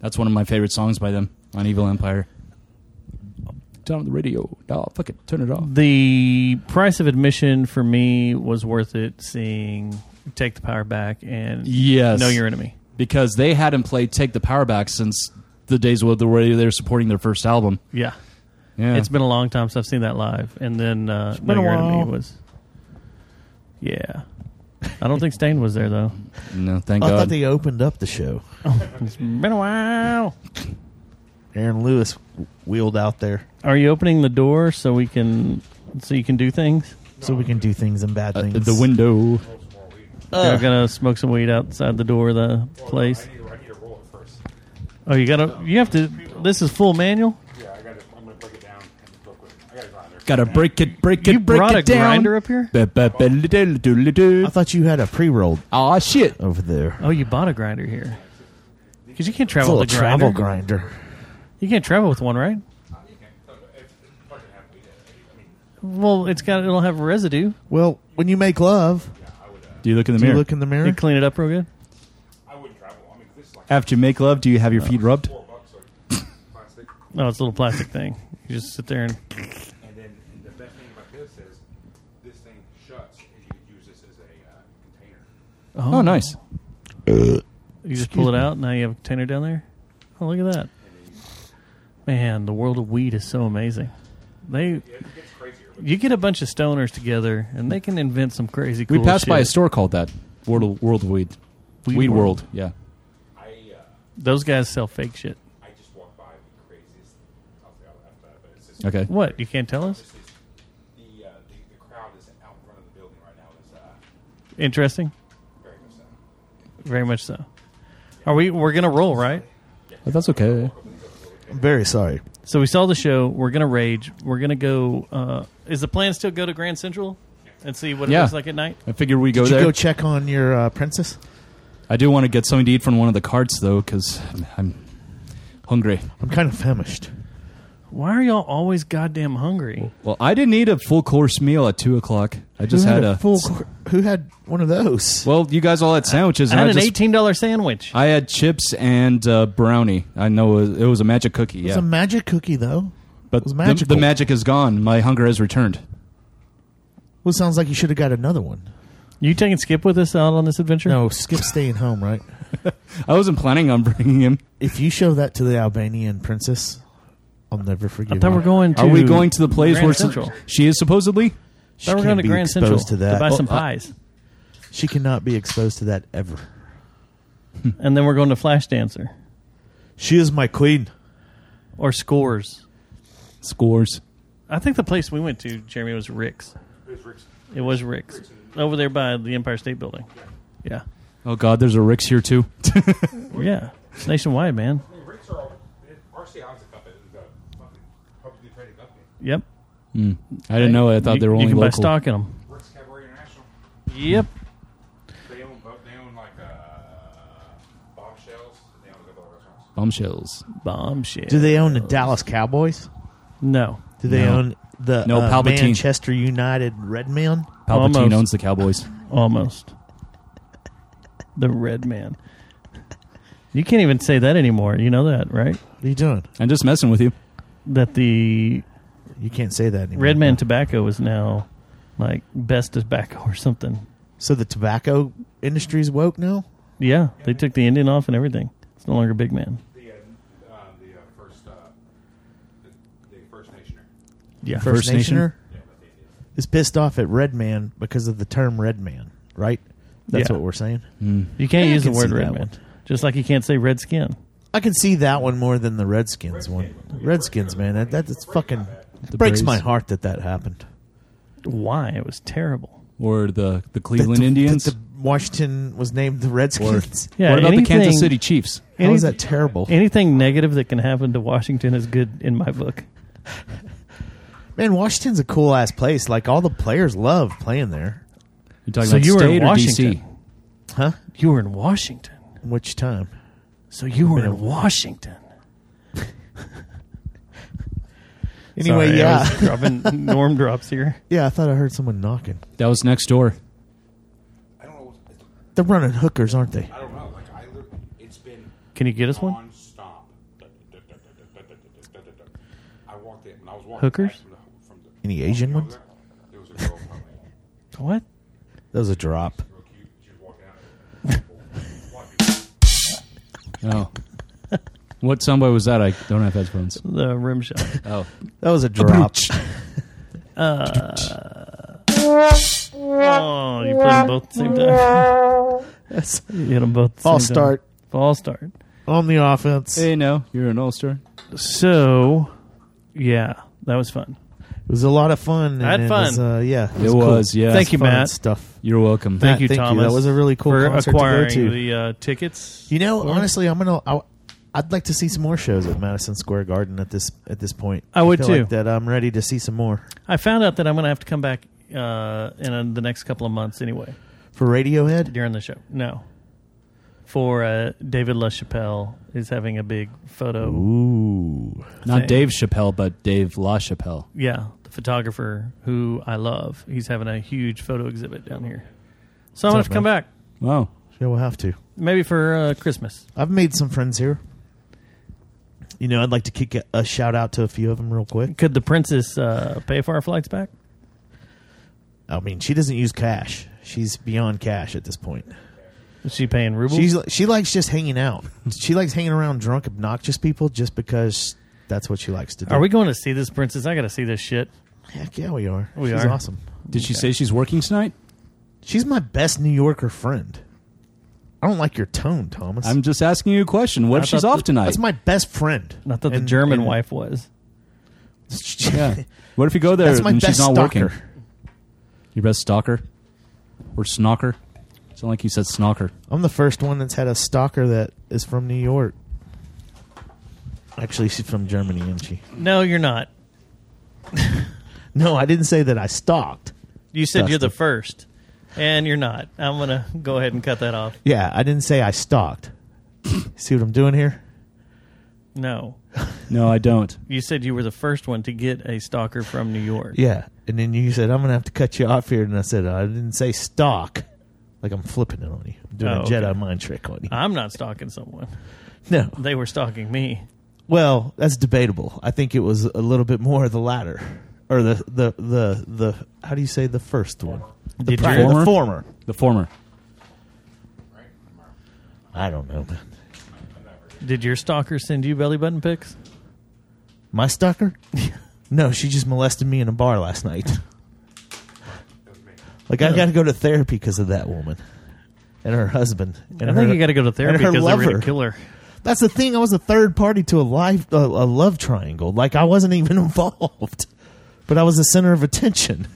[SPEAKER 4] That's one of my favorite songs by them on Evil Empire. Down the radio. No, fuck it. Turn it off.
[SPEAKER 2] The price of admission for me was worth it. Seeing Take the Power Back and
[SPEAKER 4] Yes.
[SPEAKER 2] Know Your Enemy.
[SPEAKER 4] Because they hadn't played Take the Power Back since the days where they were they were supporting their first album.
[SPEAKER 2] Yeah.
[SPEAKER 4] Yeah.
[SPEAKER 2] It's been a long time since I've seen that live. And then uh
[SPEAKER 4] been
[SPEAKER 2] No
[SPEAKER 4] a
[SPEAKER 2] Your Enemy
[SPEAKER 4] while.
[SPEAKER 2] was Yeah. I don't think Stain was there though.
[SPEAKER 4] No, thank
[SPEAKER 9] Oh, I thought they opened up the show.
[SPEAKER 2] it's been a while.
[SPEAKER 9] Aaron Lewis wheeled out there
[SPEAKER 2] Are you opening the door so we can so you can do things?
[SPEAKER 9] so we can do things and
[SPEAKER 4] Uh,
[SPEAKER 9] bad things.
[SPEAKER 2] the
[SPEAKER 4] window. Uh.
[SPEAKER 2] They're gonna smoke some weed outside the door of the place. Oh, you gotta. You have to. This is full manual.
[SPEAKER 4] Gotta break it, break it,
[SPEAKER 2] You
[SPEAKER 4] break
[SPEAKER 2] brought
[SPEAKER 4] it
[SPEAKER 2] a
[SPEAKER 4] down.
[SPEAKER 2] grinder up here?
[SPEAKER 4] I
[SPEAKER 9] thought you had a pre-rolled.
[SPEAKER 4] Oh shit!
[SPEAKER 9] Over there.
[SPEAKER 2] Oh, you bought a grinder here. Because you can't
[SPEAKER 9] It's a
[SPEAKER 2] travel
[SPEAKER 9] little
[SPEAKER 2] with a grinder.
[SPEAKER 9] travel grinder.
[SPEAKER 2] You can't travel with one, right? Well, it's got. It'll have residue.
[SPEAKER 9] Well, when you make love,
[SPEAKER 4] Do you look in the
[SPEAKER 9] do you
[SPEAKER 4] mirror?
[SPEAKER 9] look in the mirror?
[SPEAKER 2] You clean it up real good.
[SPEAKER 4] After you make love, do you have your feet rubbed?
[SPEAKER 2] No, Oh, it's a little plastic thing. You just sit there and.
[SPEAKER 6] And then the best thing about this is this thing shuts and you could use this as a uh, container.
[SPEAKER 4] Oh, nice.
[SPEAKER 2] You just pull it out. Now you have a container down there. Oh, look at that! Man, the world of weed is so amazing. They, you get a bunch of stoners together, and they can invent some crazy. Cool
[SPEAKER 4] we passed by a
[SPEAKER 2] shit.
[SPEAKER 4] store called that World of, World of Weed,
[SPEAKER 2] Weed
[SPEAKER 4] Weed,
[SPEAKER 2] World.
[SPEAKER 4] World. Yeah,
[SPEAKER 6] uh,
[SPEAKER 2] Those guys sell fake shit.
[SPEAKER 4] Okay.
[SPEAKER 2] What you can't tell us?
[SPEAKER 6] The, uh, the, the crowd is out in front of the building right now. It's, uh,
[SPEAKER 2] Interesting. Very much so. Are we? We're gonna roll, right?
[SPEAKER 4] but that's okay.
[SPEAKER 9] I'm very sorry.
[SPEAKER 2] So we saw the show. We're gonna rage. We're gonna go. Uh, is the plan still go to Grand Central and see what it
[SPEAKER 4] Yeah.
[SPEAKER 2] looks like at night?
[SPEAKER 4] I figure we go
[SPEAKER 9] Did you
[SPEAKER 4] there.
[SPEAKER 9] go check on your uh, princess?
[SPEAKER 4] I do want to get something to eat from one of the carts though, because I'm, I'm hungry.
[SPEAKER 9] I'm kind of famished.
[SPEAKER 2] Why are y'all always goddamn hungry?
[SPEAKER 4] Well, I didn't eat a full course meal at two o'clock. I just
[SPEAKER 9] who
[SPEAKER 4] had,
[SPEAKER 9] a,
[SPEAKER 4] a
[SPEAKER 9] full. cor- Who had one of those?
[SPEAKER 4] Well, you guys all had sandwiches.
[SPEAKER 2] I
[SPEAKER 4] and
[SPEAKER 2] had
[SPEAKER 4] I
[SPEAKER 2] an
[SPEAKER 4] just,
[SPEAKER 2] eighteen dollar sandwich.
[SPEAKER 4] I had chips and uh, brownie. I know it was, it was a magic cookie.
[SPEAKER 9] It was
[SPEAKER 4] yeah,
[SPEAKER 9] a magic cookie though.
[SPEAKER 4] but
[SPEAKER 9] was
[SPEAKER 4] the,
[SPEAKER 9] magical.
[SPEAKER 4] the magic is gone. My hunger has returned.
[SPEAKER 9] Well, it sounds like you should have got another one.
[SPEAKER 2] You taking Skip with us out on this adventure?
[SPEAKER 9] No, Skip's staying home, right?
[SPEAKER 4] I wasn't planning on bringing him.
[SPEAKER 9] If you show that to the Albanian princess, I'll never forgive.
[SPEAKER 2] I thought
[SPEAKER 9] you.
[SPEAKER 2] we're going to.
[SPEAKER 4] Are we going to the place
[SPEAKER 2] Grand
[SPEAKER 4] where
[SPEAKER 2] Central?
[SPEAKER 4] she is supposedly?
[SPEAKER 9] She
[SPEAKER 2] thought we were
[SPEAKER 9] can't
[SPEAKER 2] going to
[SPEAKER 9] be
[SPEAKER 2] Grand
[SPEAKER 9] exposed
[SPEAKER 2] Central
[SPEAKER 9] to that.
[SPEAKER 2] buy
[SPEAKER 9] Well,
[SPEAKER 2] some
[SPEAKER 9] I-
[SPEAKER 2] pies,
[SPEAKER 9] she cannot be exposed to that ever.
[SPEAKER 2] and then we're going to Flash Dancer
[SPEAKER 9] She is my queen.
[SPEAKER 2] or Scores.
[SPEAKER 4] Scores.
[SPEAKER 2] I think the place we went to, Jeremy, was Rick's. It was Rick's over there by the Empire State Building. Yeah,
[SPEAKER 4] Oh God, there's a Rick's here too.
[SPEAKER 2] yeah, it's nationwide, man.
[SPEAKER 6] I mean, Rick's are all, RCI is a company, is a fucking publicly traded company.
[SPEAKER 2] Yep.
[SPEAKER 4] Mm. I didn't know. it. I thought
[SPEAKER 2] You-
[SPEAKER 4] they were only
[SPEAKER 2] you can
[SPEAKER 4] local.
[SPEAKER 2] buy stock in them.
[SPEAKER 6] Rick's Cabaret International.
[SPEAKER 2] Yep.
[SPEAKER 6] They own both. They own like uh, bombshells. They own a couple of restaurants.
[SPEAKER 4] Bombshells.
[SPEAKER 2] Bombshell.
[SPEAKER 9] Do they own the Dallas Cowboys?
[SPEAKER 2] No.
[SPEAKER 9] Do they
[SPEAKER 4] No.
[SPEAKER 9] own the
[SPEAKER 4] No,
[SPEAKER 9] uh,
[SPEAKER 4] Palpatine.
[SPEAKER 9] Manchester United Red Men?
[SPEAKER 4] Palpatine
[SPEAKER 2] Almost.
[SPEAKER 4] owns the Cowboys.
[SPEAKER 2] Almost. The Red Man. You can't even say that anymore. You know that, right?
[SPEAKER 9] What are you doing?
[SPEAKER 4] I'm just messing with you.
[SPEAKER 2] That the
[SPEAKER 9] You can't say that anymore.
[SPEAKER 2] Red Man Tobacco is now like best tobacco or something.
[SPEAKER 9] So the tobacco industry's woke now.
[SPEAKER 2] Yeah, they took the Indian off and everything. It's no longer Big Man.
[SPEAKER 6] The uh, uh, the uh, first uh, the, the First Nationer.
[SPEAKER 2] Yeah,
[SPEAKER 9] First,
[SPEAKER 4] Nation?
[SPEAKER 9] Nationer is pissed off at Red Man because of the term Red Man, right? That's
[SPEAKER 2] Yeah.
[SPEAKER 9] what we're saying.
[SPEAKER 2] you can't
[SPEAKER 9] Yeah, I
[SPEAKER 2] use the
[SPEAKER 9] can
[SPEAKER 2] word
[SPEAKER 9] see
[SPEAKER 2] Red
[SPEAKER 9] that
[SPEAKER 2] Man.
[SPEAKER 9] one.
[SPEAKER 2] Just like you can't say Red Skin.
[SPEAKER 9] I can see that one more than the Redskins one. Redskins, man, that that's fucking
[SPEAKER 4] The
[SPEAKER 9] breaks my
[SPEAKER 4] Braves.
[SPEAKER 9] heart that that happened.
[SPEAKER 2] Why? It was terrible.
[SPEAKER 4] Or the the
[SPEAKER 9] That
[SPEAKER 4] Cleveland
[SPEAKER 9] the-
[SPEAKER 4] Indians.
[SPEAKER 9] that the Washington was named the
[SPEAKER 4] or
[SPEAKER 9] Redskins.
[SPEAKER 2] Yeah,
[SPEAKER 4] what about the
[SPEAKER 2] anything-
[SPEAKER 4] Kansas City Chiefs?
[SPEAKER 9] How is
[SPEAKER 2] Any-
[SPEAKER 9] that terrible?
[SPEAKER 2] Anything negative that can happen to Washington is good in my book.
[SPEAKER 9] Man, Washington's a cool ass place. Like all the players love playing there.
[SPEAKER 4] You're talking
[SPEAKER 2] So
[SPEAKER 4] about
[SPEAKER 2] you were in
[SPEAKER 4] state or
[SPEAKER 2] Washington.
[SPEAKER 4] DC?
[SPEAKER 9] Huh?
[SPEAKER 2] You were in Washington.
[SPEAKER 9] Which time?
[SPEAKER 2] So you were in Washington.
[SPEAKER 9] Anyway,
[SPEAKER 2] Sorry, I
[SPEAKER 9] yeah.
[SPEAKER 2] was dropping norm drops here.
[SPEAKER 9] Yeah, I thought I heard someone knocking.
[SPEAKER 4] That was next door.
[SPEAKER 9] They're running hookers, aren't they?
[SPEAKER 2] Can you get us one?
[SPEAKER 6] I walked in when I was walking
[SPEAKER 9] Hookers? Any Asian ones?
[SPEAKER 2] what?
[SPEAKER 9] That was a drop.
[SPEAKER 4] Oh. what soundbite was that? I don't have headphones.
[SPEAKER 2] The rim shot.
[SPEAKER 4] Oh.
[SPEAKER 9] That was a drop.
[SPEAKER 2] Uh, oh, you put them both at the same time.
[SPEAKER 9] That's-
[SPEAKER 2] you hit them both. At the
[SPEAKER 9] False
[SPEAKER 2] same
[SPEAKER 9] start.
[SPEAKER 2] Time. False start.
[SPEAKER 9] On the offense.
[SPEAKER 4] Hey, no, you're an Ulster.
[SPEAKER 2] So, yeah, that was fun.
[SPEAKER 9] It was a lot of fun. and
[SPEAKER 2] I had
[SPEAKER 9] it
[SPEAKER 2] fun.
[SPEAKER 9] was, uh, yeah,
[SPEAKER 4] It
[SPEAKER 9] cool.
[SPEAKER 4] was, yeah.
[SPEAKER 2] Thank you,
[SPEAKER 9] Fun
[SPEAKER 2] Matt.
[SPEAKER 9] Stuff.
[SPEAKER 4] You're welcome.
[SPEAKER 2] Thank
[SPEAKER 9] Matt,
[SPEAKER 2] you,
[SPEAKER 9] thank you.
[SPEAKER 2] Thomas.
[SPEAKER 9] That was a really cool
[SPEAKER 2] for
[SPEAKER 9] concert to go
[SPEAKER 2] acquiring
[SPEAKER 9] to.
[SPEAKER 2] the uh, tickets.
[SPEAKER 9] You know,
[SPEAKER 2] for us.
[SPEAKER 9] honestly, I'm gonna. I, I'd like to see some more shows at Madison Square Garden at this at this point.
[SPEAKER 2] I would
[SPEAKER 9] feel
[SPEAKER 2] too.
[SPEAKER 9] Like that I'm ready to see some more
[SPEAKER 2] I found out that I'm going to have to come back uh, in uh, the next couple of months anyway
[SPEAKER 9] for Radiohead.
[SPEAKER 2] during the show. No, for uh, David LaChapelle is having a big photo.
[SPEAKER 9] Ooh,
[SPEAKER 4] Not
[SPEAKER 2] Thank-
[SPEAKER 4] Dave Chappelle, but Dave La Chappelle.
[SPEAKER 2] Yeah, the photographer who I love. He's having a huge photo exhibit down here. So I'm going to have
[SPEAKER 9] What's up,
[SPEAKER 2] to come
[SPEAKER 9] man?
[SPEAKER 2] back
[SPEAKER 4] Wow.
[SPEAKER 9] yeah, we'll have to.
[SPEAKER 2] maybe for uh, Christmas.
[SPEAKER 9] I've made some friends here. You know, I'd like to kick a, a shout out to a few of them real quick.
[SPEAKER 2] Could the princess uh, pay for our flights back?
[SPEAKER 9] I mean, she doesn't use cash. She's beyond cash at this point.
[SPEAKER 2] Is she paying rubles?
[SPEAKER 9] She's she likes just hanging out. she likes hanging around drunk, obnoxious people just because that's what she likes to do.
[SPEAKER 2] Are we going to see this princess? I got to see this shit.
[SPEAKER 9] Heck yeah, we are.
[SPEAKER 2] We
[SPEAKER 9] She's
[SPEAKER 2] are.
[SPEAKER 9] awesome.
[SPEAKER 4] Did she say she's working tonight?
[SPEAKER 9] She's my best New Yorker friend. I don't like your tone, Thomas.
[SPEAKER 4] I'm just asking you a question. What
[SPEAKER 2] I
[SPEAKER 4] if she's
[SPEAKER 2] thought
[SPEAKER 4] off
[SPEAKER 2] that-
[SPEAKER 4] tonight?
[SPEAKER 9] That's my best friend.
[SPEAKER 2] Not that the
[SPEAKER 9] And-
[SPEAKER 2] German
[SPEAKER 9] and-
[SPEAKER 2] wife was.
[SPEAKER 4] yeah. What if you go there
[SPEAKER 9] That's my
[SPEAKER 4] and
[SPEAKER 9] best
[SPEAKER 4] she's not
[SPEAKER 9] stalker.
[SPEAKER 4] working? Your best stalker? Or snocker? Sound like you said snocker.
[SPEAKER 9] I'm the first one that's had a stalker that is from New York. Actually, she's from Germany, isn't she?
[SPEAKER 2] No, you're not.
[SPEAKER 9] No, I didn't say that I stalked.
[SPEAKER 2] You said you're the
[SPEAKER 9] Dustin.
[SPEAKER 2] first, and you're not. I'm gonna go ahead and cut that off.
[SPEAKER 9] Yeah, I didn't say I stalked. See what I'm doing here?
[SPEAKER 2] No,
[SPEAKER 4] No, I don't.
[SPEAKER 2] you said you were the first one to get a stalker from New York.
[SPEAKER 9] Yeah. And then you said, I'm going to have to cut you off here. And I said, I didn't say stalk. Like I'm flipping it on you. I'm doing
[SPEAKER 2] Oh,
[SPEAKER 9] a
[SPEAKER 2] okay.
[SPEAKER 9] Jedi mind trick on you.
[SPEAKER 2] I'm not stalking someone.
[SPEAKER 9] no.
[SPEAKER 2] They were stalking me.
[SPEAKER 9] Well, that's debatable. I think it was a little bit more of the latter, or the the the the how do you say the first one? The,
[SPEAKER 2] Did
[SPEAKER 9] pri-
[SPEAKER 2] you-
[SPEAKER 9] the former.
[SPEAKER 4] The former.
[SPEAKER 9] I don't know, man.
[SPEAKER 2] Did your stalker send you belly button pics?
[SPEAKER 9] My stalker? no, she just molested me in a bar last night. Like I got to go to therapy because of that woman and her husband. And
[SPEAKER 2] I think
[SPEAKER 9] her-
[SPEAKER 2] you got to go to therapy
[SPEAKER 9] and her
[SPEAKER 2] because they're going
[SPEAKER 9] lover.
[SPEAKER 2] to kill her.
[SPEAKER 9] That's the thing. I was a third party to a life a, a love triangle. Like I wasn't even involved, but I was the center of attention.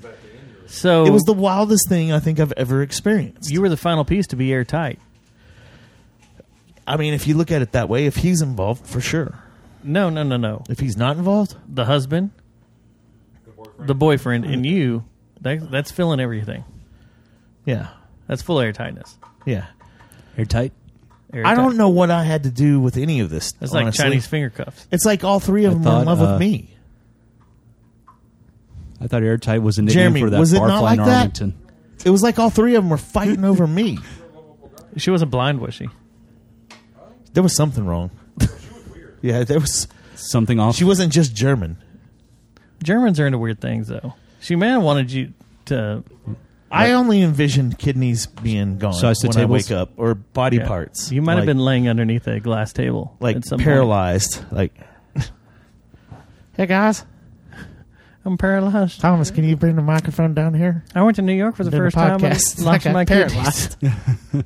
[SPEAKER 2] So
[SPEAKER 9] It was the wildest thing I think I've ever experienced.
[SPEAKER 2] you were the final piece to be airtight.
[SPEAKER 9] I mean, if you look at it that way, if he's involved, for sure.
[SPEAKER 2] No, no, no, no.
[SPEAKER 9] If he's not involved,
[SPEAKER 2] The husband, the boyfriend, and you. That, that's filling everything.
[SPEAKER 9] yeah,
[SPEAKER 2] That's full airtightness.
[SPEAKER 9] yeah.
[SPEAKER 4] Airtight?
[SPEAKER 9] I
[SPEAKER 2] Airtight.
[SPEAKER 9] don't know what I had to do with any of this.
[SPEAKER 2] That's like
[SPEAKER 9] honestly.
[SPEAKER 2] Chinese finger cuffs.
[SPEAKER 9] It's like all three of
[SPEAKER 4] I
[SPEAKER 9] them
[SPEAKER 4] thought,
[SPEAKER 9] are in love
[SPEAKER 4] uh,
[SPEAKER 9] with me.
[SPEAKER 4] I thought airtight was a nickname
[SPEAKER 9] Jeremy,
[SPEAKER 4] for that
[SPEAKER 9] was it
[SPEAKER 4] barfly
[SPEAKER 9] not like
[SPEAKER 4] in
[SPEAKER 9] that?
[SPEAKER 4] Arlington.
[SPEAKER 9] It was like all three of them were fighting over me.
[SPEAKER 2] She wasn't blind, was she?
[SPEAKER 9] There was something wrong. yeah, there was.
[SPEAKER 4] Something off.
[SPEAKER 9] She wasn't just German.
[SPEAKER 2] Germans are into weird things, though. She may have wanted you to.
[SPEAKER 9] I only envisioned kidneys being gone
[SPEAKER 4] So I said
[SPEAKER 9] when
[SPEAKER 4] tables?
[SPEAKER 9] I wake up, or body
[SPEAKER 2] Yeah.
[SPEAKER 9] parts.
[SPEAKER 2] You might have
[SPEAKER 9] Like-
[SPEAKER 2] been laying underneath a glass table,
[SPEAKER 9] like
[SPEAKER 2] at some
[SPEAKER 9] paralyzed. Like, hey guys,
[SPEAKER 2] Point. I'm paralyzed.
[SPEAKER 9] Thomas, can you bring the microphone down here?
[SPEAKER 2] I went to New York for the
[SPEAKER 9] Doing
[SPEAKER 2] first
[SPEAKER 9] a
[SPEAKER 2] time. and
[SPEAKER 9] podcast.
[SPEAKER 2] lost
[SPEAKER 9] I got
[SPEAKER 2] my
[SPEAKER 9] paralyzed.
[SPEAKER 2] kidneys,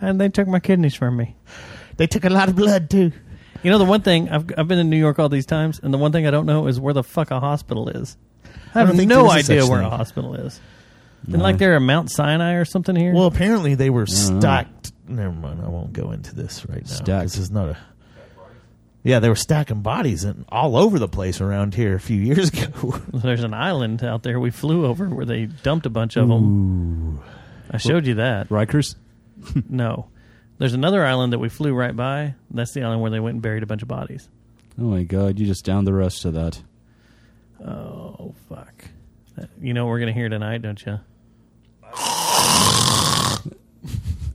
[SPEAKER 2] and they took my kidneys from me.
[SPEAKER 9] They took a lot of blood too.
[SPEAKER 2] You know the one thing I've I've been in New York all these times, and the one thing I don't know is where the fuck a hospital is. I
[SPEAKER 9] don't
[SPEAKER 2] have
[SPEAKER 9] think
[SPEAKER 2] no
[SPEAKER 9] there is a
[SPEAKER 2] idea
[SPEAKER 9] such
[SPEAKER 2] where a
[SPEAKER 9] thing.
[SPEAKER 2] hospital is. And like they're in Mount Sinai or something here.
[SPEAKER 9] Well, apparently they were stacked. Never mind. I won't go into this right now. 'cause
[SPEAKER 4] Stacked.
[SPEAKER 9] This is not a. Yeah, they were stacking bodies in, all over the place around here a few years ago.
[SPEAKER 2] there's an island out there we flew over where they dumped a bunch of them. I showed you that.
[SPEAKER 4] Rikers?
[SPEAKER 2] No. There's another island that we flew right by. That's the island where they went and buried a bunch of bodies.
[SPEAKER 4] Oh my god, you just downed the rest of that.
[SPEAKER 2] Oh fuck! You know what we're gonna hear tonight, don't you?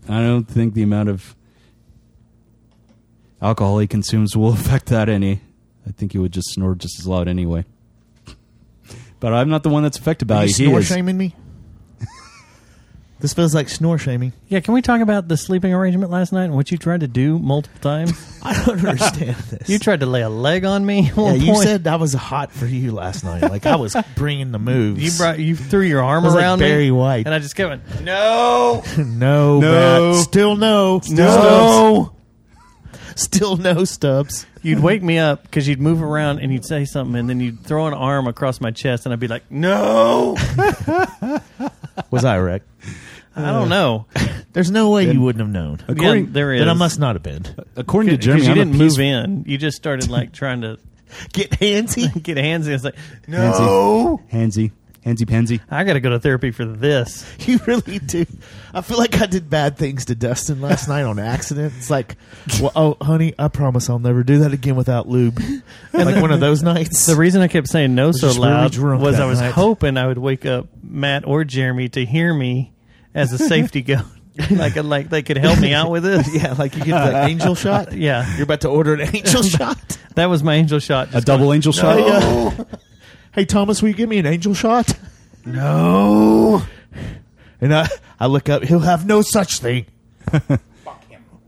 [SPEAKER 4] I don't think the amount of alcohol he consumes will affect that any. I think he would just snore just as loud anyway. But I'm not the one that's affected by
[SPEAKER 2] Oh,
[SPEAKER 9] Are you
[SPEAKER 4] it. He
[SPEAKER 9] snore
[SPEAKER 4] is.
[SPEAKER 9] shaming me? this feels like snore shaming.
[SPEAKER 2] Yeah, can we talk about the sleeping arrangement last night and what you tried to do multiple times?
[SPEAKER 9] I don't understand this.
[SPEAKER 2] You tried to lay a leg on me. at
[SPEAKER 9] Yeah,
[SPEAKER 2] one
[SPEAKER 9] you
[SPEAKER 2] point.
[SPEAKER 9] said I was hot for you last night. Like I was bringing the moves.
[SPEAKER 2] you brought you threw your arm
[SPEAKER 9] I was like
[SPEAKER 2] around
[SPEAKER 9] Barry
[SPEAKER 2] me,
[SPEAKER 9] White.
[SPEAKER 2] and I just kept going, no,
[SPEAKER 9] no,
[SPEAKER 2] No.
[SPEAKER 9] Brad. still no, still
[SPEAKER 2] no.
[SPEAKER 9] Stubbs. still no stubs.
[SPEAKER 2] You'd wake me up because you'd move around and you'd say something, and then you'd throw an arm across my chest, and I'd be like, no,
[SPEAKER 9] Was I wrecked?
[SPEAKER 2] I don't know.
[SPEAKER 9] There's no way you wouldn't have known.
[SPEAKER 2] According- Yeah, there
[SPEAKER 9] Then I
[SPEAKER 2] is.
[SPEAKER 9] must not have been.
[SPEAKER 4] Uh, According to
[SPEAKER 2] 'Cause
[SPEAKER 4] Jeremy,
[SPEAKER 2] you
[SPEAKER 4] I'm a
[SPEAKER 2] didn't move
[SPEAKER 4] peaceful-
[SPEAKER 2] in. You just started like trying to
[SPEAKER 9] get handsy,
[SPEAKER 2] get handsy. It's like, no,
[SPEAKER 4] Handsy. Handsy. Handsy pansy.
[SPEAKER 2] I got to go to therapy for this.
[SPEAKER 9] You really do. I feel like I did bad things to Dustin last night on accident. It's like, well, oh, honey, I promise I'll never do that again without lube. like one of those nights.
[SPEAKER 2] The reason I kept saying no so
[SPEAKER 9] just really
[SPEAKER 2] loud
[SPEAKER 9] drunk
[SPEAKER 2] was
[SPEAKER 9] that
[SPEAKER 2] I was
[SPEAKER 9] night.
[SPEAKER 2] hoping I would wake up Matt or Jeremy to hear me as a safety goat. like like they could help me out with this.
[SPEAKER 9] yeah, like you get that angel shot.
[SPEAKER 2] Yeah.
[SPEAKER 9] You're about to order an angel shot.
[SPEAKER 2] That was my angel shot.
[SPEAKER 4] A double angel shot.
[SPEAKER 9] Hey, uh, hey, Thomas, will you give me an angel shot?
[SPEAKER 4] No.
[SPEAKER 9] And I, I look up. He'll have no such thing.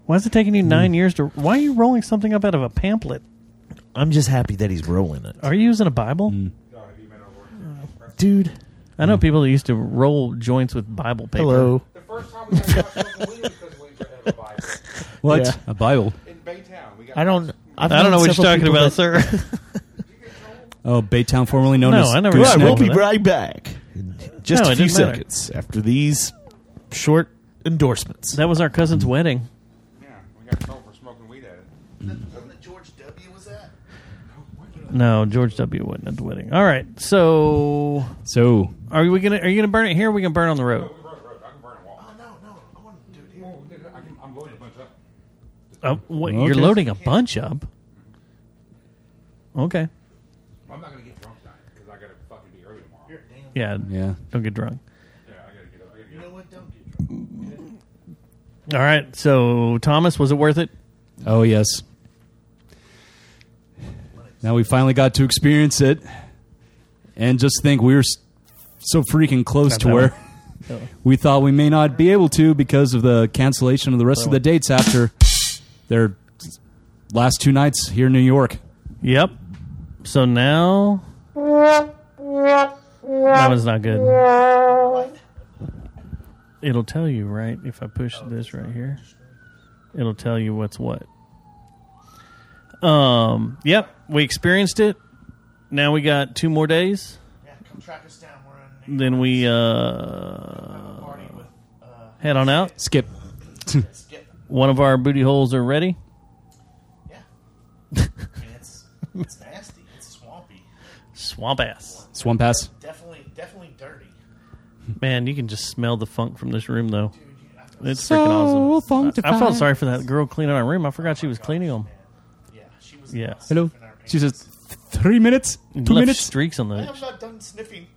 [SPEAKER 2] Why is it taking
[SPEAKER 4] Mm.
[SPEAKER 2] you nine years to? Why are you rolling something up out of a pamphlet?
[SPEAKER 9] I'm just happy that he's rolling it,
[SPEAKER 2] Are you using a Bible?
[SPEAKER 4] Mm.
[SPEAKER 9] dude.
[SPEAKER 2] I know people that used to roll joints with Bible paper.
[SPEAKER 9] Hello.
[SPEAKER 10] The first time we got shot from Williams because Williams had a Bible.
[SPEAKER 4] What?
[SPEAKER 9] Yeah.
[SPEAKER 4] A Bible.
[SPEAKER 10] In Baytown, we got
[SPEAKER 9] I don't. I've
[SPEAKER 2] I don't know
[SPEAKER 9] known
[SPEAKER 2] what you're
[SPEAKER 9] several
[SPEAKER 2] talking
[SPEAKER 9] people
[SPEAKER 2] about,
[SPEAKER 9] that-
[SPEAKER 2] sir.
[SPEAKER 4] Oh, Baytown, formerly known
[SPEAKER 2] No,
[SPEAKER 4] as
[SPEAKER 2] I never
[SPEAKER 4] Gooseneck.
[SPEAKER 2] said
[SPEAKER 9] Well, we'll be
[SPEAKER 2] Snack.
[SPEAKER 9] right back. In Just
[SPEAKER 2] No,
[SPEAKER 9] a
[SPEAKER 2] it
[SPEAKER 9] few
[SPEAKER 2] doesn't matter.
[SPEAKER 9] seconds after these short endorsements.
[SPEAKER 2] that was our cousin's wedding.
[SPEAKER 10] yeah, we got in trouble for smoking weed at it.
[SPEAKER 2] No, George W. wasn't at the wedding. All right, so
[SPEAKER 4] So,
[SPEAKER 2] are we gonna are you gonna burn it here? or We can burn it on the road.
[SPEAKER 10] I can, I'm loading a bunch up.
[SPEAKER 2] Uh, what,
[SPEAKER 4] Okay.
[SPEAKER 2] You're loading a bunch up. Okay.
[SPEAKER 10] I'm not gonna get drunk tonight because I gotta fucking be early tomorrow.
[SPEAKER 2] Yeah.
[SPEAKER 4] yeah.
[SPEAKER 2] Don't get drunk.
[SPEAKER 10] Yeah, I gotta get up. I gotta get up.
[SPEAKER 2] All right. So Thomas, was it worth it?
[SPEAKER 4] Oh, yes. Now we finally got to experience it. And just think, we were s- so freaking close
[SPEAKER 2] Got
[SPEAKER 4] to
[SPEAKER 2] that
[SPEAKER 4] where
[SPEAKER 2] one. That one.
[SPEAKER 4] we thought we may not be able to because of the cancellation of the rest of the dates after their last two nights here in New York.
[SPEAKER 2] Yep. So now that one's not good. It'll tell you right if I push this right here. It'll tell you what's what. Um. Yep. We experienced it. Now we got two more days. Then we uh, head on out.
[SPEAKER 4] Skip.
[SPEAKER 2] One of our booty holes are ready.
[SPEAKER 9] It's, it's nasty. It's swampy.
[SPEAKER 2] Swamp ass.
[SPEAKER 4] Swamp Pass.
[SPEAKER 9] Definitely, definitely dirty.
[SPEAKER 2] Man, you can just smell the funk from this room, though. It's freaking awesome. I, I felt sorry for that girl cleaning our room. I forgot she was cleaning them.
[SPEAKER 9] Yeah, she was.
[SPEAKER 2] Yeah.
[SPEAKER 4] Hello. She says, three minutes?
[SPEAKER 2] And
[SPEAKER 4] Two
[SPEAKER 2] Mm, left
[SPEAKER 4] minutes?
[SPEAKER 2] Streaks on the.
[SPEAKER 9] I'm not done sniffing.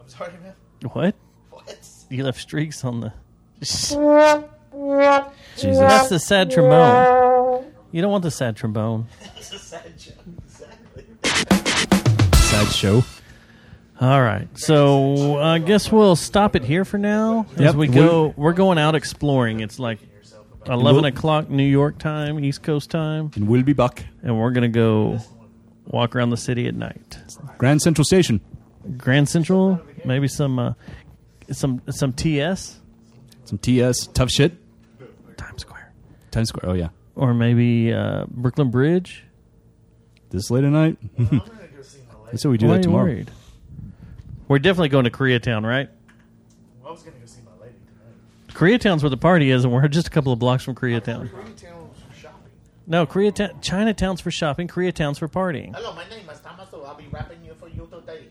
[SPEAKER 9] I'm sorry, man.
[SPEAKER 2] What?
[SPEAKER 9] What?
[SPEAKER 2] You left streaks on the.
[SPEAKER 4] Jesus.
[SPEAKER 2] That's the sad trombone. You don't want the sad trombone.
[SPEAKER 9] It's a sad joke. Exactly.
[SPEAKER 4] Sad show.
[SPEAKER 2] All right. So I guess we'll stop it here for now. As
[SPEAKER 4] Yep,
[SPEAKER 2] we
[SPEAKER 4] we-
[SPEAKER 2] go, we're going out exploring. It's like 11
[SPEAKER 4] We'll-
[SPEAKER 2] o'clock New York time, East Coast time.
[SPEAKER 4] And we'll be back.
[SPEAKER 2] And we're going to go walk around the city at night.
[SPEAKER 4] Grand Central Station.
[SPEAKER 2] Grand Central, maybe some uh, some some TS
[SPEAKER 4] Some TS. Tough shit.
[SPEAKER 2] Times Square,
[SPEAKER 4] Times Square. Oh, yeah.
[SPEAKER 2] or maybe uh, Brooklyn Bridge.
[SPEAKER 4] This late at night? That's what we do
[SPEAKER 2] Why are
[SPEAKER 4] that
[SPEAKER 2] you
[SPEAKER 4] tomorrow.
[SPEAKER 2] worried? We're definitely going to Koreatown, right?
[SPEAKER 9] I was gonna go see my lady.
[SPEAKER 2] Koreatown's where the party is, and we're just a couple of blocks from Koreatown. No, Koreatown, Chinatown's for shopping. Koreatown's for partying.
[SPEAKER 9] Hello, my name is Thomas. So I'll be rapping you for you today.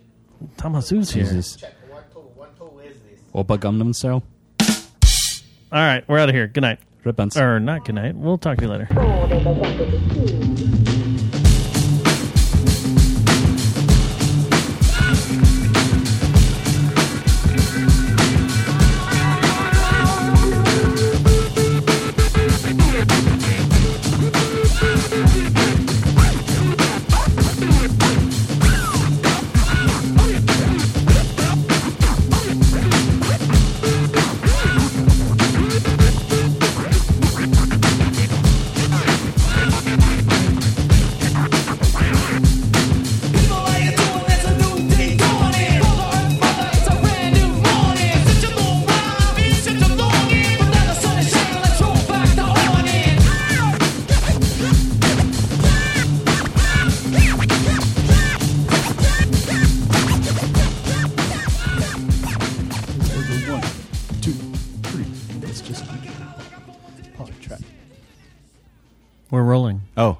[SPEAKER 2] Tamasu's here.
[SPEAKER 4] Jesus.
[SPEAKER 9] Check one two one two. eh? Is this?
[SPEAKER 4] Opa Gangnam Style.
[SPEAKER 2] All right, we're out of here. Good night,
[SPEAKER 4] Red Bands.
[SPEAKER 2] or not good night. We'll talk to you later.
[SPEAKER 11] Just hard track.
[SPEAKER 2] We're rolling.
[SPEAKER 4] Oh.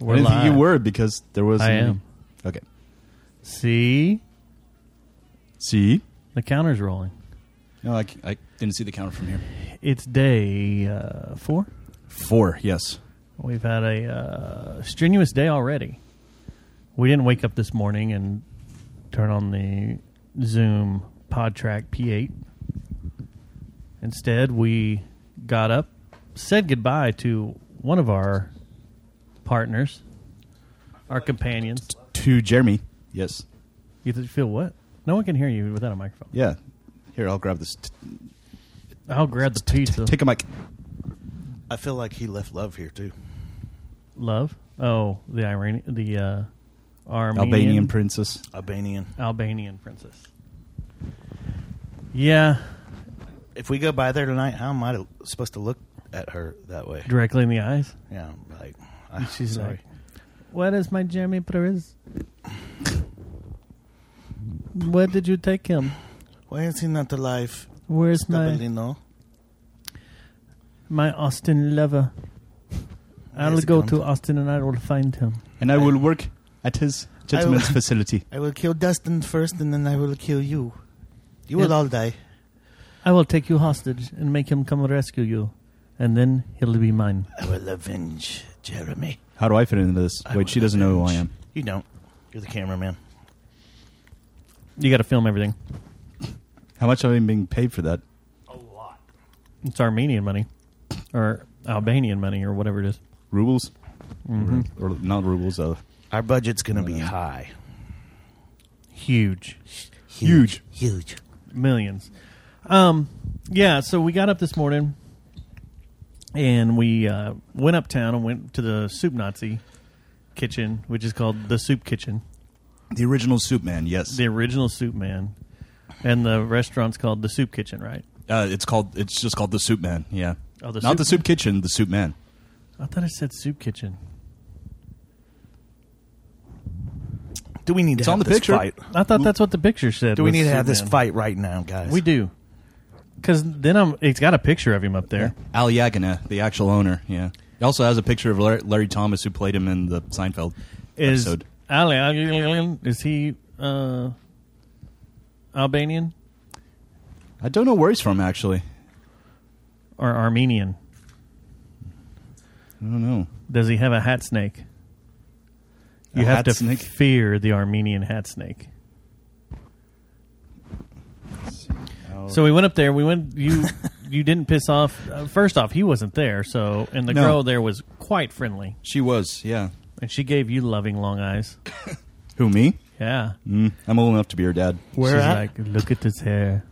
[SPEAKER 2] We're
[SPEAKER 4] I didn't think
[SPEAKER 2] live.
[SPEAKER 4] you were because there was.
[SPEAKER 2] I
[SPEAKER 4] an-
[SPEAKER 2] am.
[SPEAKER 4] Okay.
[SPEAKER 2] See?
[SPEAKER 4] See?
[SPEAKER 2] The counter's rolling.
[SPEAKER 4] No, I, c- I didn't see the counter from here.
[SPEAKER 2] It's day uh, four.
[SPEAKER 4] Four, yes.
[SPEAKER 2] We've had a uh, strenuous day already. We didn't wake up this morning and turn on the Zoom PodTrack P8. Instead, we got up, said goodbye to one of our partners, our companions.
[SPEAKER 4] To Jeremy. Yes.
[SPEAKER 2] You th- feel what? No one can hear you without a microphone.
[SPEAKER 4] Yeah. Here, I'll grab this. T-
[SPEAKER 2] I'll grab the pizza.
[SPEAKER 4] Take a mic.
[SPEAKER 9] I feel like he left love here too.
[SPEAKER 2] Love. Oh, the Iranian, the uh, Armenian
[SPEAKER 4] Albanian princess.
[SPEAKER 9] Albanian.
[SPEAKER 2] Albanian princess. Yeah,
[SPEAKER 9] If we go by there tonight, how am I supposed to look at her that way?
[SPEAKER 2] directly in the eyes.
[SPEAKER 9] Yeah, like
[SPEAKER 2] And
[SPEAKER 9] I'm
[SPEAKER 2] she's
[SPEAKER 9] sorry.
[SPEAKER 2] like, "Where is my Jeremy Perez? Where did you take him?
[SPEAKER 9] Why is he not alive?
[SPEAKER 2] Where's my
[SPEAKER 9] Stabalino?
[SPEAKER 2] my Austin lover? I'll
[SPEAKER 9] Yes,
[SPEAKER 2] go
[SPEAKER 9] come
[SPEAKER 2] to Austin and I will find him."
[SPEAKER 4] And I will work at his gentleman's
[SPEAKER 9] I will-
[SPEAKER 4] facility.
[SPEAKER 9] I will kill Dustin first, and then I will kill you. You
[SPEAKER 2] Yes.
[SPEAKER 9] will all die.
[SPEAKER 2] I will take you hostage and make him come rescue you, and then he'll be mine.
[SPEAKER 9] I will avenge Jeremy.
[SPEAKER 4] How do I fit into this?
[SPEAKER 9] I
[SPEAKER 4] Wait, she
[SPEAKER 9] will
[SPEAKER 4] doesn't know who I am.
[SPEAKER 9] avenge- You don't. You're the cameraman.
[SPEAKER 2] You got to film everything.
[SPEAKER 4] How much am I being paid for that?
[SPEAKER 2] It's Armenian money, or Albanian money, or whatever it is.
[SPEAKER 4] Rubles?
[SPEAKER 9] Mm-hmm.
[SPEAKER 2] Mhm.
[SPEAKER 4] Or, or not rubles, uh,
[SPEAKER 9] Our budget's going to be high.
[SPEAKER 2] Huge,
[SPEAKER 4] Huge.
[SPEAKER 9] Huge.
[SPEAKER 2] millions. Um, yeah. So we got up this morning, and we uh, went uptown and went to the Soup Nazi kitchen, which is called the Soup Kitchen,
[SPEAKER 4] The original Soup Man, yes.
[SPEAKER 2] the original Soup Man, and the restaurant's called the Soup Kitchen, right?
[SPEAKER 4] Uh, it's called. It's just called the Soup Man. Yeah.
[SPEAKER 2] Oh, the
[SPEAKER 4] not
[SPEAKER 2] Soup
[SPEAKER 4] the Soup Kitchen. The Soup Man.
[SPEAKER 2] I thought it said Soup Kitchen.
[SPEAKER 9] Do we need to
[SPEAKER 4] It's
[SPEAKER 9] have
[SPEAKER 4] on the
[SPEAKER 9] this
[SPEAKER 4] picture.
[SPEAKER 9] fight?
[SPEAKER 2] I thought that's what the picture said.
[SPEAKER 9] Do we
[SPEAKER 2] was
[SPEAKER 9] need to have
[SPEAKER 2] Soup
[SPEAKER 9] this
[SPEAKER 2] Man.
[SPEAKER 9] fight right now, guys?
[SPEAKER 2] We do, because then I'm. It's got a picture of him up there.
[SPEAKER 4] Al Yagana, the actual owner. Yeah. It also has a picture of Larry, Larry Thomas, who played him in the Seinfeld
[SPEAKER 2] Is
[SPEAKER 4] episode.
[SPEAKER 2] Ali is he uh, Albanian
[SPEAKER 4] I don't know where he's from actually.
[SPEAKER 2] or Armenian?
[SPEAKER 4] I don't know.
[SPEAKER 2] Does he have a hat snake?
[SPEAKER 4] A
[SPEAKER 2] You have
[SPEAKER 4] hat
[SPEAKER 2] to
[SPEAKER 4] snake?
[SPEAKER 2] fear the Armenian hat snake. So we went up there. We went. You you didn't piss off. Uh, first off, he wasn't there. So and the
[SPEAKER 4] No.
[SPEAKER 2] girl there was quite friendly,
[SPEAKER 4] She was. Yeah.
[SPEAKER 2] and she gave you loving long eyes.
[SPEAKER 4] Who me?
[SPEAKER 2] Yeah.
[SPEAKER 4] Mm, I'm old enough to be her dad.
[SPEAKER 9] Where
[SPEAKER 2] She's
[SPEAKER 9] at?
[SPEAKER 2] like, look at his hair.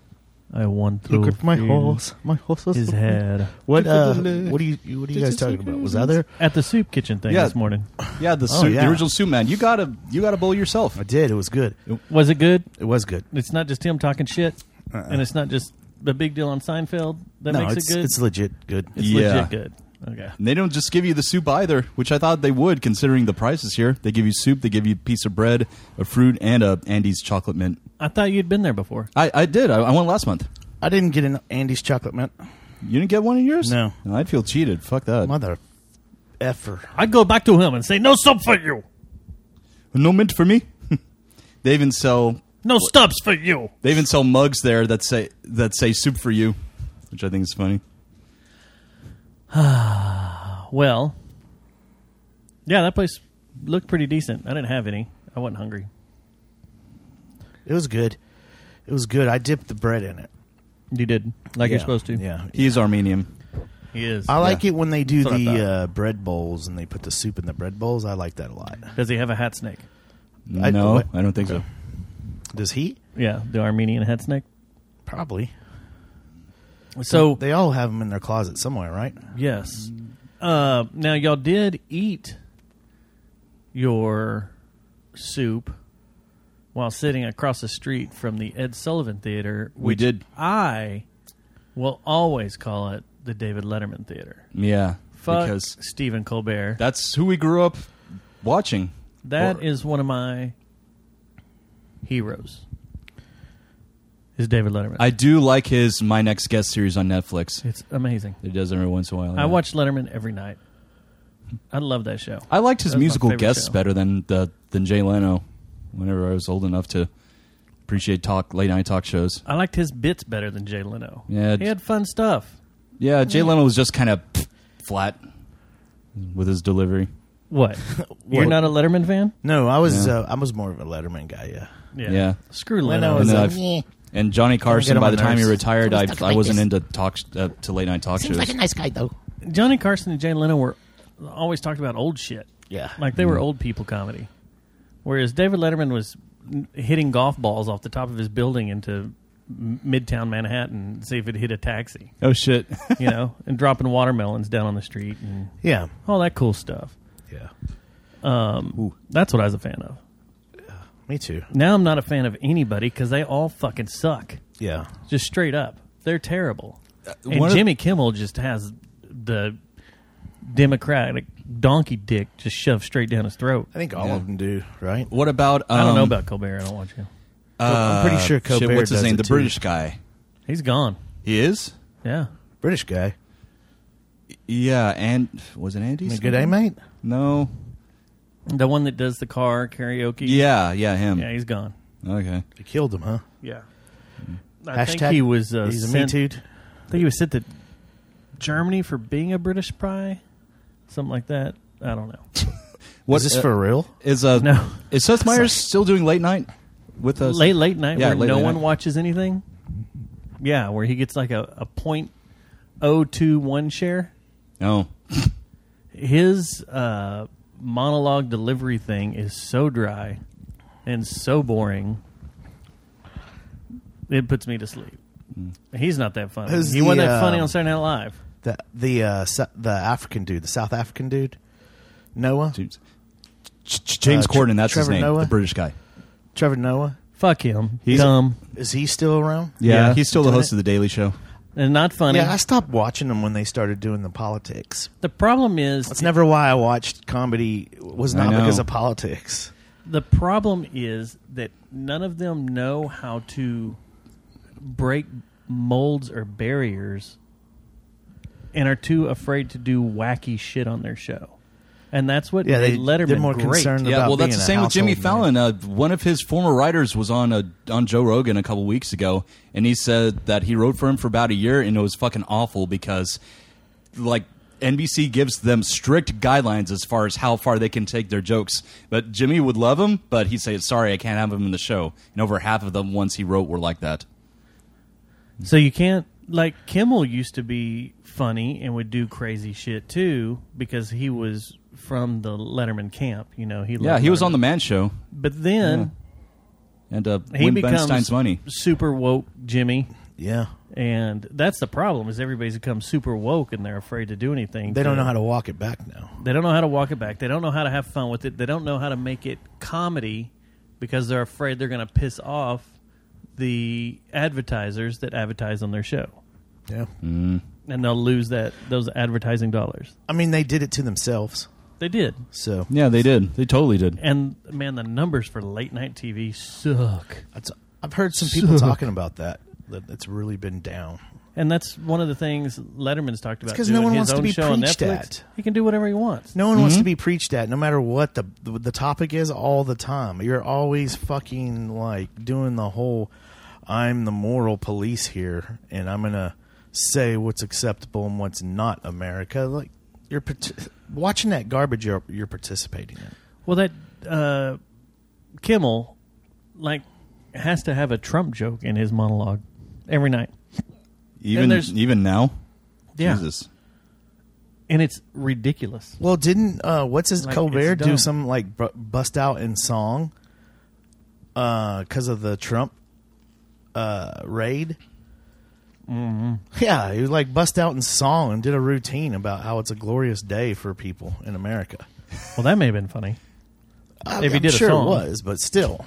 [SPEAKER 2] I want to
[SPEAKER 9] Look at my
[SPEAKER 2] feel
[SPEAKER 9] horse. My horse is
[SPEAKER 2] His hair.
[SPEAKER 9] What? Uh, what are you? What are you guys talking about? Was that there?
[SPEAKER 2] at the soup kitchen thing
[SPEAKER 4] Yeah.
[SPEAKER 2] this morning.
[SPEAKER 4] Yeah. The
[SPEAKER 9] Oh,
[SPEAKER 4] soup,
[SPEAKER 9] yeah.
[SPEAKER 4] the original Soup Man. You gotta. You gotta bowl yourself.
[SPEAKER 9] I did. It was good.
[SPEAKER 2] Was it good?
[SPEAKER 9] It was good.
[SPEAKER 2] It's not just him talking shit, and it's not just the big deal on Seinfeld that
[SPEAKER 9] Uh-uh. no,
[SPEAKER 2] makes
[SPEAKER 9] it's
[SPEAKER 2] it good.
[SPEAKER 9] it's legit good.
[SPEAKER 2] It's
[SPEAKER 4] Yeah.
[SPEAKER 2] legit good. Okay.
[SPEAKER 4] And they don't just give you the soup either, which I thought they would, considering the prices here. They give you soup. They give you a piece of bread, a fruit, and a Andy's chocolate mint.
[SPEAKER 2] I thought you'd been there before.
[SPEAKER 4] I, I did. I, I went last month.
[SPEAKER 9] I didn't get an Andy's chocolate mint.
[SPEAKER 4] You didn't get one of yours?
[SPEAKER 9] No.
[SPEAKER 4] I'd feel cheated. Fuck that.
[SPEAKER 9] Mother effer.
[SPEAKER 2] I'd go back to him and say, "No soup for you.
[SPEAKER 4] No mint for me. they even sell
[SPEAKER 2] No stubs for you."
[SPEAKER 4] they even sell mugs there that say that say soup for you, which I think is funny.
[SPEAKER 2] Well, yeah, that place looked pretty decent. I didn't have any. I wasn't hungry.
[SPEAKER 9] It was good. It was good. I dipped the bread in it.
[SPEAKER 2] You did, like
[SPEAKER 9] Yeah.
[SPEAKER 2] you're supposed to.
[SPEAKER 9] Yeah.
[SPEAKER 4] He is Armenian.
[SPEAKER 2] he is.
[SPEAKER 9] I like it when they do
[SPEAKER 2] That's what I
[SPEAKER 9] the
[SPEAKER 2] thought.
[SPEAKER 9] uh, bread bowls and they put the soup in the bread bowls. I like that a lot.
[SPEAKER 2] Does he have a hat snake?
[SPEAKER 9] I-
[SPEAKER 4] no,
[SPEAKER 9] what?
[SPEAKER 4] I don't think so.
[SPEAKER 9] Does he?
[SPEAKER 2] Yeah, the Armenian hat snake.
[SPEAKER 9] Probably.
[SPEAKER 2] So
[SPEAKER 9] They all have them in their closet somewhere, right?
[SPEAKER 2] Yes. Uh, now y'all did eat your soup while sitting across the street from the Ed Sullivan Theater.
[SPEAKER 4] We
[SPEAKER 2] which
[SPEAKER 4] did.
[SPEAKER 2] I will always call it the David Letterman Theater.
[SPEAKER 4] Yeah,
[SPEAKER 2] Fuck
[SPEAKER 4] because
[SPEAKER 2] Stephen Colbert.
[SPEAKER 4] that's who we grew up watching.
[SPEAKER 2] that
[SPEAKER 4] or-
[SPEAKER 2] is one of my heroes. is David Letterman.
[SPEAKER 4] I do like his My Next Guest series on Netflix.
[SPEAKER 2] It's amazing.
[SPEAKER 4] It does every once in a while.
[SPEAKER 2] I
[SPEAKER 4] yeah.
[SPEAKER 2] watch Letterman every night. I love that show.
[SPEAKER 4] I liked his
[SPEAKER 2] That was my
[SPEAKER 4] musical
[SPEAKER 2] favorite
[SPEAKER 4] guests
[SPEAKER 2] show.
[SPEAKER 4] better than the than Jay Leno. Whenever I was old enough to appreciate talk late night talk shows.
[SPEAKER 2] I liked his bits better than Jay Leno.
[SPEAKER 4] Yeah,
[SPEAKER 2] He had fun stuff.
[SPEAKER 4] yeah. Jay Leno was just kind of flat with his delivery.
[SPEAKER 2] What? You're
[SPEAKER 9] Well-
[SPEAKER 2] not a Letterman fan?
[SPEAKER 9] No, I was
[SPEAKER 4] Yeah.
[SPEAKER 9] uh, I was more of a Letterman guy. Yeah.
[SPEAKER 4] Yeah.
[SPEAKER 2] Screw
[SPEAKER 9] Leno.
[SPEAKER 2] Leno.
[SPEAKER 9] was
[SPEAKER 4] and,
[SPEAKER 9] like,
[SPEAKER 4] I've-
[SPEAKER 9] "Meh."
[SPEAKER 4] and Johnny
[SPEAKER 9] Don't get
[SPEAKER 4] Carson.
[SPEAKER 9] on
[SPEAKER 4] By
[SPEAKER 9] my
[SPEAKER 4] the time he
[SPEAKER 9] nerves.
[SPEAKER 4] retired, I,
[SPEAKER 9] Always talking
[SPEAKER 4] I
[SPEAKER 9] like
[SPEAKER 4] wasn't
[SPEAKER 9] this.
[SPEAKER 4] into talk sh- uh, to late night talk shows.
[SPEAKER 2] nice guy though. Johnny Carson and Jay Leno were always talked about old shit.
[SPEAKER 9] Yeah.
[SPEAKER 2] like
[SPEAKER 4] Mm-hmm.
[SPEAKER 2] they were old people comedy. Whereas David Letterman was n- hitting golf balls off the top of his building into m- Midtown Manhattan, to see if it hit a taxi.
[SPEAKER 4] Oh, shit.
[SPEAKER 2] you know, and dropping watermelons down on the street and
[SPEAKER 9] Yeah.
[SPEAKER 2] all that cool stuff.
[SPEAKER 9] Yeah.
[SPEAKER 2] Um, that's what I was a fan of.
[SPEAKER 9] Me too.
[SPEAKER 2] Now I'm not a fan of anybody because they all fucking suck.
[SPEAKER 9] Yeah.
[SPEAKER 2] Just straight up. They're terrible.
[SPEAKER 9] Uh, one
[SPEAKER 2] and
[SPEAKER 9] of-
[SPEAKER 2] Jimmy Kimmel just has the Democratic donkey dick just shoved straight down his throat.
[SPEAKER 9] I think all
[SPEAKER 4] Yeah.
[SPEAKER 9] of them do, right?
[SPEAKER 4] What about? Um,
[SPEAKER 2] I don't know about Colbert. I don't watch him.
[SPEAKER 9] I'm pretty sure
[SPEAKER 4] Uh, shit,
[SPEAKER 9] Colbert
[SPEAKER 4] what's his
[SPEAKER 9] does
[SPEAKER 4] name?
[SPEAKER 9] it
[SPEAKER 4] The
[SPEAKER 9] too.
[SPEAKER 4] British guy.
[SPEAKER 2] He's gone.
[SPEAKER 4] He is.
[SPEAKER 2] Yeah.
[SPEAKER 9] British guy.
[SPEAKER 4] Yeah, and was it Andy?
[SPEAKER 9] Good day, mate.
[SPEAKER 4] No.
[SPEAKER 2] The one that does the car karaoke.
[SPEAKER 4] Yeah, yeah, him.
[SPEAKER 2] Yeah, he's gone.
[SPEAKER 4] Okay.
[SPEAKER 9] They killed him, huh?
[SPEAKER 2] Yeah. I
[SPEAKER 9] Hashtag
[SPEAKER 2] think he was uh,
[SPEAKER 9] he's a
[SPEAKER 2] sent,
[SPEAKER 9] Me Too'd.
[SPEAKER 2] I think he was sent to Germany for being a British spy, something like that. I don't know.
[SPEAKER 4] What-
[SPEAKER 9] this for real?
[SPEAKER 4] Is uh
[SPEAKER 2] No.
[SPEAKER 4] Is Seth Meyers still doing late night with us?
[SPEAKER 2] late late night
[SPEAKER 4] Yeah,
[SPEAKER 2] where
[SPEAKER 4] late,
[SPEAKER 2] no
[SPEAKER 4] late
[SPEAKER 2] one
[SPEAKER 4] night.
[SPEAKER 2] watches anything. Yeah, where he gets like a, a point oh two one share.
[SPEAKER 4] No.
[SPEAKER 2] His uh, monologue delivery thing is so dry and so boring. It puts me to sleep.
[SPEAKER 4] Hmm.
[SPEAKER 2] He's not that funny.
[SPEAKER 9] Who's
[SPEAKER 2] he wasn't
[SPEAKER 9] the,
[SPEAKER 2] that funny
[SPEAKER 9] uh,
[SPEAKER 2] on Saturday Night Live.
[SPEAKER 9] The the uh, Su- the African dude, the South African dude, Noah. Uh,
[SPEAKER 4] James,
[SPEAKER 2] Uh,
[SPEAKER 4] James Corden, that's his name, the British guy.
[SPEAKER 9] Trevor Noah.
[SPEAKER 2] Fuck him.
[SPEAKER 4] He's-
[SPEAKER 2] Dumb
[SPEAKER 9] Is he still around?
[SPEAKER 4] Yeah,
[SPEAKER 2] Yeah.
[SPEAKER 4] he's still the
[SPEAKER 2] Doing
[SPEAKER 4] host of the Daily Show.
[SPEAKER 2] and not funny.
[SPEAKER 9] Yeah, I stopped watching them when they started doing the politics.
[SPEAKER 2] the problem is
[SPEAKER 9] That's never why I watched comedy. Was
[SPEAKER 4] I
[SPEAKER 9] not
[SPEAKER 4] know.
[SPEAKER 9] because of politics.
[SPEAKER 2] The problem is that none of them know how to break molds or barriers and are too afraid to do wacky shit on their show. And that's what
[SPEAKER 9] Yeah, they-
[SPEAKER 2] made Letterman
[SPEAKER 9] they're more
[SPEAKER 2] great.
[SPEAKER 9] concerned
[SPEAKER 4] Yeah,
[SPEAKER 9] about
[SPEAKER 4] well, that's
[SPEAKER 9] being
[SPEAKER 4] the
[SPEAKER 9] a
[SPEAKER 4] same with Jimmy
[SPEAKER 9] household
[SPEAKER 4] Fallon. Uh, one of his former writers was on a, on Joe Rogan a couple weeks ago, and he said that he wrote for him for about a year, and it was fucking awful because, like, NBC gives them strict guidelines as far as how far they can take their jokes. But Jimmy would love him, but he'd say, "Sorry, I can't have him in the show." And over half of the ones he wrote were like that.
[SPEAKER 2] So you can't like Kimmel used to be funny and would do crazy shit too because he was from the Letterman camp, you know, he
[SPEAKER 4] Yeah,
[SPEAKER 2] loved
[SPEAKER 4] he was on
[SPEAKER 2] Letterman.
[SPEAKER 4] the Man Show
[SPEAKER 2] But then
[SPEAKER 4] and uh,
[SPEAKER 2] he
[SPEAKER 4] win Ben
[SPEAKER 2] becomes
[SPEAKER 4] Stein's money.
[SPEAKER 2] super woke Jimmy.
[SPEAKER 9] Yeah.
[SPEAKER 2] and that's the problem is everybody's become super woke and they're afraid to do anything.
[SPEAKER 9] They don't know how to walk it back now.
[SPEAKER 2] They don't know how to walk it back. They don't know how to have fun with it. They don't know how to make it comedy because they're afraid they're going to piss off the advertisers that advertise on their show,
[SPEAKER 9] Yeah.
[SPEAKER 4] Mm.
[SPEAKER 2] and they'll lose that those advertising dollars.
[SPEAKER 9] I mean, they did it to themselves.
[SPEAKER 2] They did,
[SPEAKER 9] So
[SPEAKER 4] Yeah, they did. They totally did.
[SPEAKER 2] and man, the numbers for late night TV suck.
[SPEAKER 9] that's, I've heard some people
[SPEAKER 2] Suck.
[SPEAKER 9] talking about that. That that's really been down.
[SPEAKER 2] And that's one of the things Letterman's talked about.
[SPEAKER 9] 'cause no
[SPEAKER 2] doing
[SPEAKER 9] one
[SPEAKER 2] his
[SPEAKER 9] wants to
[SPEAKER 2] own
[SPEAKER 9] be
[SPEAKER 2] show on
[SPEAKER 9] preached
[SPEAKER 2] Netflix.
[SPEAKER 9] at.
[SPEAKER 2] He can do whatever he wants.
[SPEAKER 9] No one wants to be preached at, no matter what the, the the topic is, all the time. You're always fucking like doing the whole "I'm the moral police here, and I'm gonna say what's acceptable and what's not." America, like you're part- watching that garbage. You're you're participating in.
[SPEAKER 2] Well, that uh, Kimmel like has to have a Trump joke in his monologue every night,
[SPEAKER 4] Even
[SPEAKER 2] there's-
[SPEAKER 4] even now,
[SPEAKER 2] Yeah.
[SPEAKER 4] Jesus.
[SPEAKER 2] and it's ridiculous.
[SPEAKER 9] Well, didn't uh, what's his
[SPEAKER 2] Like,
[SPEAKER 9] Colbert
[SPEAKER 2] it's
[SPEAKER 9] do
[SPEAKER 2] dumb.
[SPEAKER 9] some like bu- bust out in song because of the Trump uh, raid? Mm-hmm. Yeah, he like bust out in song and did a routine about how it's a glorious day for people in America.
[SPEAKER 2] Well, that may have been funny.
[SPEAKER 9] I,
[SPEAKER 2] If he
[SPEAKER 9] I'm
[SPEAKER 2] did a
[SPEAKER 9] sure
[SPEAKER 2] song.
[SPEAKER 9] it was, but still,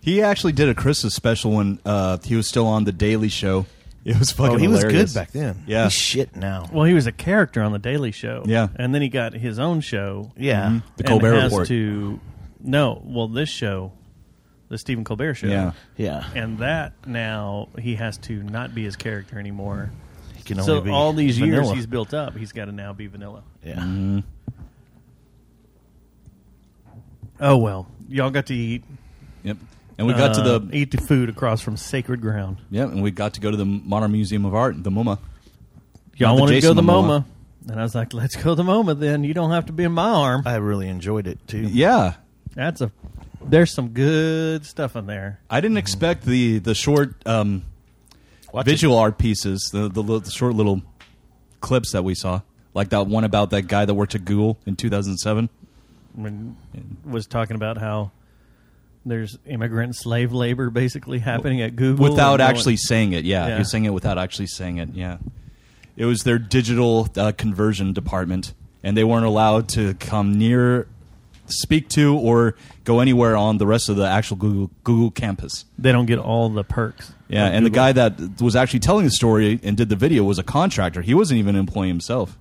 [SPEAKER 4] He actually did a Christmas special when uh, he was still on the Daily Show. It was fucking.
[SPEAKER 9] oh, he was
[SPEAKER 4] hilarious.
[SPEAKER 9] good back then.
[SPEAKER 4] Yeah,
[SPEAKER 9] he's shit now.
[SPEAKER 2] Well, he was a character on the Daily Show,
[SPEAKER 4] Yeah.
[SPEAKER 2] and then he got his own show,
[SPEAKER 9] Yeah,
[SPEAKER 4] the
[SPEAKER 2] and
[SPEAKER 4] Colbert
[SPEAKER 2] has
[SPEAKER 4] Report.
[SPEAKER 2] To no, well, this show, the Stephen Colbert show.
[SPEAKER 4] Yeah.
[SPEAKER 9] Yeah.
[SPEAKER 2] And that now he has to not be his character anymore. He
[SPEAKER 9] can
[SPEAKER 2] so
[SPEAKER 9] only be
[SPEAKER 2] all these years
[SPEAKER 9] vanilla.
[SPEAKER 2] he's built up, he's got to now be vanilla.
[SPEAKER 9] Yeah.
[SPEAKER 2] Oh well, y'all got to eat.
[SPEAKER 4] Yep. And we got to
[SPEAKER 2] Uh,
[SPEAKER 4] the
[SPEAKER 2] eat the food across from sacred ground.
[SPEAKER 4] Yep, and we got to go to the Modern Museum of Art, the MoMA. Not
[SPEAKER 2] Y'all
[SPEAKER 4] the
[SPEAKER 2] wanted to go
[SPEAKER 4] Jason
[SPEAKER 2] to the MoMA. And I was like, let's go to the MoMA then. You don't have to be in my arm.
[SPEAKER 9] I really enjoyed it too.
[SPEAKER 4] Yeah.
[SPEAKER 2] That's a there's some good stuff in there.
[SPEAKER 4] I
[SPEAKER 9] Mm-hmm.
[SPEAKER 4] didn't expect the the short um, visual art pieces, the, the li- the short little clips that we saw, like that one about that guy that worked at Google in 2007.
[SPEAKER 2] When was talking about how there's immigrant slave labor basically happening at Google
[SPEAKER 4] without
[SPEAKER 2] and going-
[SPEAKER 4] actually saying it. Yeah, he was saying it without actually saying it. Yeah, it was their digital uh, conversion department, and they weren't allowed to come near, speak to, or go anywhere on the rest of the actual Google Google campus.
[SPEAKER 2] They don't get all the perks.
[SPEAKER 4] Yeah,
[SPEAKER 2] of
[SPEAKER 4] and the
[SPEAKER 2] Google.
[SPEAKER 4] guy that was actually telling the story and did the video was a contractor. He wasn't even an employee himself.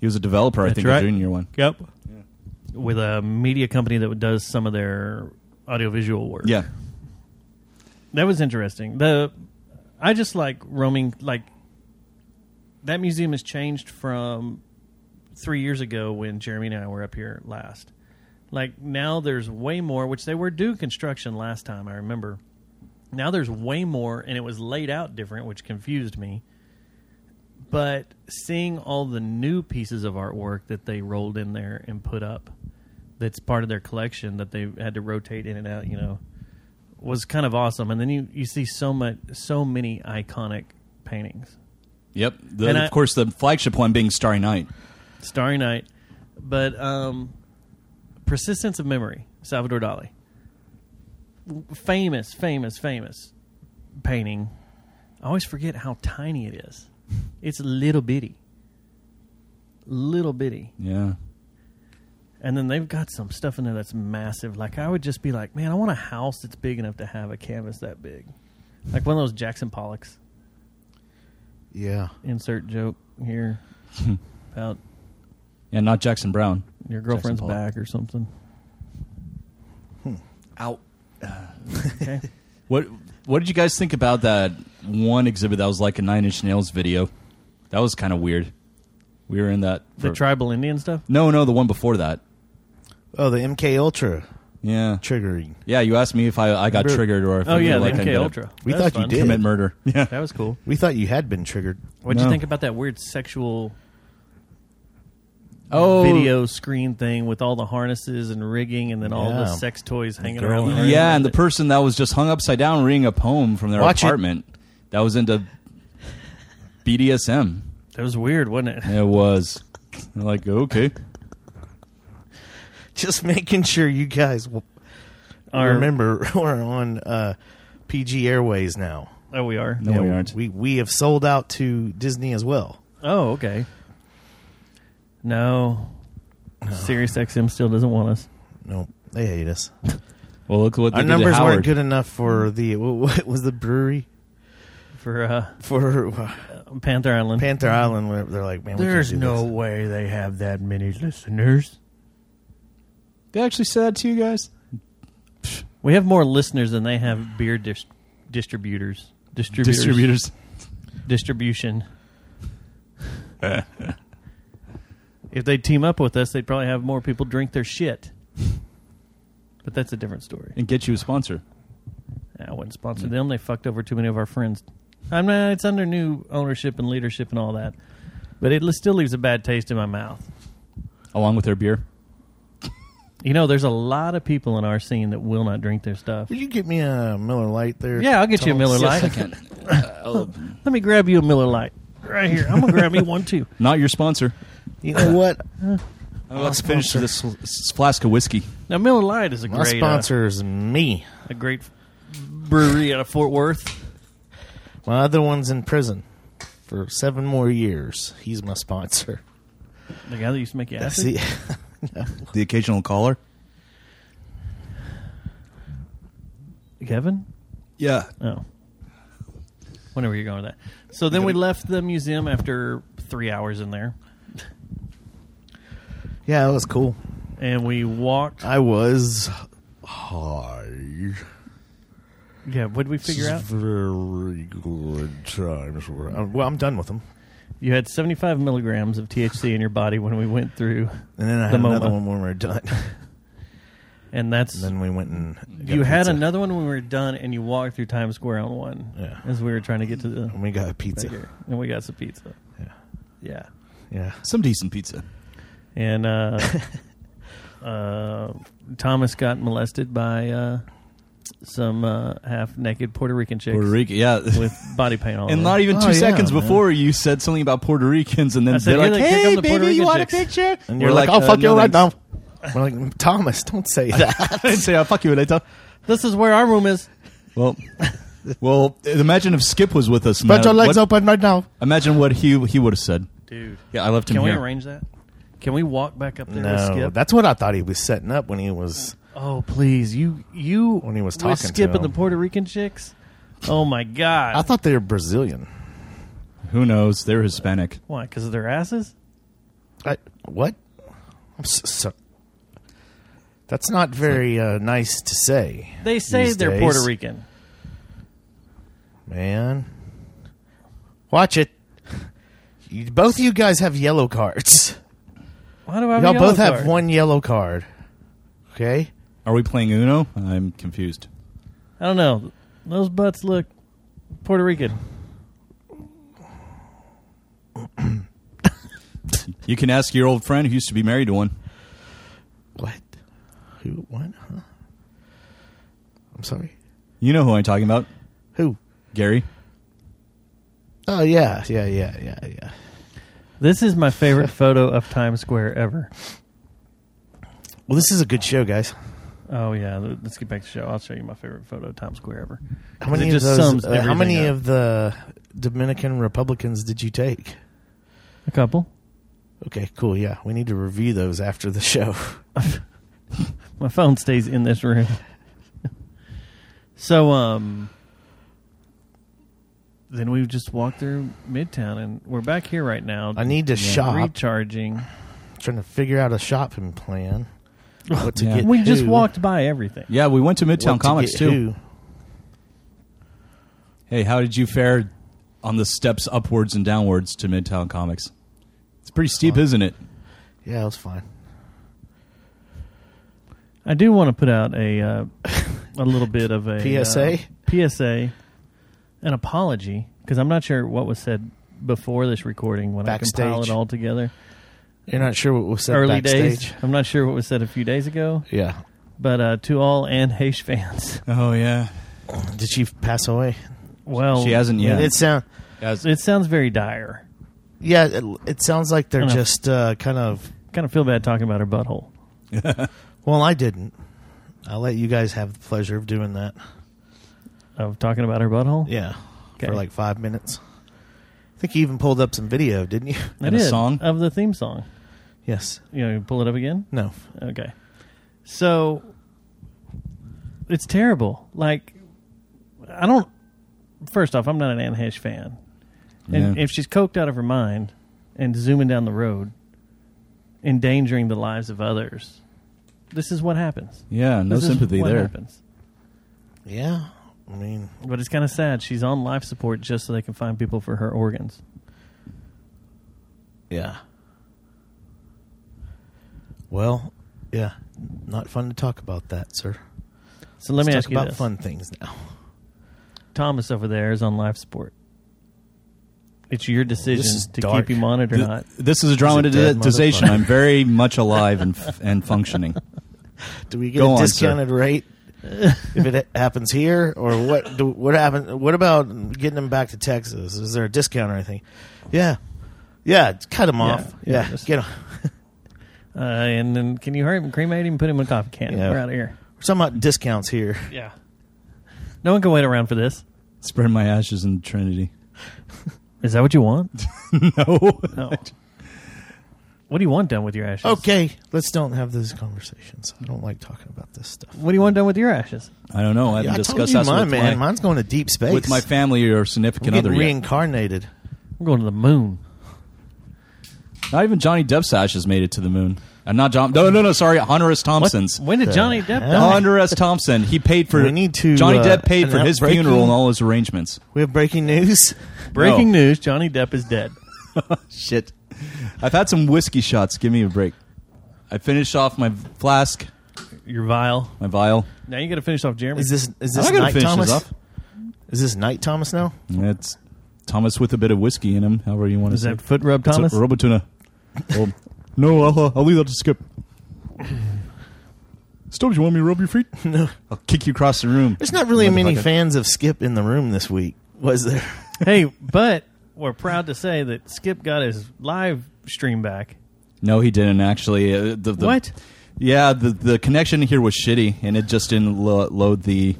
[SPEAKER 4] He was a developer, I
[SPEAKER 2] That's
[SPEAKER 4] think,
[SPEAKER 2] right.
[SPEAKER 4] a junior one.
[SPEAKER 2] Yep. With a media company that does some of their audiovisual work.
[SPEAKER 4] Yeah.
[SPEAKER 2] That was interesting. The I just like roaming like that museum has changed from three years ago when Jeremy and I were up here last. Like now there's way more, which they were due construction last time, I remember. Now there's way more and it was laid out different, which confused me. But seeing all the new pieces of artwork that they rolled in there and put up that's part of their collection that they had to rotate in and out, you know, was kind of awesome. And then you, you see so much so many iconic paintings.
[SPEAKER 4] Yep. The,
[SPEAKER 2] And
[SPEAKER 4] of
[SPEAKER 2] I-
[SPEAKER 4] course, the flagship one being Starry Night.
[SPEAKER 2] Starry Night, but um, Persistence of Memory, Salvador Dali. Famous, famous, famous painting. I always forget how tiny it is. It's little bitty. Little bitty.
[SPEAKER 4] Yeah.
[SPEAKER 2] And then they've got some stuff in there that's massive. Like I would just be like, man, I want a house that's big enough to have a canvas that big. Like one of those Jackson Pollocks.
[SPEAKER 9] Yeah.
[SPEAKER 2] Insert joke here about
[SPEAKER 4] Yeah, not Jackson Brown.
[SPEAKER 2] your
[SPEAKER 4] Jackson
[SPEAKER 2] girlfriend's
[SPEAKER 4] Pollock.
[SPEAKER 2] back or something.
[SPEAKER 4] Out.
[SPEAKER 2] okay.
[SPEAKER 4] What What did you guys think about that one exhibit that was like a Nine Inch Nails video? That was kind of weird. We were in that.
[SPEAKER 2] The
[SPEAKER 4] for-
[SPEAKER 2] tribal Indian stuff?
[SPEAKER 4] no, no, the one before that.
[SPEAKER 9] Oh, the MK Ultra.
[SPEAKER 4] Yeah.
[SPEAKER 9] Triggering.
[SPEAKER 4] Yeah, you asked me if I, I got
[SPEAKER 9] Remember-
[SPEAKER 4] triggered or if
[SPEAKER 2] Oh,
[SPEAKER 4] I felt
[SPEAKER 2] yeah, the
[SPEAKER 4] like I
[SPEAKER 2] MK
[SPEAKER 4] ended up-
[SPEAKER 2] Ultra.
[SPEAKER 9] We
[SPEAKER 2] That was
[SPEAKER 9] thought you
[SPEAKER 2] fun.
[SPEAKER 9] did
[SPEAKER 4] Commit murder. Yeah.
[SPEAKER 2] That was cool.
[SPEAKER 9] We thought you had been triggered.
[SPEAKER 2] What'd
[SPEAKER 4] No.
[SPEAKER 2] you think about that weird sexual
[SPEAKER 4] Oh.
[SPEAKER 2] video screen thing with all the harnesses and rigging and then all the
[SPEAKER 4] Yeah.
[SPEAKER 2] sex toys hanging
[SPEAKER 4] Girl.
[SPEAKER 2] around? the room?
[SPEAKER 4] Yeah, and the person that was just hung upside down reading a poem from their
[SPEAKER 2] Watch it.
[SPEAKER 4] apartment that was into BDSM.
[SPEAKER 2] That was weird, wasn't it?
[SPEAKER 4] It was. like, okay.
[SPEAKER 9] Just making sure you guys will
[SPEAKER 2] Are-
[SPEAKER 9] remember we're on uh, PG Airways now.
[SPEAKER 2] Oh, we are.
[SPEAKER 4] No, we aren't.
[SPEAKER 9] We we have sold out to Disney as well.
[SPEAKER 2] Oh, okay. No. SiriusXM still doesn't want us.
[SPEAKER 9] No, they hate us.
[SPEAKER 4] Well, look what
[SPEAKER 9] Our numbers weren't good enough for the what, what was the brewery
[SPEAKER 2] for uh,
[SPEAKER 9] for
[SPEAKER 2] Panther Island.
[SPEAKER 9] Panther Island. Where they're like, man, we can't
[SPEAKER 2] There's
[SPEAKER 9] do
[SPEAKER 2] no
[SPEAKER 9] this.
[SPEAKER 2] way they have that many listeners.
[SPEAKER 4] They actually said that to you guys?
[SPEAKER 2] We have more listeners than they have beer dis- distributors. Distributors.
[SPEAKER 4] Distributors.
[SPEAKER 2] Distribution. if they team up with us, they'd probably have more people drink their shit. But that's a different story.
[SPEAKER 4] And get you a sponsor.
[SPEAKER 2] I wouldn't sponsor them. They fucked over too many of our friends. I'm not, it's under new ownership and leadership and all that. But it still leaves a bad taste in my mouth.
[SPEAKER 4] Along with their beer.
[SPEAKER 2] You know, there's a lot of people in our scene that will not drink their stuff.
[SPEAKER 9] Will you get me a Miller Lite there?
[SPEAKER 2] Yeah, I'll get you a
[SPEAKER 9] Tom?
[SPEAKER 2] Miller Lite. Oh, Let me grab you a Miller Lite right here. I'm gonna grab me one too.
[SPEAKER 4] Not your sponsor.
[SPEAKER 9] You know what?
[SPEAKER 4] I'm about to finish this s- s- flask of whiskey.
[SPEAKER 2] Now Miller Lite is a
[SPEAKER 9] My
[SPEAKER 2] great
[SPEAKER 9] sponsor is me.
[SPEAKER 2] uh, a great brewery out of Fort Worth.
[SPEAKER 9] My other one's in prison for seven more years. He's my sponsor.
[SPEAKER 2] The guy that used to make you
[SPEAKER 9] That's
[SPEAKER 2] acid.
[SPEAKER 4] The occasional caller.
[SPEAKER 2] Kevin.
[SPEAKER 4] Yeah.
[SPEAKER 2] Oh. Whenever you're going with that. So then we left the museum after three hours in there,
[SPEAKER 9] Yeah, that was cool.
[SPEAKER 2] and we walked.
[SPEAKER 9] I was high.
[SPEAKER 12] Very.
[SPEAKER 2] Yeah, what did we figure out?
[SPEAKER 12] Very good times. Were,
[SPEAKER 9] um,
[SPEAKER 2] I'm-
[SPEAKER 12] well, I'm done with them.
[SPEAKER 2] You had 75 milligrams of THC in your body when we went through.
[SPEAKER 9] And then I
[SPEAKER 2] the
[SPEAKER 9] had another
[SPEAKER 2] MoMA.
[SPEAKER 9] one when we were done.
[SPEAKER 2] And that's.
[SPEAKER 9] then we went and got
[SPEAKER 2] You had
[SPEAKER 9] pizza.
[SPEAKER 2] another one when we were done, and you walked through Times Square on one.
[SPEAKER 9] Yeah.
[SPEAKER 2] As we were trying to get to the. And
[SPEAKER 9] we got a pizza.
[SPEAKER 2] And we got some pizza. Yeah. Yeah.
[SPEAKER 9] Yeah.
[SPEAKER 4] Some decent pizza.
[SPEAKER 2] And uh, uh, Thomas got molested by uh, some uh, half naked Puerto Rican chicks.
[SPEAKER 4] Puerto Rican, yeah.
[SPEAKER 2] With body paint on
[SPEAKER 4] And not even two
[SPEAKER 2] two
[SPEAKER 4] seconds before you said something about Puerto Ricans, and
[SPEAKER 2] I
[SPEAKER 4] then
[SPEAKER 2] said,
[SPEAKER 4] they're
[SPEAKER 2] yeah,
[SPEAKER 4] like,
[SPEAKER 2] look, here come
[SPEAKER 4] "Hey,
[SPEAKER 2] the Puerto
[SPEAKER 4] baby, you
[SPEAKER 2] Rican
[SPEAKER 4] want
[SPEAKER 2] chicks."
[SPEAKER 4] a picture?"
[SPEAKER 9] And you're
[SPEAKER 2] "Uh,
[SPEAKER 9] like, oh, fuck you
[SPEAKER 4] no,
[SPEAKER 9] right now.
[SPEAKER 4] thanks."
[SPEAKER 9] We're like, Thomas, don't say that.
[SPEAKER 4] I didn't say I'll fuck you later.
[SPEAKER 2] This is where our room is.
[SPEAKER 4] Well, well, imagine if Skip was with us. man.
[SPEAKER 9] Spread your legs
[SPEAKER 4] What-
[SPEAKER 9] open right now.
[SPEAKER 4] Imagine what he he would have said,
[SPEAKER 2] Dude.
[SPEAKER 4] Yeah, I left him
[SPEAKER 2] Can
[SPEAKER 4] here.
[SPEAKER 2] we arrange that? Can we walk back up there with
[SPEAKER 9] No,
[SPEAKER 2] Skip?
[SPEAKER 9] that's what I thought he was setting up when he was.
[SPEAKER 2] Oh please, you you
[SPEAKER 9] when he was
[SPEAKER 2] with
[SPEAKER 9] talking
[SPEAKER 2] Skip
[SPEAKER 9] to
[SPEAKER 2] and the
[SPEAKER 9] him.
[SPEAKER 2] Puerto Rican chicks. Oh my god!
[SPEAKER 9] I thought they were Brazilian.
[SPEAKER 4] Who knows? They're Hispanic.
[SPEAKER 2] Why? Because of their asses?
[SPEAKER 9] I, what? I'm so, so, that's not very uh, nice to say.
[SPEAKER 2] They say
[SPEAKER 9] these
[SPEAKER 2] they're
[SPEAKER 9] days.
[SPEAKER 2] Puerto Rican.
[SPEAKER 9] Man, watch it. You, both of you guys have yellow cards.
[SPEAKER 2] Why do I? Have
[SPEAKER 9] Y'all
[SPEAKER 2] a yellow
[SPEAKER 9] both have
[SPEAKER 2] card?
[SPEAKER 9] one yellow card. Okay.
[SPEAKER 4] Are we playing Uno? I'm confused.
[SPEAKER 2] I don't know. Those butts look Puerto Rican.
[SPEAKER 4] You can ask your old friend who used to be married to one.
[SPEAKER 9] What? Who? What? Huh? I'm sorry.
[SPEAKER 4] You know who I'm talking about?
[SPEAKER 9] Who?
[SPEAKER 4] Gary.
[SPEAKER 9] Oh yeah, yeah, yeah, yeah, yeah.
[SPEAKER 2] This is my favorite photo of Times Square ever.
[SPEAKER 9] Well, this is a good show, guys.
[SPEAKER 2] Oh yeah, l- let's get back to the show. I'll show you my favorite photo of Times Square ever.
[SPEAKER 9] How
[SPEAKER 2] 'Cause
[SPEAKER 9] many
[SPEAKER 2] it just
[SPEAKER 9] of
[SPEAKER 2] sums
[SPEAKER 9] those? uh, how
[SPEAKER 2] everything
[SPEAKER 9] many
[SPEAKER 2] up.
[SPEAKER 9] of the Dominican Republicans did you take?
[SPEAKER 2] A couple.
[SPEAKER 9] Okay, cool. Yeah, we need to review those after the show.
[SPEAKER 2] My phone stays in this room. so um then we just walked through Midtown and we're back here right now.
[SPEAKER 9] I need to shop.
[SPEAKER 2] Recharging.
[SPEAKER 9] trying to figure out a shopping plan. What to
[SPEAKER 4] Yeah.
[SPEAKER 9] get?
[SPEAKER 2] We just
[SPEAKER 9] who,
[SPEAKER 2] walked by everything.
[SPEAKER 4] Yeah, we went to Midtown
[SPEAKER 9] what to
[SPEAKER 4] Comics
[SPEAKER 9] get
[SPEAKER 4] too.
[SPEAKER 9] who.
[SPEAKER 4] Hey, how did you fare on the steps upwards and downwards to Midtown Comics? It's pretty steep, isn't it?
[SPEAKER 9] Yeah, it was fine.
[SPEAKER 2] I do want to put out a uh, a little bit of a
[SPEAKER 9] PSA?
[SPEAKER 2] uh, PSA, an apology because I'm not sure what was said before this recording when I compile it
[SPEAKER 9] Backstage.
[SPEAKER 2] all together.
[SPEAKER 9] You're not sure what was said
[SPEAKER 2] Early days,
[SPEAKER 9] backstage?
[SPEAKER 2] I'm not sure what was said a few days ago.
[SPEAKER 9] Yeah.
[SPEAKER 2] but uh, to all and Hesh fans,
[SPEAKER 4] Oh yeah.
[SPEAKER 9] Did she pass away?
[SPEAKER 2] well,
[SPEAKER 4] She hasn't yet.
[SPEAKER 9] It sound
[SPEAKER 2] it sounds very dire.
[SPEAKER 9] yeah. It, it sounds like they're
[SPEAKER 2] Kind of-
[SPEAKER 9] just uh, kind of.
[SPEAKER 2] Kind of feel bad talking about her butthole.
[SPEAKER 9] Well, I didn't. I'll let you guys have the pleasure of doing that.
[SPEAKER 2] Of talking about her butthole.
[SPEAKER 9] Yeah,
[SPEAKER 2] Okay.
[SPEAKER 9] for like five minutes. I think you even pulled up some video, didn't you?
[SPEAKER 2] I did, of the theme song.
[SPEAKER 9] Yes.
[SPEAKER 2] You know, pull it up again.
[SPEAKER 9] No.
[SPEAKER 2] Okay. So it's terrible. Like I don't first off, I'm not an Anne Hesh fan. And
[SPEAKER 4] Yeah.
[SPEAKER 2] if she's coked out of her mind and zooming down the road, endangering the lives of others, this is what happens.
[SPEAKER 4] Yeah, no
[SPEAKER 2] This is
[SPEAKER 4] sympathy
[SPEAKER 2] what
[SPEAKER 4] there.
[SPEAKER 2] happens.
[SPEAKER 9] Yeah. I mean,
[SPEAKER 2] But it's kind of sad. She's on life support just so they can find people for her organs.
[SPEAKER 9] yeah. Well, yeah. Not fun to talk about that, sir.
[SPEAKER 2] So let me ask
[SPEAKER 9] Let's talk
[SPEAKER 2] you
[SPEAKER 9] about
[SPEAKER 2] this.
[SPEAKER 9] fun things now.
[SPEAKER 2] Thomas over there is on life support. It's your decision
[SPEAKER 9] is
[SPEAKER 2] to
[SPEAKER 9] dark.
[SPEAKER 2] keep him on it or
[SPEAKER 4] Th-
[SPEAKER 2] not.
[SPEAKER 4] This is a
[SPEAKER 9] dead
[SPEAKER 4] dramatization.
[SPEAKER 9] motherfucker.
[SPEAKER 4] I'm very much alive and f- and functioning.
[SPEAKER 9] Do we get
[SPEAKER 4] Go
[SPEAKER 9] a
[SPEAKER 4] on,
[SPEAKER 9] discounted rate if it ha- happens here, or what? Do, what happened? What about getting them back to Texas? Is there a discount or anything? Yeah, yeah. Cut them
[SPEAKER 2] Yeah,
[SPEAKER 9] off.
[SPEAKER 2] yeah,
[SPEAKER 9] Yeah,
[SPEAKER 2] just-
[SPEAKER 9] get 'em.
[SPEAKER 2] Uh, and then can you hurry up and cremate him, put him in a coffee can?
[SPEAKER 9] Yeah.
[SPEAKER 2] We're out of here.
[SPEAKER 9] We're talking about discounts here.
[SPEAKER 2] Yeah. No one can wait around for this.
[SPEAKER 4] Spread my ashes in Trinity.
[SPEAKER 2] Is that what you want?
[SPEAKER 4] no.
[SPEAKER 2] No. what do you want done with your ashes?
[SPEAKER 9] Okay, let's don't have those conversations. I don't like talking about this stuff.
[SPEAKER 2] What do you want done with your ashes?
[SPEAKER 4] I don't know. I haven't
[SPEAKER 9] Yeah, I
[SPEAKER 4] discussed
[SPEAKER 9] told you
[SPEAKER 4] that
[SPEAKER 9] mine,
[SPEAKER 4] with
[SPEAKER 9] man.
[SPEAKER 4] my
[SPEAKER 9] Mine's going to deep space.
[SPEAKER 4] with my family or significant
[SPEAKER 9] I'm
[SPEAKER 4] other.
[SPEAKER 9] getting
[SPEAKER 4] yet.
[SPEAKER 9] reincarnated.
[SPEAKER 2] I'm going to the moon.
[SPEAKER 4] Not even Johnny Depp's ashes made it to the moon. I'm not John. No, no, no. Sorry, Hunter S. Thompson's.
[SPEAKER 2] When did Johnny Depp die?
[SPEAKER 4] Hunter S. Thompson. He paid for.
[SPEAKER 9] We need to,
[SPEAKER 4] Johnny
[SPEAKER 9] uh,
[SPEAKER 4] Depp paid for
[SPEAKER 9] announce
[SPEAKER 4] his
[SPEAKER 9] breaking-
[SPEAKER 4] funeral and all his arrangements.
[SPEAKER 9] We have breaking news.
[SPEAKER 2] Breaking news: Johnny Depp is dead.
[SPEAKER 4] Shit. I've had some whiskey shots. Give me a break. I finished off my flask,
[SPEAKER 2] Your vial.
[SPEAKER 4] my vial.
[SPEAKER 2] Now you got to finish off Jeremy.
[SPEAKER 9] Is this is
[SPEAKER 4] I'm
[SPEAKER 9] this
[SPEAKER 4] not gonna
[SPEAKER 9] Knight
[SPEAKER 4] finish this
[SPEAKER 9] Thomas?
[SPEAKER 4] off.
[SPEAKER 9] Is this Knight Thomas now?
[SPEAKER 4] It's Thomas with a bit of whiskey in him. However you want
[SPEAKER 2] Is
[SPEAKER 4] to say.
[SPEAKER 2] that foot rub
[SPEAKER 4] It's a
[SPEAKER 2] Thomas?
[SPEAKER 4] Robotuna. Oh. no, I'll, uh, I'll leave that to Skip. Stubbs, you want me to rub your feet?
[SPEAKER 9] No.
[SPEAKER 4] I'll kick you across the room.
[SPEAKER 9] There's not really many
[SPEAKER 4] Motherfucker.
[SPEAKER 9] fans of Skip in the room this week, was there?
[SPEAKER 2] hey, but we're proud to say that Skip got his live stream back.
[SPEAKER 4] No, he didn't actually. Uh, the, the,
[SPEAKER 2] What?
[SPEAKER 4] Yeah, the the connection here was shitty, and it just didn't lo- load the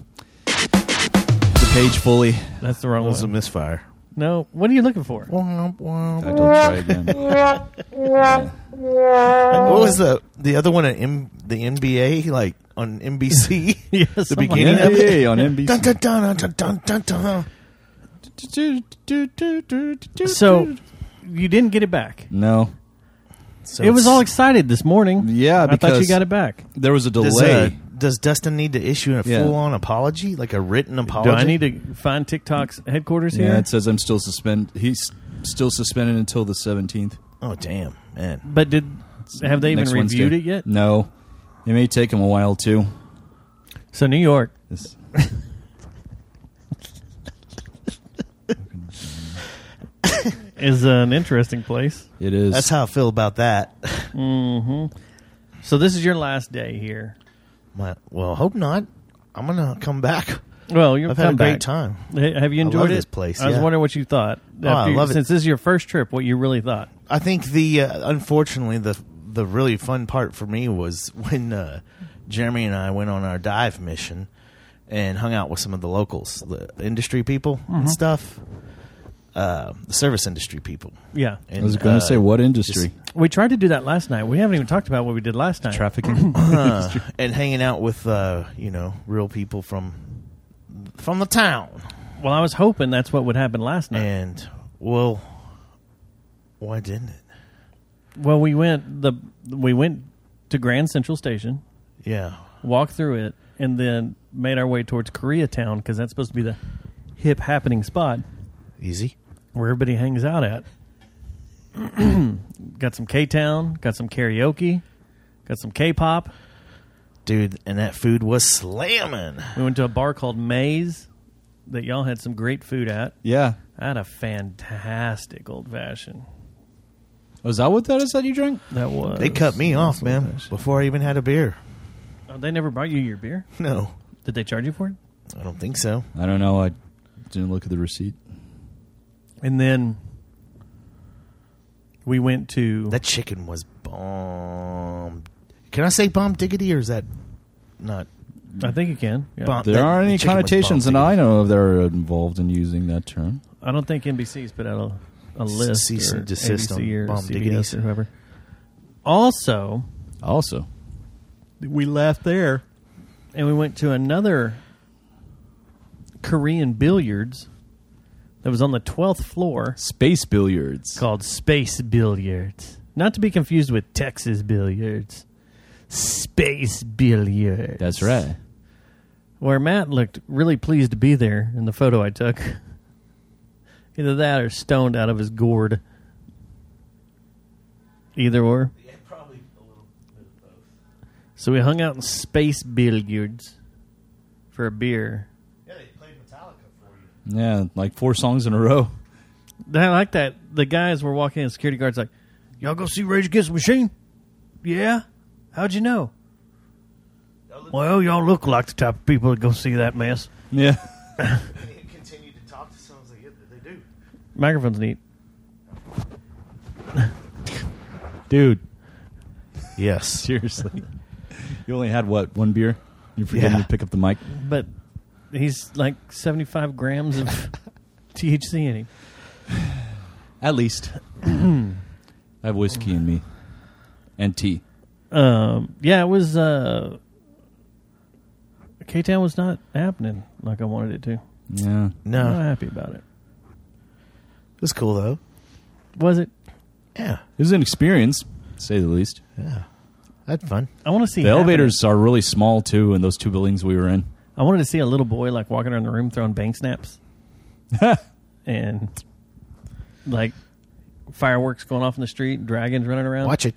[SPEAKER 4] the page fully.
[SPEAKER 2] That's the wrong
[SPEAKER 9] It was a
[SPEAKER 2] one.
[SPEAKER 9] misfire.
[SPEAKER 2] No, what are you looking for?
[SPEAKER 9] Womp, womp.
[SPEAKER 4] I don't try again.
[SPEAKER 9] What was the the other one at M- the NBA like on NBC?
[SPEAKER 2] Yes,
[SPEAKER 9] the
[SPEAKER 2] something
[SPEAKER 9] beginning of it.
[SPEAKER 4] NBA on NBC.
[SPEAKER 9] Dun, dun, dun, dun, dun, dun, dun.
[SPEAKER 2] So you didn't get it back.
[SPEAKER 4] No,
[SPEAKER 9] So
[SPEAKER 2] it was
[SPEAKER 9] it's-
[SPEAKER 2] all excited this morning.
[SPEAKER 4] Yeah,
[SPEAKER 2] I thought you
[SPEAKER 4] because-
[SPEAKER 2] got it back.
[SPEAKER 4] there was a delay.
[SPEAKER 9] Does, uh, does Dustin need to issue a
[SPEAKER 4] Yeah.
[SPEAKER 9] full on apology, like a written apology?
[SPEAKER 2] Do I need to find TikTok's headquarters here?
[SPEAKER 4] yeah, it says I'm still suspend. He's still suspended until the 17th.
[SPEAKER 9] Oh damn, man!
[SPEAKER 2] but did have they even
[SPEAKER 4] Next Wednesday.
[SPEAKER 2] reviewed it yet?
[SPEAKER 4] No, it may take him a while too.
[SPEAKER 2] So New York,
[SPEAKER 4] This-
[SPEAKER 2] is an interesting place.
[SPEAKER 4] it is.
[SPEAKER 9] That's how I feel about that.
[SPEAKER 2] So this is your last day here.
[SPEAKER 9] My, well, hope not. I'm gonna come back.
[SPEAKER 2] Well, you've
[SPEAKER 9] I've had a
[SPEAKER 2] come
[SPEAKER 9] great
[SPEAKER 2] back.
[SPEAKER 9] time.
[SPEAKER 2] Ha- Have you
[SPEAKER 9] I
[SPEAKER 2] enjoyed
[SPEAKER 9] love
[SPEAKER 2] it?
[SPEAKER 9] this place,
[SPEAKER 2] I was
[SPEAKER 9] yeah.
[SPEAKER 2] wondering what you thought.
[SPEAKER 9] Oh, I
[SPEAKER 2] after-
[SPEAKER 9] love it.
[SPEAKER 2] Since this is your first trip, what you really thought?
[SPEAKER 9] I think the uh, unfortunately the the really fun part for me was when uh, Jeremy and I went on our dive mission and hung out with some of the locals, the industry people
[SPEAKER 4] Mm-hmm.
[SPEAKER 9] and stuff, uh, the service industry people.
[SPEAKER 2] Yeah,
[SPEAKER 9] And,
[SPEAKER 4] I was going
[SPEAKER 9] uh,
[SPEAKER 4] to say what industry?
[SPEAKER 2] we tried to do that last night. We haven't even talked about what we did last night.
[SPEAKER 4] Trafficking.
[SPEAKER 9] uh, and hanging out with uh, you know real people from from the town.
[SPEAKER 2] Well, I was hoping that's what would happen last night.
[SPEAKER 9] And well, why didn't it?
[SPEAKER 2] Well, we went the we went to Grand Central Station,
[SPEAKER 9] Yeah,
[SPEAKER 2] walked through it, and then made our way towards Koreatown because that's supposed to be the hip happening spot
[SPEAKER 9] easy.
[SPEAKER 2] where everybody hangs out at. got some K Town, got some karaoke, got some K pop.
[SPEAKER 9] Dude, and that food was slamming.
[SPEAKER 2] We went to a bar called Maze that y'all had some great food at.
[SPEAKER 4] yeah.
[SPEAKER 2] I had a fantastic old fashioned.
[SPEAKER 4] Was that what that is that you drank?
[SPEAKER 2] That was
[SPEAKER 9] They cut me off, man, before I even had a beer.
[SPEAKER 2] Oh, they never brought you your beer.
[SPEAKER 9] No,
[SPEAKER 2] Did they charge you for it?
[SPEAKER 9] I don't think so.
[SPEAKER 4] I don't know. I didn't look at the receipt.
[SPEAKER 2] And then we went to
[SPEAKER 9] That chicken was bomb. Can I say bomb diggity or is that not?
[SPEAKER 2] I think you can. Yeah.
[SPEAKER 9] Bon-
[SPEAKER 4] There
[SPEAKER 9] That-
[SPEAKER 4] aren't
[SPEAKER 9] the
[SPEAKER 4] any
[SPEAKER 9] chicken was
[SPEAKER 4] connotations that
[SPEAKER 9] bomb
[SPEAKER 4] I know of that are involved in using that term.
[SPEAKER 2] I don't think NBC's put out a, a list.
[SPEAKER 9] cease
[SPEAKER 2] or
[SPEAKER 9] and desist
[SPEAKER 2] ABC
[SPEAKER 9] on
[SPEAKER 2] or
[SPEAKER 9] bomb
[SPEAKER 2] CBS
[SPEAKER 9] diggities.
[SPEAKER 2] or whoever. Also,
[SPEAKER 4] Also,
[SPEAKER 2] we left there and we went to another Korean billiards that was on the 12th floor
[SPEAKER 4] space billiards.
[SPEAKER 2] called Space Billiards. Not to be confused with Texas Billiards. Space Billiards.
[SPEAKER 4] That's right.
[SPEAKER 2] where Matt looked really pleased to be there in the photo I took. Either that or stoned out of his gourd. Either or. Yeah, probably a little bit of both. So we hung out in space billiards for a beer.
[SPEAKER 4] Yeah, like four songs in a row.
[SPEAKER 2] I like that. The guys were walking in, security guards like, Y'all go see Rage Against the Machine? Yeah? Howed you know? Well, y'all look like the type of people that go see that mess.
[SPEAKER 4] Yeah.
[SPEAKER 9] Continue to talk to some like they do.
[SPEAKER 2] Microphone's neat.
[SPEAKER 4] Dude,
[SPEAKER 9] Yes.
[SPEAKER 4] seriously. you only had what, one beer? You forgot
[SPEAKER 9] Yeah.
[SPEAKER 4] to pick up the mic.
[SPEAKER 2] but he's like 75 grams of THC in him.
[SPEAKER 4] At least. I have whiskey in me. And tea.
[SPEAKER 2] Um, yeah, it was. Uh, K Town was not happening like I wanted it to.
[SPEAKER 4] Yeah.
[SPEAKER 2] I'm
[SPEAKER 9] No,
[SPEAKER 2] not
[SPEAKER 9] it
[SPEAKER 2] happy about it.
[SPEAKER 9] was cool though.
[SPEAKER 2] Was it?
[SPEAKER 9] Yeah.
[SPEAKER 4] It was an experience, to say the least.
[SPEAKER 9] Yeah. That's fun.
[SPEAKER 2] I want to see
[SPEAKER 4] the
[SPEAKER 2] happening.
[SPEAKER 4] elevators are really small too in those two buildings we were in.
[SPEAKER 2] I wanted to see a little boy like walking around the room throwing bang snaps, and like fireworks going off in the street, dragons running around.
[SPEAKER 9] Watch it.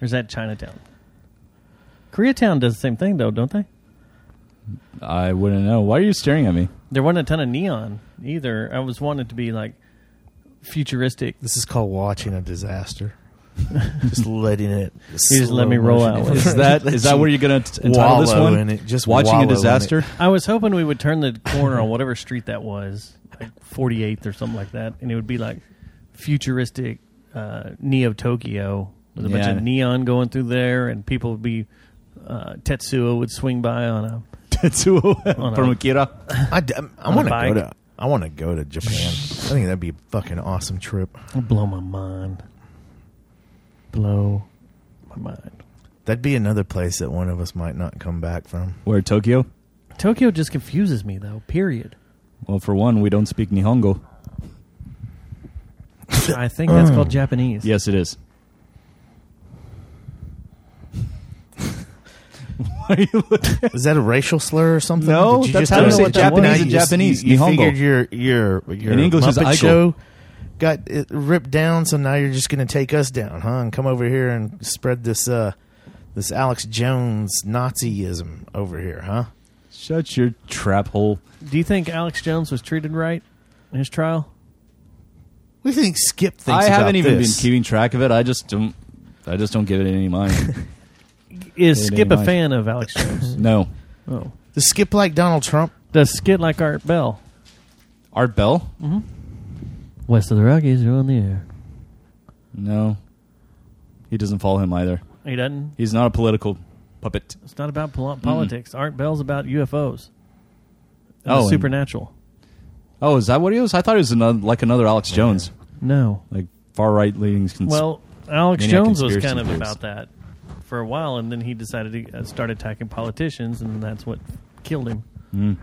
[SPEAKER 2] Or is that Chinatown? Koreatown does the same thing though, don't they?
[SPEAKER 4] I wouldn't know. Why are you staring at me?
[SPEAKER 2] There wasn't a ton of neon either. I was wanting it to be like futuristic.
[SPEAKER 9] This is called watching a disaster. just letting it.
[SPEAKER 2] You just let me roll out. with it.
[SPEAKER 4] Is that is that where you're gonna t- entitle this
[SPEAKER 9] Wallow
[SPEAKER 4] one?
[SPEAKER 9] in it, just
[SPEAKER 4] watching
[SPEAKER 9] wallow
[SPEAKER 4] a
[SPEAKER 9] in it.
[SPEAKER 4] disaster.
[SPEAKER 2] I was hoping we would turn the corner on whatever street that was, like 48th or something like that, and it would be like futuristic uh, Neo Tokyo with a bunch
[SPEAKER 4] Yeah.
[SPEAKER 2] of neon going through there, and people would be uh, Tetsuo would swing by on a
[SPEAKER 4] Tetsuo
[SPEAKER 2] on a-
[SPEAKER 4] from Akira.
[SPEAKER 9] I, d- um, I
[SPEAKER 2] On a
[SPEAKER 9] want to go
[SPEAKER 2] bike.
[SPEAKER 9] to. I want to go to Japan. I think that'd be a fucking awesome trip.
[SPEAKER 2] It'd blow my mind. Blow my mind.
[SPEAKER 9] That'd be another place that one of us might not come back from.
[SPEAKER 4] Where Tokyo?
[SPEAKER 2] Tokyo just confuses me though. Period.
[SPEAKER 4] Well, for one, we don't speak Nihongo.
[SPEAKER 2] I think that's called Japanese.
[SPEAKER 4] Yes, it is.
[SPEAKER 9] Is that a racial slur or something?
[SPEAKER 4] No,
[SPEAKER 9] Did you
[SPEAKER 4] that's
[SPEAKER 9] just
[SPEAKER 4] how you
[SPEAKER 9] know
[SPEAKER 4] say
[SPEAKER 9] what that
[SPEAKER 4] Japanese
[SPEAKER 9] was?
[SPEAKER 4] in
[SPEAKER 9] You just-
[SPEAKER 4] Japanese,
[SPEAKER 9] You, you
[SPEAKER 4] Nihongo.
[SPEAKER 9] figured your your your
[SPEAKER 4] In English, it's
[SPEAKER 9] Muppet
[SPEAKER 4] Aigo.
[SPEAKER 9] show got it ripped down, so now you're just going to take us down, huh? And come over here and spread this uh this Alex Jones Nazism over here, huh?
[SPEAKER 4] Shut your trap hole.
[SPEAKER 2] Do you think Alex Jones was treated right in his trial?
[SPEAKER 9] We think Skip thinks
[SPEAKER 4] I
[SPEAKER 9] about
[SPEAKER 4] haven't even
[SPEAKER 9] this.
[SPEAKER 4] been keeping track of it. I just don't. I just don't give it any mind.
[SPEAKER 2] Is
[SPEAKER 4] It ain't
[SPEAKER 2] Skip a
[SPEAKER 4] mine.
[SPEAKER 2] fan of Alex Jones?
[SPEAKER 4] no,
[SPEAKER 2] oh,
[SPEAKER 9] Does Skip like Donald Trump?
[SPEAKER 2] does Skip like Art Bell?
[SPEAKER 4] Art Bell.
[SPEAKER 2] West of the Rockies are on the air.
[SPEAKER 4] No, he doesn't follow him either.
[SPEAKER 2] He doesn't.
[SPEAKER 4] He's not a political puppet.
[SPEAKER 2] It's not about pol- politics. Art Bell's about UFOs. And
[SPEAKER 4] Oh,
[SPEAKER 2] the
[SPEAKER 4] and-
[SPEAKER 2] supernatural.
[SPEAKER 4] Oh, is that what he was? I thought he was another, like another Alex Jones,
[SPEAKER 2] No.
[SPEAKER 4] like far right leading. Cons-
[SPEAKER 2] Well, Alex
[SPEAKER 4] maniac
[SPEAKER 2] Jones was
[SPEAKER 4] conspiracy
[SPEAKER 2] kind of
[SPEAKER 4] theorist.
[SPEAKER 2] about that for a while, and then he decided to uh, start attacking politicians, and that's what killed him.
[SPEAKER 4] Mm.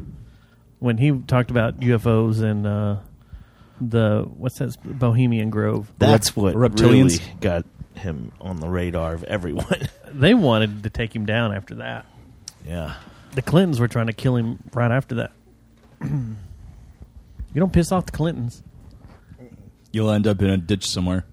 [SPEAKER 2] When he talked about UFOs and uh, the what's that Bohemian Grove,
[SPEAKER 9] That's what
[SPEAKER 4] reptilians?
[SPEAKER 9] really got him on the radar of everyone.
[SPEAKER 2] they wanted to take him down after that.
[SPEAKER 9] yeah.
[SPEAKER 2] The Clintons were trying to kill him right after that. you don't piss off the Clintons.
[SPEAKER 4] You'll end up in a ditch somewhere.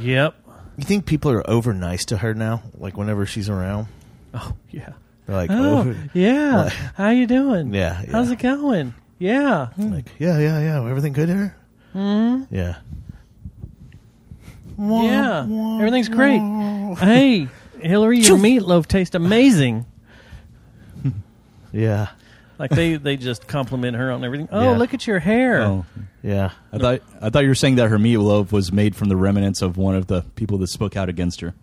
[SPEAKER 2] Yep.
[SPEAKER 9] You think people are over nice to her now? Like whenever she's around,
[SPEAKER 2] Oh yeah.
[SPEAKER 9] they're like,
[SPEAKER 2] Oh
[SPEAKER 9] over-
[SPEAKER 2] yeah.
[SPEAKER 9] Like-
[SPEAKER 2] How you doing?
[SPEAKER 9] Yeah, yeah.
[SPEAKER 2] How's it going? Yeah.
[SPEAKER 9] like, yeah, yeah, yeah. Everything good here?
[SPEAKER 2] Mm.
[SPEAKER 9] Yeah.
[SPEAKER 2] Yeah. Everything's great. hey, Hillary, your meatloaf tastes amazing.
[SPEAKER 9] Yeah.
[SPEAKER 2] Like they they just compliment her on everything. Oh,
[SPEAKER 9] Yeah.
[SPEAKER 2] look at your hair.
[SPEAKER 4] Oh,
[SPEAKER 9] Yeah.
[SPEAKER 4] I thought I thought you were saying that her meatloaf was made from the remnants of one of the people that spoke out against her.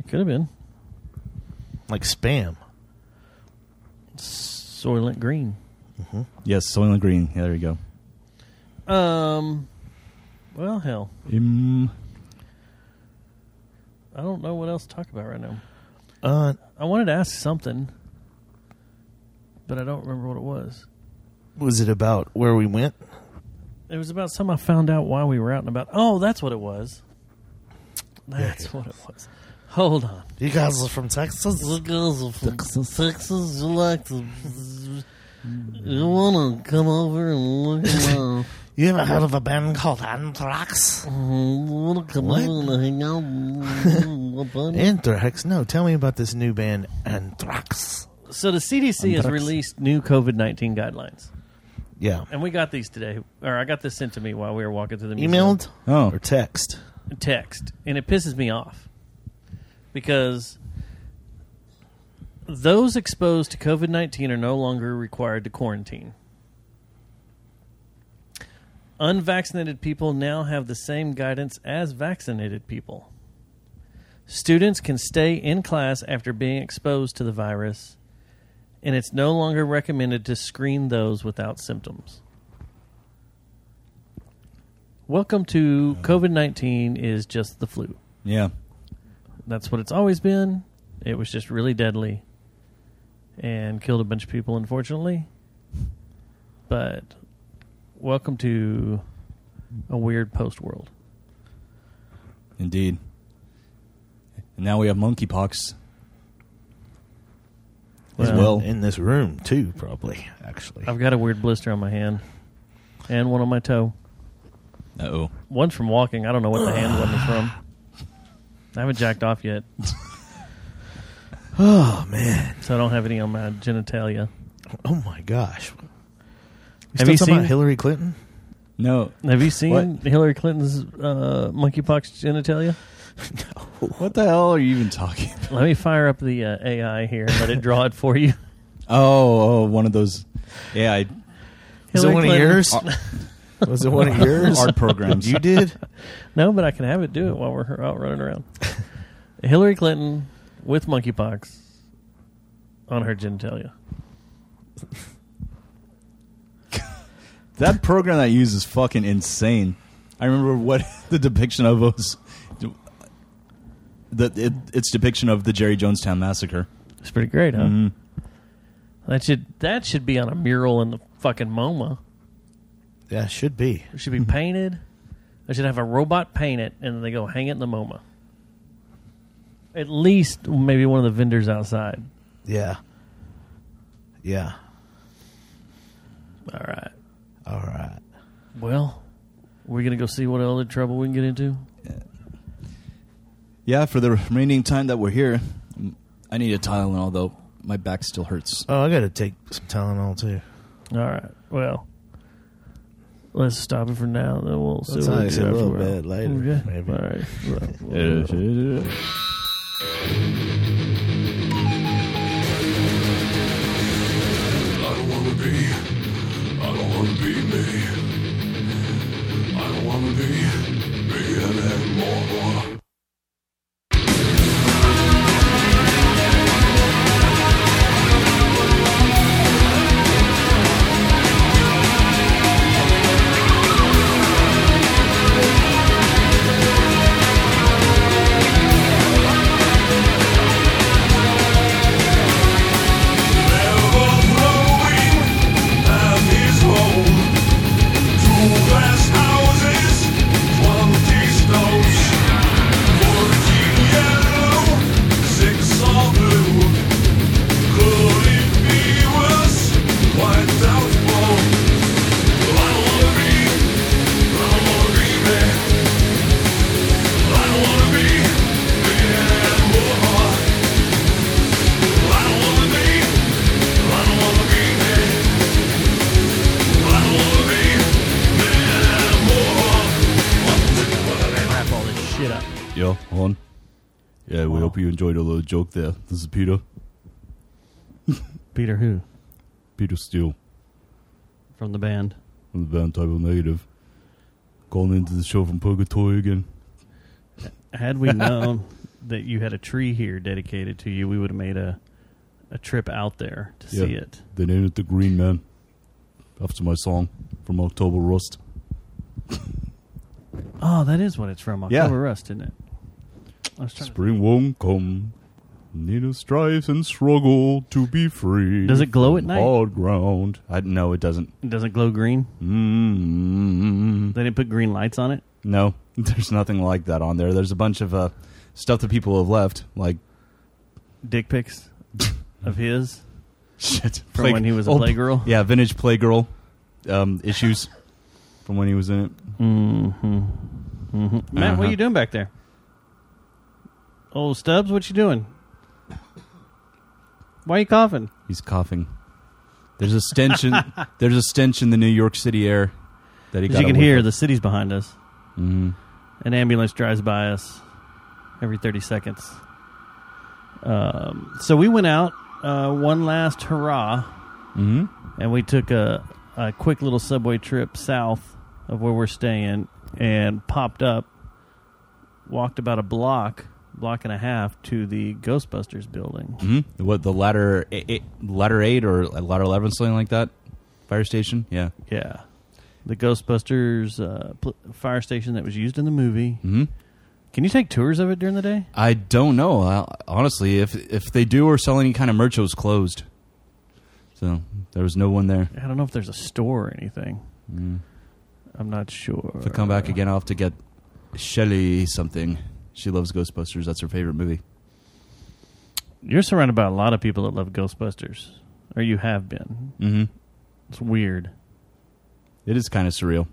[SPEAKER 2] It could have been
[SPEAKER 9] Like spam.
[SPEAKER 2] Soylent Green.
[SPEAKER 4] Yes, Soylent Green. Yeah, there you go.
[SPEAKER 2] Um. Well, hell,
[SPEAKER 4] Mm.
[SPEAKER 2] I don't know what else to talk about right now.
[SPEAKER 9] Uh,
[SPEAKER 2] I wanted to ask something, but I don't remember what it was.
[SPEAKER 9] was it about where we went?
[SPEAKER 2] It was about something I found out while we were out and about. Oh, that's what it was. That's what it was. Hold on.
[SPEAKER 9] You guys are from Texas.
[SPEAKER 13] You guys are from Texas. You like to. You want to come over and look around.
[SPEAKER 9] You ever heard of a band called Anthrax?
[SPEAKER 13] you want to come
[SPEAKER 9] What?
[SPEAKER 13] over and hang out. with my buddy?
[SPEAKER 9] Anthrax? No. Tell me about this new band, Anthrax.
[SPEAKER 2] So the CDC has
[SPEAKER 9] Anthrax.
[SPEAKER 2] released new COVID nineteen guidelines,
[SPEAKER 9] Yeah.
[SPEAKER 2] and we got these today, or I got this sent to me while we were walking through the museum.
[SPEAKER 9] Emailed
[SPEAKER 4] Oh.
[SPEAKER 9] or text?
[SPEAKER 2] text, and it pisses me off because those exposed to COVID 19 are no longer required to quarantine. Unvaccinated people now have the same guidance as vaccinated people. Students can stay in class after being exposed to the virus, and it's no longer recommended to screen those without symptoms. Welcome to COVID 19 is just the flu.
[SPEAKER 4] Yeah.
[SPEAKER 2] That's what it's always been. It was just really deadly and killed a bunch of people, unfortunately. But welcome to a weird post world.
[SPEAKER 4] Indeed. And now we have monkeypox.
[SPEAKER 9] Well, Um, in this room too, probably. Actually,
[SPEAKER 14] I've got a weird blister on my hand and one on my toe.
[SPEAKER 4] Uh oh.
[SPEAKER 14] One's from walking. I don't know what the hand one is from. I haven't jacked off yet.
[SPEAKER 9] oh man!
[SPEAKER 14] So I don't have any on my genitalia.
[SPEAKER 9] Oh my gosh!
[SPEAKER 14] Have
[SPEAKER 9] still
[SPEAKER 14] you
[SPEAKER 9] talking about
[SPEAKER 14] seen-
[SPEAKER 9] Hillary Clinton?
[SPEAKER 4] No.
[SPEAKER 14] Have you seen Hillary Clinton's uh, monkeypox genitalia?
[SPEAKER 4] What the hell are you even talking about?
[SPEAKER 14] Let me fire up the uh, AI here and let it draw it for you.
[SPEAKER 4] Oh, oh, one of those. Yeah, I.
[SPEAKER 14] Is it Hillary one of yours? Clinton.
[SPEAKER 9] Was it one of yours?
[SPEAKER 4] Art programs.
[SPEAKER 9] You did?
[SPEAKER 14] No, but I can have it do it while we're out running around. Hillary Clinton with monkeypox on her genitalia.
[SPEAKER 4] That program that I use is fucking insane. I remember what the depiction of was. The, it, its depiction of the Jerry Jonestown massacre.
[SPEAKER 14] It's pretty great, huh?
[SPEAKER 4] Mhm.
[SPEAKER 14] That should that should be on a mural in the fucking MoMA.
[SPEAKER 9] Yeah, it should be.
[SPEAKER 14] It should be painted. I should have a robot paint it, and then they go hang it in the MoMA. At least maybe one of the vendors outside.
[SPEAKER 9] Yeah. Yeah.
[SPEAKER 14] All right.
[SPEAKER 9] All right.
[SPEAKER 14] Well, we're gonna go see what other trouble we can get into.
[SPEAKER 4] Yeah, for the remaining time that we're here, I need a Tylenol though. My back still hurts.
[SPEAKER 9] Oh, I got to take some Tylenol too.
[SPEAKER 14] All right. Well, let's stop it for now. Then we'll see
[SPEAKER 9] That's
[SPEAKER 14] what we
[SPEAKER 9] nice,
[SPEAKER 14] do
[SPEAKER 9] a little
[SPEAKER 14] after
[SPEAKER 9] bit later,
[SPEAKER 14] Okay.
[SPEAKER 9] maybe.
[SPEAKER 14] All right. Well,
[SPEAKER 15] I don't wanna be. I don't wanna be me. I don't wanna be me anymore.
[SPEAKER 14] wrap all this shit up.
[SPEAKER 4] Yo, on. Yeah, we hope you enjoyed a little joke there. This is Peter.
[SPEAKER 14] Peter who?
[SPEAKER 4] Peter Steele
[SPEAKER 2] From the band.
[SPEAKER 4] from the band Table Negative. Going into the show from Purgatory again.
[SPEAKER 2] Had we known that you had a tree here dedicated to you, we would have made a a trip out there to see it.
[SPEAKER 4] They named it the Green Man after my song from October Rust.
[SPEAKER 2] Oh, that is what it's from.
[SPEAKER 4] Yeah.
[SPEAKER 2] October Rust, isn't it? I was trying to-
[SPEAKER 4] Spring won't come. Need a strife and struggle to be free.
[SPEAKER 2] Does it glow
[SPEAKER 4] from
[SPEAKER 2] at night?
[SPEAKER 4] Hard ground. I no, it doesn't.
[SPEAKER 2] It doesn't glow green.
[SPEAKER 4] Mm.
[SPEAKER 2] They didn't put green lights on it.
[SPEAKER 4] No, there's nothing like that on there. There's a bunch of uh, stuff that people have left, like
[SPEAKER 2] dick pics of his.
[SPEAKER 4] Shit,
[SPEAKER 2] From when he was a
[SPEAKER 4] old-
[SPEAKER 2] playgirl.
[SPEAKER 4] Yeah, vintage playgirl um, issues from when he was in it.
[SPEAKER 2] Mm-hmm. Matt, what
[SPEAKER 4] Uh-huh.
[SPEAKER 2] are you doing back there? Oh, Stubbs, what you doing? Why are you coughing?
[SPEAKER 4] He's coughing. There's a stench. In, there's a stench in the New York City air that he.
[SPEAKER 2] As you
[SPEAKER 4] got
[SPEAKER 2] can
[SPEAKER 4] away
[SPEAKER 2] hear,
[SPEAKER 4] from.
[SPEAKER 2] the city's behind us.
[SPEAKER 4] Mhm.
[SPEAKER 2] An ambulance drives by us every 30 seconds. Um, so we went out, uh, one last hurrah,
[SPEAKER 4] Mhm.
[SPEAKER 2] and we took a, a quick little subway trip south of where we're staying and popped up, walked about a block, block and a half to the Ghostbusters building.
[SPEAKER 4] Mm-hmm. What the ladder eight, ladder eight or ladder eleven something like that? Fire station. Yeah.
[SPEAKER 2] Yeah. The Ghostbusters uh, pl- fire station that was used in the movie.
[SPEAKER 4] Mhm.
[SPEAKER 2] Can you take tours of it during the day?
[SPEAKER 4] I don't know I, honestly if if they do or sell any kind of merch. It was closed, so there was no one there.
[SPEAKER 2] I don't know if there's a store or anything.
[SPEAKER 4] Mm.
[SPEAKER 2] I'm not sure.
[SPEAKER 4] If I come back again, I'll have to get Shelly something. She loves Ghostbusters. That's her favorite movie.
[SPEAKER 2] You're surrounded by a lot of people that love Ghostbusters, or you have been.
[SPEAKER 4] Mm-hmm.
[SPEAKER 2] It's weird.
[SPEAKER 4] It is kind of surreal.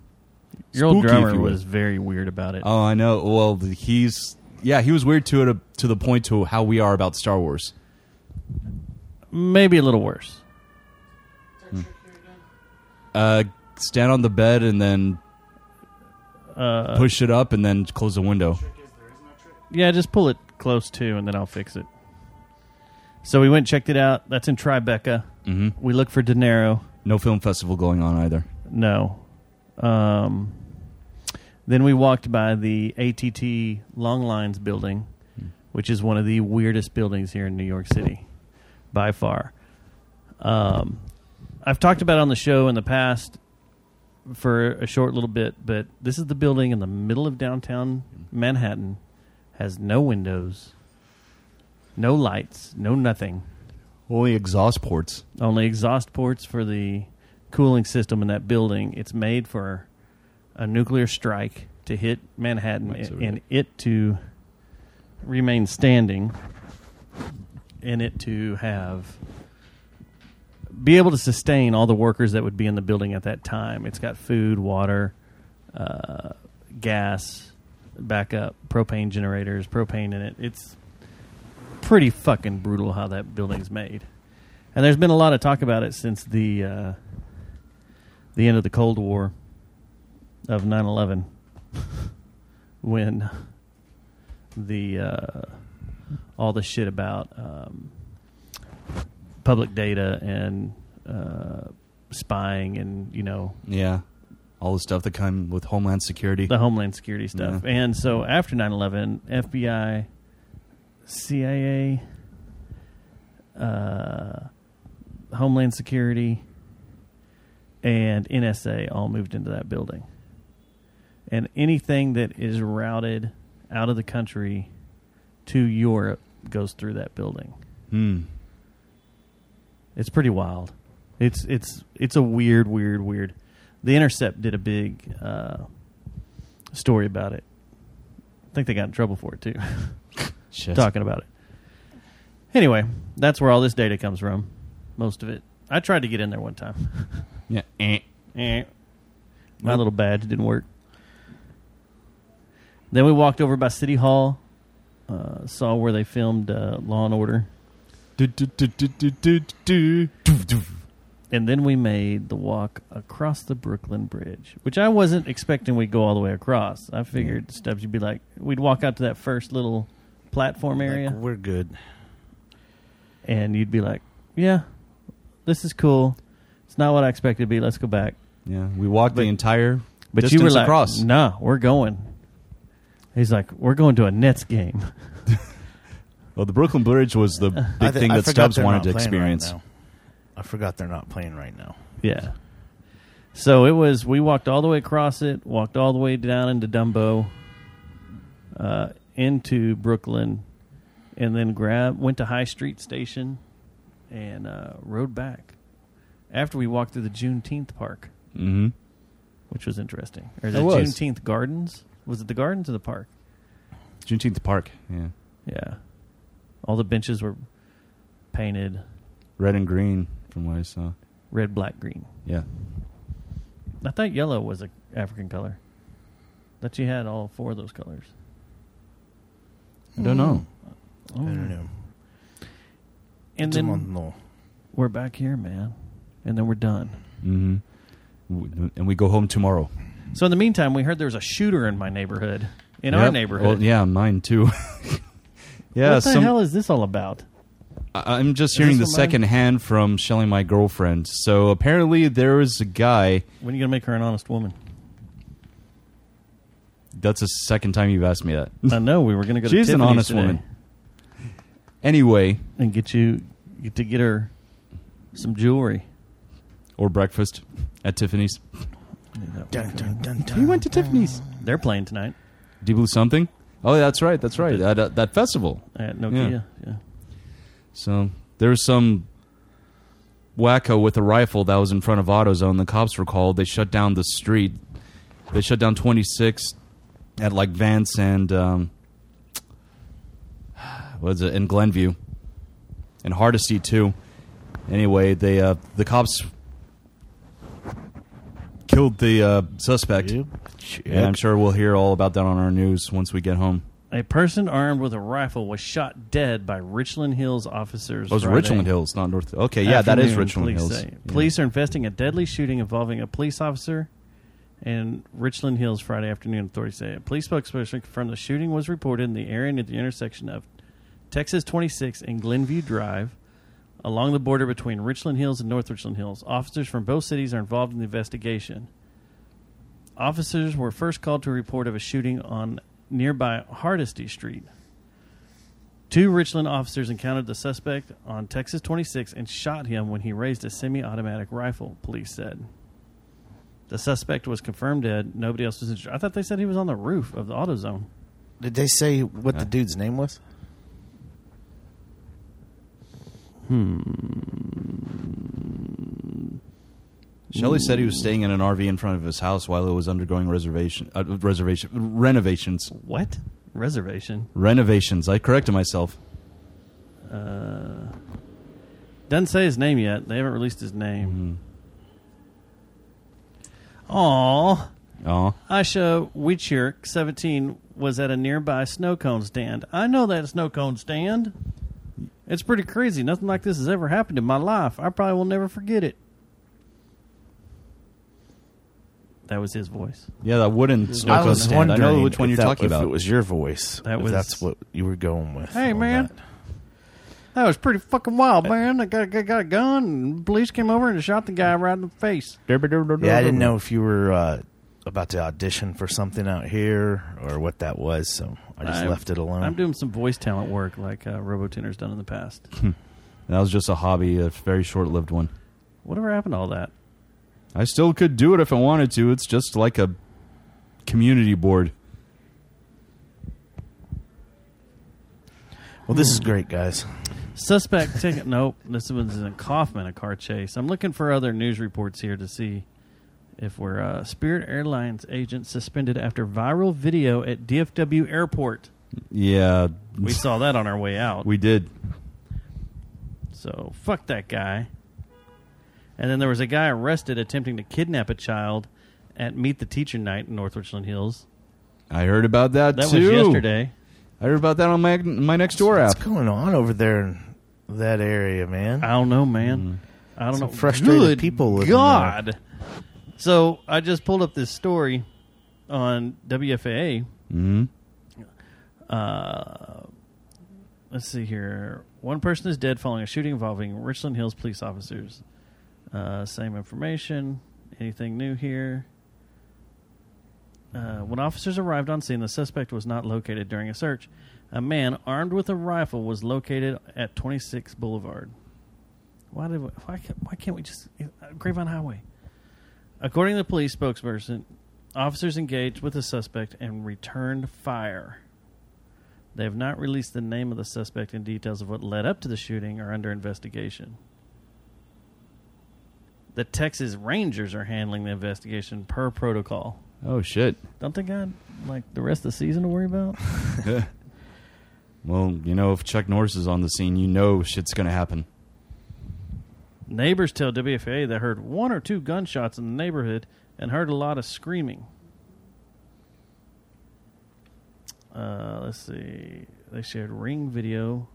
[SPEAKER 2] Your old
[SPEAKER 4] Spooky, if
[SPEAKER 2] drummer
[SPEAKER 4] you will.
[SPEAKER 2] was very weird about it.
[SPEAKER 4] Oh, I know. Well, th- he's yeah, he was weird to it uh, to the point to how we are about Star Wars.
[SPEAKER 2] Maybe a little worse.
[SPEAKER 4] Uh, stand on the bed and then
[SPEAKER 2] Uh,
[SPEAKER 4] push it up and then close the window.
[SPEAKER 2] Yeah, just pull it close to, and then I'll fix it. So we went and checked it out. That's in Tribeca.
[SPEAKER 4] Mhm.
[SPEAKER 2] We look for De Niro.
[SPEAKER 4] No film festival going on either.
[SPEAKER 2] No. Um, then we walked by the ATT Long Lines building, which is one of the weirdest buildings here in New York City, by far. Um, I've talked about it on the show in the past for a short little bit, but this is the building in the middle of downtown Manhattan, has no windows, no lights, no nothing.
[SPEAKER 4] Only exhaust ports.
[SPEAKER 2] Only exhaust ports for the cooling system in that building. It's made for a nuclear strike to hit Manhattan
[SPEAKER 16] That's
[SPEAKER 2] and,
[SPEAKER 16] right.
[SPEAKER 2] it to remain standing and it to have be able to sustain all the workers that would be in the building at that time. It's got food, water, uh, gas, backup, propane generators, propane in it. It's pretty fucking brutal how that building's made. And there's been a lot of talk about it since the uh, the end of the Cold War of 9/11 when the uh, all the shit about um, public data and uh, spying and you know
[SPEAKER 4] Yeah, all the stuff that come with Homeland Security.
[SPEAKER 2] the Homeland Security stuff.
[SPEAKER 4] Yeah.
[SPEAKER 2] And so after 9 11, FBI, CIA, uh, Homeland Security, and NSA all moved into that building. And anything that is routed out of the country to Europe goes through that building.
[SPEAKER 4] Hmm.
[SPEAKER 2] It's pretty wild. It's it's it's a weird, weird, weird. The Intercept did a big uh, story about it. I think they got in trouble for it too.
[SPEAKER 4] Shit.
[SPEAKER 2] Talking about it. Anyway, that's where all this data comes from. Most of it. I tried to get in there one time.
[SPEAKER 4] Yeah. Eh.
[SPEAKER 2] Eh. My little badge didn't work. Then we walked over by City Hall, uh, saw where they filmed uh, Law and Order. And then we made the walk across the Brooklyn Bridge, which I wasn't expecting we'd go all the way across. I figured Stubbs, you'd be like, we'd walk out to that first little platform area.
[SPEAKER 9] we're good.
[SPEAKER 2] And you'd be like, yeah, this is cool. It's not what I expected to be. Let's go back.
[SPEAKER 4] Yeah, we walked the entire
[SPEAKER 2] But
[SPEAKER 4] distance
[SPEAKER 2] you were like,
[SPEAKER 4] across.
[SPEAKER 2] nah, we're going. He's like, we're going to a Nets game.
[SPEAKER 4] Well, the Brooklyn Bridge was the big
[SPEAKER 9] I thi-
[SPEAKER 4] thing
[SPEAKER 9] I
[SPEAKER 4] that
[SPEAKER 9] forgot
[SPEAKER 4] Stubbs
[SPEAKER 9] they're
[SPEAKER 4] wanted
[SPEAKER 9] not
[SPEAKER 4] to
[SPEAKER 9] playing right
[SPEAKER 4] experience.
[SPEAKER 9] now. I forgot they're not playing right now.
[SPEAKER 2] Yeah. So it was. We walked all the way across it. Walked all the way down into Dumbo, uh, into Brooklyn, and then grab went to High Street Station, and uh, rode back. After we walked through the Juneteenth Park,
[SPEAKER 4] mm-hmm.
[SPEAKER 2] which was interesting, or
[SPEAKER 4] It
[SPEAKER 2] the
[SPEAKER 4] was.
[SPEAKER 2] Juneteenth Gardens. Was it the gardens or the park?
[SPEAKER 4] Juneteenth Park. Yeah,
[SPEAKER 2] Yeah. All the benches were painted
[SPEAKER 4] red and green from what I saw.
[SPEAKER 2] red, black, green.
[SPEAKER 4] Yeah.
[SPEAKER 2] I thought yellow was a African color. That you had all four of those colors.
[SPEAKER 4] I don't know.
[SPEAKER 2] Oh.
[SPEAKER 9] I don't know.
[SPEAKER 2] And
[SPEAKER 9] I don't
[SPEAKER 2] then
[SPEAKER 9] know.
[SPEAKER 2] we're back here, man. And then we're done.
[SPEAKER 4] Mm-hmm.
[SPEAKER 2] Hmm.
[SPEAKER 4] W- And we go home tomorrow.
[SPEAKER 2] So in the meantime, we heard there was a shooter in my neighborhood, in our
[SPEAKER 4] Yep.
[SPEAKER 2] neighborhood.
[SPEAKER 4] Well, yeah, mine too. yeah,
[SPEAKER 2] what the
[SPEAKER 4] some-
[SPEAKER 2] hell is this all about?
[SPEAKER 4] I- I'm just
[SPEAKER 2] Is
[SPEAKER 4] hearing the
[SPEAKER 2] this what mine-
[SPEAKER 4] second hand from Shelly, my girlfriend. So apparently there is a guy.
[SPEAKER 2] When are you gonna make her an honest woman?
[SPEAKER 4] That's the second time you've asked me that.
[SPEAKER 2] I know we were gonna go. to
[SPEAKER 4] She's an
[SPEAKER 2] Tiffany's
[SPEAKER 4] honest
[SPEAKER 2] today
[SPEAKER 4] woman. Anyway,
[SPEAKER 2] and get you get to get her some jewelry.
[SPEAKER 4] or breakfast at Tiffany's.
[SPEAKER 9] Dun, dun, dun, dun.
[SPEAKER 2] We went to Tiffany's. They're playing tonight
[SPEAKER 4] Deep Blue something. Oh, that's right. That's right. That, uh, that festival.
[SPEAKER 2] at Nokia. Yeah.
[SPEAKER 4] So there was some wacko with a rifle that was in front of AutoZone. The cops were called. They shut down the street. They shut down 26 at like Vance and um, was it in Glenview, in Hardesty too. Anyway, they uh, the cops killed the uh, suspect, and I'm sure we'll hear all about that on our news once we get home.
[SPEAKER 2] A person armed with a rifle was shot dead by Richland Hills officers.
[SPEAKER 4] Oh, it's
[SPEAKER 2] Friday
[SPEAKER 4] Richland Hills, not North- okay, yeah, that is
[SPEAKER 2] afternoon,
[SPEAKER 4] Richland
[SPEAKER 2] police
[SPEAKER 4] Hills.
[SPEAKER 2] say.
[SPEAKER 4] Yeah.
[SPEAKER 2] Police are investing a deadly shooting involving a police officer in Richland Hills Friday afternoon. Authorities say a police spokesperson confirmed the shooting was reported in the area near the intersection of Texas 26 and Glenview Drive, along the border between Richland Hills and North Richland Hills. Officers from both cities are involved in the investigation. Officers were first called to a report of a shooting on nearby Hardesty Street. Two Richland officers encountered the suspect on Texas 26 and shot him when he raised a semi automatic rifle, police said. The suspect was confirmed dead. Nobody else was injured. I thought they said he was on the roof of the AutoZone.
[SPEAKER 9] Did they say what the dude's name was?
[SPEAKER 4] Shelley said he was staying in an RV in front of his house while it was undergoing reservation uh, reservation renovations.
[SPEAKER 2] What reservation?
[SPEAKER 4] Renovations. I corrected myself.
[SPEAKER 2] Uh, doesn't say his name yet. They haven't released his name. Aw.
[SPEAKER 4] Aw.
[SPEAKER 2] Aisha Wichirk, 17, was at a nearby snow cone stand. I know that snow cone stand. It's pretty crazy. Nothing like this has ever happened in my life. I probably will never forget it. That was his voice.
[SPEAKER 4] Yeah, that wooden snow cone stand. I know
[SPEAKER 9] wondering
[SPEAKER 4] which one you're
[SPEAKER 9] if that-
[SPEAKER 4] talking
[SPEAKER 9] if
[SPEAKER 4] about.
[SPEAKER 9] it was your voice.
[SPEAKER 2] That
[SPEAKER 9] That
[SPEAKER 2] was-
[SPEAKER 9] was that's what you were going with.
[SPEAKER 2] Hey, man. That. was pretty fucking wild,
[SPEAKER 9] Uh,
[SPEAKER 2] man. I got, got, got a gun, and police came over and shot the guy right in the face.
[SPEAKER 9] Yeah, I didn't know if you were uh, about to audition for something out here or what that was, so I just
[SPEAKER 2] I'm-
[SPEAKER 9] left it alone.
[SPEAKER 2] I'm doing some voice talent work like uh, RoboTuner's done in the past.
[SPEAKER 4] That was just a hobby, a very short-lived one.
[SPEAKER 2] Whatever happened to all that?
[SPEAKER 4] I still could do it if I wanted to. It's just like a community board.
[SPEAKER 9] well, this is great, guys.
[SPEAKER 2] Suspect ticket. Nope. This one's in Kaufman, a car chase. I'm looking for other news reports here to see if we're uh, Spirit Airlines agent suspended after viral video at DFW airport.
[SPEAKER 4] Yeah,
[SPEAKER 2] We saw that on our way out.
[SPEAKER 4] we did.
[SPEAKER 2] So fuck that guy. And then there was a guy arrested attempting to kidnap a child at Meet the Teacher Night in North Richland Hills.
[SPEAKER 4] I heard about that,
[SPEAKER 2] That was
[SPEAKER 4] too.
[SPEAKER 2] yesterday.
[SPEAKER 4] I heard about that on my my next door app.
[SPEAKER 9] What's going on over there in that area, man? I
[SPEAKER 2] don't know, man. I don't
[SPEAKER 9] Some
[SPEAKER 2] know.
[SPEAKER 9] frustrated
[SPEAKER 2] Good
[SPEAKER 9] people living there.
[SPEAKER 2] God. So I just pulled up this story on WFAA.
[SPEAKER 4] Mm-hmm.
[SPEAKER 2] Uh, let's see here. One person is dead following a shooting involving Richland Hills police officers. Uh, same information. Anything new here? Uh, when officers arrived on scene, the suspect was not located during a search. A man armed with a rifle was located at 26 Boulevard. Why did we, why can't, why can't we just uh, Grapevine Highway? According to the police spokesperson, officers engaged with the suspect and returned fire. They have not released the name of the suspect and details of what led up to the shooting are under investigation. The Texas Rangers are handling the investigation per protocol.
[SPEAKER 4] Oh shit.
[SPEAKER 2] Don't they got like the rest of the season to worry about?
[SPEAKER 4] well, you know, if Chuck Norris is on the scene, you know shit's gonna happen.
[SPEAKER 2] Neighbors tell WFA they heard one or two gunshots in the neighborhood and heard a lot of screaming. Uh, let's see. They shared ring video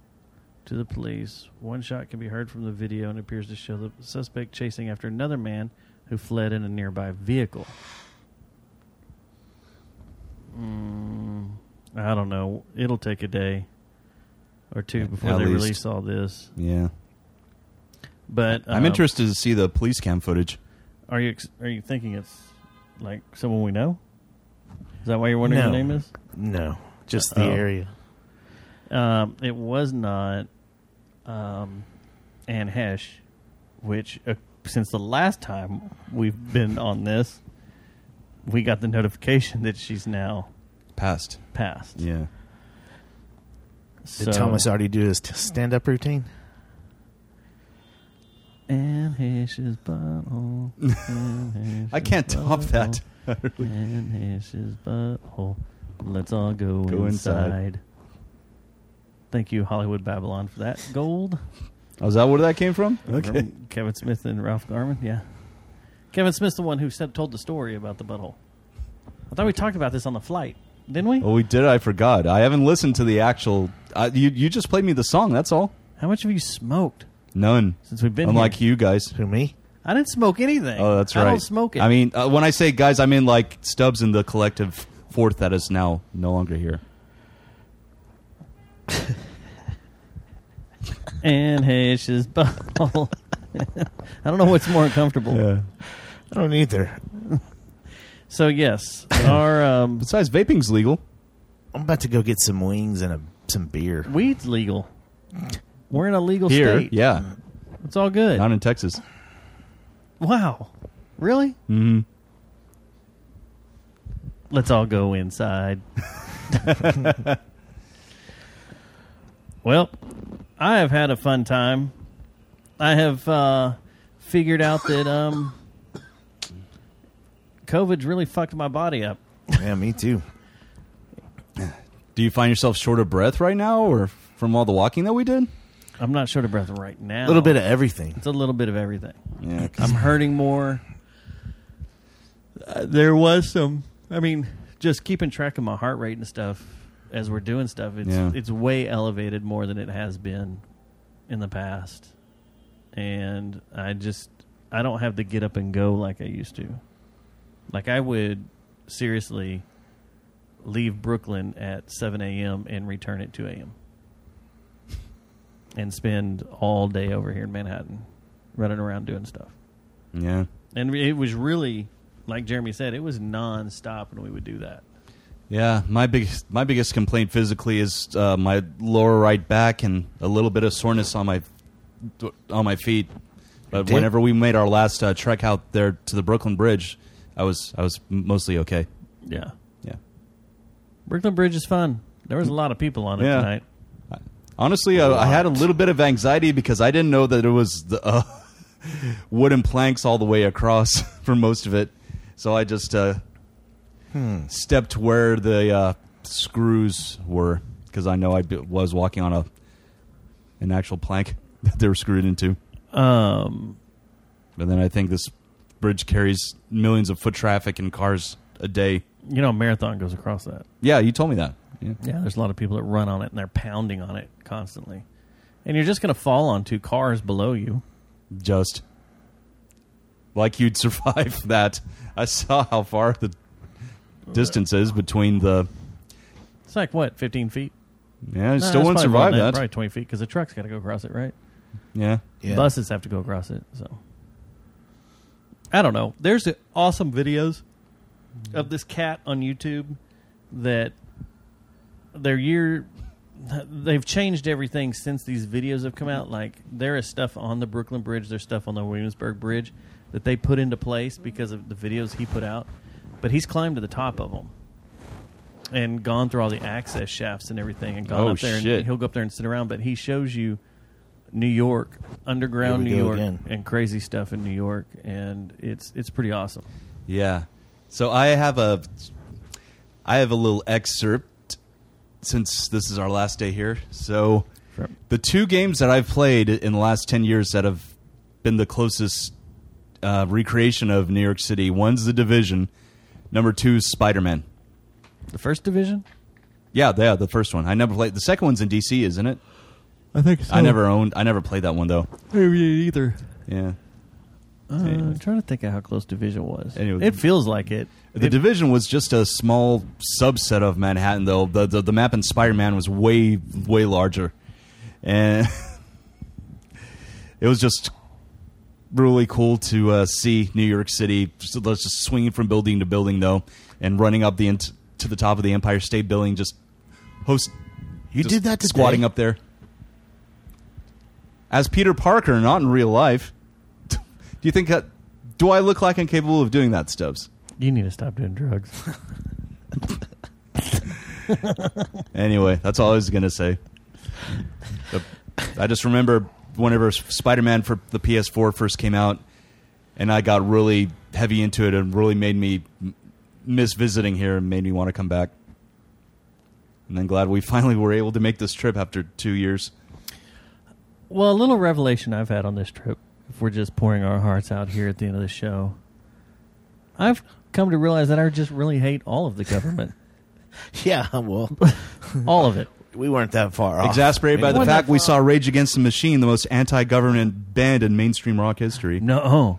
[SPEAKER 2] to the police. One shot can be heard from the video and appears to show the suspect chasing after another man who fled in a nearby vehicle. Mm, I don't know. It'll take a day or two before
[SPEAKER 4] At
[SPEAKER 2] they
[SPEAKER 4] least.
[SPEAKER 2] release all this.
[SPEAKER 4] Yeah.
[SPEAKER 2] But
[SPEAKER 4] I'm
[SPEAKER 2] um,
[SPEAKER 4] interested to see the police cam footage.
[SPEAKER 2] Are you ex- are you thinking it's like someone we know? Is that why you're wondering
[SPEAKER 9] No.
[SPEAKER 2] who the name is?
[SPEAKER 9] No, just the
[SPEAKER 2] Oh.
[SPEAKER 9] area.
[SPEAKER 2] Um, it was not um, Anne Hesh, which uh, since the last time we've been on this, we got the notification that she's now
[SPEAKER 4] passed.
[SPEAKER 2] Passed.
[SPEAKER 4] Yeah.
[SPEAKER 9] Did Thomas already do his t- stand-up routine?
[SPEAKER 2] And Hesh's butthole. and
[SPEAKER 4] I can't
[SPEAKER 2] Hesh's
[SPEAKER 4] top that.
[SPEAKER 2] butthole, and Hesh's butthole. Let's all go,
[SPEAKER 4] Go
[SPEAKER 2] inside.
[SPEAKER 4] inside.
[SPEAKER 2] Thank you, Hollywood Babylon, for that gold.
[SPEAKER 4] Oh, is that where that came from?
[SPEAKER 2] From Kevin Smith and Ralph Garman. Yeah, Kevin Smith's the one who said told the story about the butthole. I thought we talked about this on the flight, didn't we?
[SPEAKER 4] Oh, we did. I forgot. I haven't listened to the actual. I you you just played me the song. That's all.
[SPEAKER 2] How much have you smoked?
[SPEAKER 4] None.
[SPEAKER 2] Since we've been
[SPEAKER 4] unlike you guys.
[SPEAKER 9] Who me?
[SPEAKER 2] I didn't smoke anything.
[SPEAKER 4] Oh, that's right.
[SPEAKER 2] I don't smoke it.
[SPEAKER 4] I mean, uh, when I say guys, I mean like Stubbs and the collective fourth that is now no longer here.
[SPEAKER 2] and Hish's butthole. I don't know what's more uncomfortable.
[SPEAKER 9] I don't either.
[SPEAKER 2] So yes, our um,
[SPEAKER 4] besides vaping's legal.
[SPEAKER 9] I'm about to go get some wings and a, some beer.
[SPEAKER 2] Weed's legal. We're in a legal
[SPEAKER 4] Here,
[SPEAKER 2] state. Uh-huh.
[SPEAKER 4] yeah.
[SPEAKER 2] It's all good.
[SPEAKER 4] Not in Texas.
[SPEAKER 2] Wow. Really?
[SPEAKER 4] Mm-hmm.
[SPEAKER 2] Let's all go inside. well, I have had a fun time. I have uh, figured out that um, COVID's really fucked my body up.
[SPEAKER 9] Yeah, me too.
[SPEAKER 4] Do you find yourself short of breath right now, or from all the walking that we did?
[SPEAKER 2] I'm not short of breath right now.
[SPEAKER 4] Little bit of everything.
[SPEAKER 2] It's a little bit of everything.
[SPEAKER 4] Yeah,
[SPEAKER 2] I'm hurting more. Uh, there was some. I mean, just keeping track of my heart rate and stuff as we're doing stuff. It's
[SPEAKER 4] Yeah.
[SPEAKER 2] it's way elevated more than it has been in the past, and I just I don't have the get up and go like I used to. Like I would seriously leave Brooklyn at 7 a.m. and return at 2 a.m. and spend all day over here in Manhattan running around doing stuff.
[SPEAKER 4] Yeah.
[SPEAKER 2] And it was really, like Jeremy said, it was nonstop when we would do that.
[SPEAKER 4] Yeah, my biggest my biggest complaint physically is uh, my lower right back and a little bit of soreness on my on my feet. But
[SPEAKER 9] Dick?
[SPEAKER 4] whenever we made our last uh, trek out there to the Brooklyn Bridge, I was I was mostly okay.
[SPEAKER 2] Yeah.
[SPEAKER 4] Yeah.
[SPEAKER 2] Brooklyn Bridge is fun. There was a lot of people on it
[SPEAKER 4] Yeah.
[SPEAKER 2] tonight.
[SPEAKER 4] Honestly, uh, I, I had a little bit of anxiety because I didn't know that it was the uh, wooden planks all the way across for most of it. So I just uh, stepped where the uh, screws were because I know I b- was walking on a an actual plank that they were screwed into.
[SPEAKER 2] Um,
[SPEAKER 4] but then I think this bridge carries millions of foot traffic and cars a day.
[SPEAKER 2] You know, a marathon goes across that.
[SPEAKER 4] Yeah, you told me that. Yeah,
[SPEAKER 2] Yeah, there's a lot of people that run on it and they're pounding on it constantly. And you're just going to fall on two cars below you.
[SPEAKER 4] just like you'd survive that. I saw how far the distance is between the.
[SPEAKER 2] It's like, what, 15 feet?
[SPEAKER 4] Yeah,
[SPEAKER 2] Nah,
[SPEAKER 4] you still
[SPEAKER 2] it's
[SPEAKER 4] wouldn't
[SPEAKER 2] probably more
[SPEAKER 4] survive
[SPEAKER 2] than
[SPEAKER 4] that.
[SPEAKER 2] Probably 20 feet because the truck's got to go across it, right?
[SPEAKER 4] Yeah.
[SPEAKER 2] Buses have to go across it. So I don't know. There's uh, awesome videos of this cat on YouTube that their year they've changed everything since these videos have come out. Like there is stuff on the Brooklyn Bridge, there's stuff on the Williamsburg Bridge that they put into place because of the videos he put out. But he's climbed to the top of them and gone through all the access shafts and everything and gone
[SPEAKER 4] Oh,
[SPEAKER 2] up there
[SPEAKER 4] shit.
[SPEAKER 2] and he'll go up there and sit around but he shows you new york underground
[SPEAKER 4] Here we
[SPEAKER 2] new york
[SPEAKER 4] go again.
[SPEAKER 2] and crazy stuff in new york and it's it's pretty awesome
[SPEAKER 4] Yeah. So I have a, I have a little excerpt since this is our last day here. So the two games that I've played in the last ten years that have been the closest uh, recreation of New York City. One's The Division. Number two is Spider Man.
[SPEAKER 2] the first division
[SPEAKER 4] Yeah, yeah, the first one. I never played. The second one's in DC, isn't it?
[SPEAKER 2] I think so.
[SPEAKER 4] I never owned. I never played that one though.
[SPEAKER 2] Maybe either
[SPEAKER 4] Yeah.
[SPEAKER 2] uh, i'm trying to think of how close division was
[SPEAKER 4] Anyway.
[SPEAKER 2] it feels like it
[SPEAKER 4] The
[SPEAKER 2] It-
[SPEAKER 4] division was just a small subset of Manhattan, though. The the, the map in Spider Man was way way larger, and it was just really cool to uh, see New York City. Just, just swinging from building to building, though, and running up the ent- to the top of the Empire State Building. Just host.
[SPEAKER 9] You
[SPEAKER 4] just
[SPEAKER 9] did that today?
[SPEAKER 4] squatting up there as Peter Parker, not in real life. Do you think that? Do I look like I'm capable of doing that, Stubbs?
[SPEAKER 2] you need to stop doing drugs
[SPEAKER 4] Anyway, that's all I was gonna say. The- I just remember whenever S- Spider-Man for the PS4 first came out, and I got really heavy into it, and really made me m- miss visiting here, and made me want to come back. And then glad we finally were able to make this trip after two years.
[SPEAKER 2] Well, a little revelation I've had on this trip, if we're just pouring our hearts out here at the end of the show, I've come to realize that I just really hate all of the government.
[SPEAKER 9] yeah, well,
[SPEAKER 2] all of it.
[SPEAKER 9] We weren't that far
[SPEAKER 4] Oh.
[SPEAKER 9] off.
[SPEAKER 4] Exasperated by the
[SPEAKER 9] Wasn't
[SPEAKER 4] fact
[SPEAKER 9] that
[SPEAKER 4] we
[SPEAKER 9] far
[SPEAKER 4] saw Rage Against the Machine, the most anti-government band in mainstream rock history.
[SPEAKER 2] No, oh.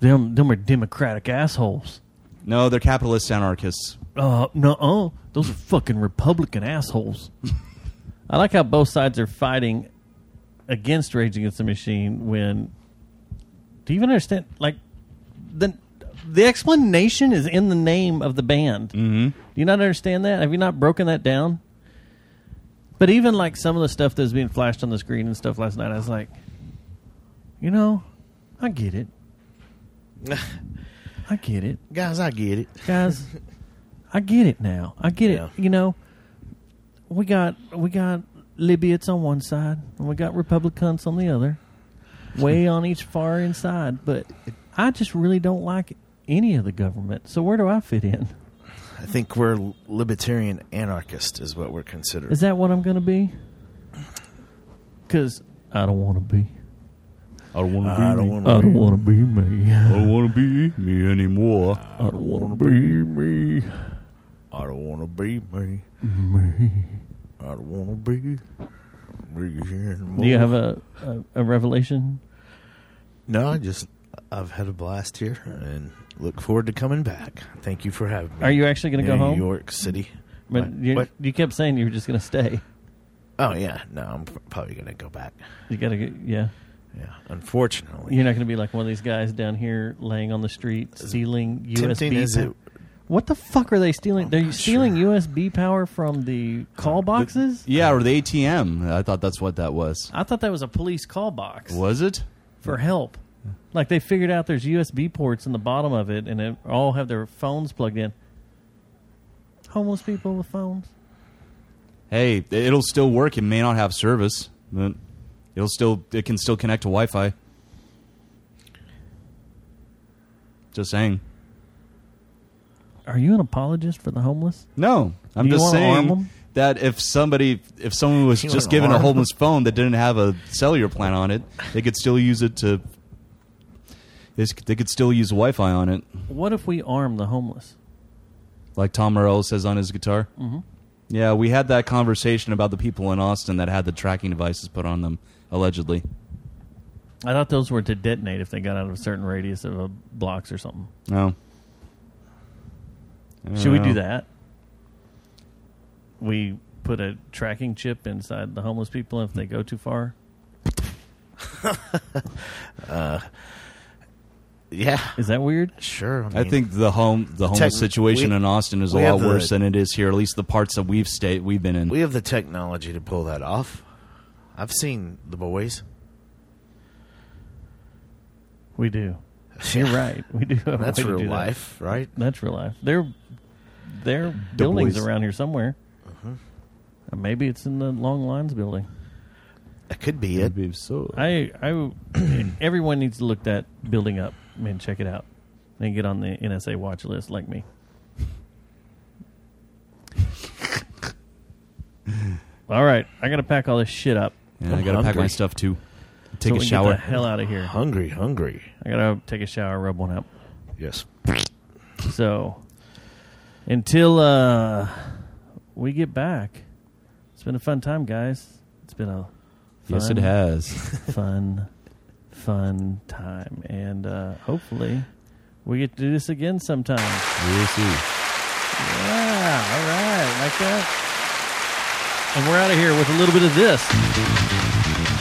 [SPEAKER 2] them them are democratic assholes.
[SPEAKER 4] No, they're capitalist anarchists.
[SPEAKER 2] Uh, no, uh, those are fucking Republican assholes. I like how both sides are fighting against Rage Against the Machine. When do you even understand? Like the the explanation is in the name of the band. Mm-hmm. Do you not understand that? Have you not broken that down? But even like some of the stuff that was being flashed on the screen and stuff last night, I was like, you know, I get it. I get it.
[SPEAKER 9] Guys, I get it.
[SPEAKER 2] Guys, I get it now. I get it. You know, we got we got Libyans on one side and we got Republicans on the other. Way on each far inside, but I just really don't like any of the government. So where do I fit in?
[SPEAKER 9] I think we're libertarian anarchist is what we're considered.
[SPEAKER 2] Is that what I'm going to be? Because I don't want to be.
[SPEAKER 4] I don't want
[SPEAKER 9] to be I don't me. wanna
[SPEAKER 2] I don't
[SPEAKER 9] be.
[SPEAKER 2] want to be me.
[SPEAKER 4] I don't want to be me anymore.
[SPEAKER 2] I don't want to be me.
[SPEAKER 17] I don't want to be me.
[SPEAKER 2] Me.
[SPEAKER 17] I don't want to be me here anymore.
[SPEAKER 2] Do you have a, a, a revelation?
[SPEAKER 9] No, I just I've had a blast here and look forward to coming back. Thank you for having me.
[SPEAKER 2] Are you actually going to
[SPEAKER 9] Yeah,
[SPEAKER 2] go home?
[SPEAKER 9] New York City.
[SPEAKER 2] But
[SPEAKER 9] What?
[SPEAKER 2] you,
[SPEAKER 9] What?
[SPEAKER 2] you kept saying you were just going to stay.
[SPEAKER 9] Oh yeah, no, I'm p- probably going to go back.
[SPEAKER 2] You got to get yeah.
[SPEAKER 9] Yeah, unfortunately.
[SPEAKER 2] You're not going to be like one of these guys down here laying on the street stealing
[SPEAKER 9] tempting
[SPEAKER 2] USB.
[SPEAKER 9] as
[SPEAKER 2] po-
[SPEAKER 9] it-
[SPEAKER 2] What the fuck are they stealing? They're stealing USB power from the call boxes.
[SPEAKER 4] Yeah, or the ATM. I thought that's what that was.
[SPEAKER 2] I thought that was a police call box
[SPEAKER 4] Was it?
[SPEAKER 2] for help. Like they figured out there's USB ports in the bottom of it, and they all have their phones plugged in. Homeless people with phones.
[SPEAKER 4] Hey, it'll still work. It may not have service, but it'll still it can still connect to Wi-Fi. Just saying.
[SPEAKER 2] Are you an apologist for the homeless?
[SPEAKER 4] No, I'm
[SPEAKER 2] Do you
[SPEAKER 4] just
[SPEAKER 2] wanna arm
[SPEAKER 4] saying
[SPEAKER 2] 'em?
[SPEAKER 4] that if somebody, if someone was
[SPEAKER 2] You
[SPEAKER 4] just
[SPEAKER 2] wanna
[SPEAKER 4] given a
[SPEAKER 2] arm 'em?
[SPEAKER 4] homeless phone that didn't have a cellular plan on it, they could still use it to. this- They could still use Wi-Fi on it,
[SPEAKER 2] What if we arm the homeless?
[SPEAKER 4] like Tom Morello says on his guitar.
[SPEAKER 2] Mhm.
[SPEAKER 4] Yeah, we had that conversation about the people in Austin that had the tracking devices put on them, allegedly.
[SPEAKER 2] I thought those were to detonate if they got out of a certain radius of a blocks or something.
[SPEAKER 4] No. I don't
[SPEAKER 2] Should we
[SPEAKER 4] know.
[SPEAKER 2] do that? We put a tracking chip inside the homeless people if they go too far.
[SPEAKER 9] Uh, yeah.
[SPEAKER 2] Is that weird?
[SPEAKER 9] Sure.
[SPEAKER 4] I think the home the homeless
[SPEAKER 9] Tech-
[SPEAKER 4] situation
[SPEAKER 9] we-
[SPEAKER 4] in Austin is a
[SPEAKER 9] we have
[SPEAKER 4] lot
[SPEAKER 9] the-
[SPEAKER 4] worse than it is here. At least the parts that we've stayed we've been in.
[SPEAKER 9] we have the technology to pull that off. I've seen the boys.
[SPEAKER 2] We do. You're right. We do. Have a
[SPEAKER 9] That's
[SPEAKER 2] way to
[SPEAKER 9] real
[SPEAKER 2] do that.
[SPEAKER 9] life, right?
[SPEAKER 2] That's real life. There, there are buildings
[SPEAKER 9] boys.
[SPEAKER 2] around here somewhere.
[SPEAKER 9] Uh-huh.
[SPEAKER 2] Uh, Maybe it's in the Long Lines building.
[SPEAKER 9] That could be it.
[SPEAKER 4] so.
[SPEAKER 2] I, I, everyone needs to look that building up and check it out, and get on the NSA watch list like me. all right, I gotta pack all this shit up.
[SPEAKER 4] Yeah, I gotta pack my stuff too. Take
[SPEAKER 2] So we
[SPEAKER 4] a
[SPEAKER 2] can get
[SPEAKER 4] shower.
[SPEAKER 2] the hell out of here.
[SPEAKER 9] Hungry, hungry.
[SPEAKER 2] I gotta take a shower, rub one out.
[SPEAKER 9] Yes.
[SPEAKER 2] So until uh, we get back, it's been a fun time, guys. It's been a fun,
[SPEAKER 4] Yes, it has.
[SPEAKER 2] fun, fun time, and uh, hopefully we get to do this again sometime.
[SPEAKER 4] We'll see.
[SPEAKER 2] Yeah, all right, like that. And we're out of here with a little bit of this.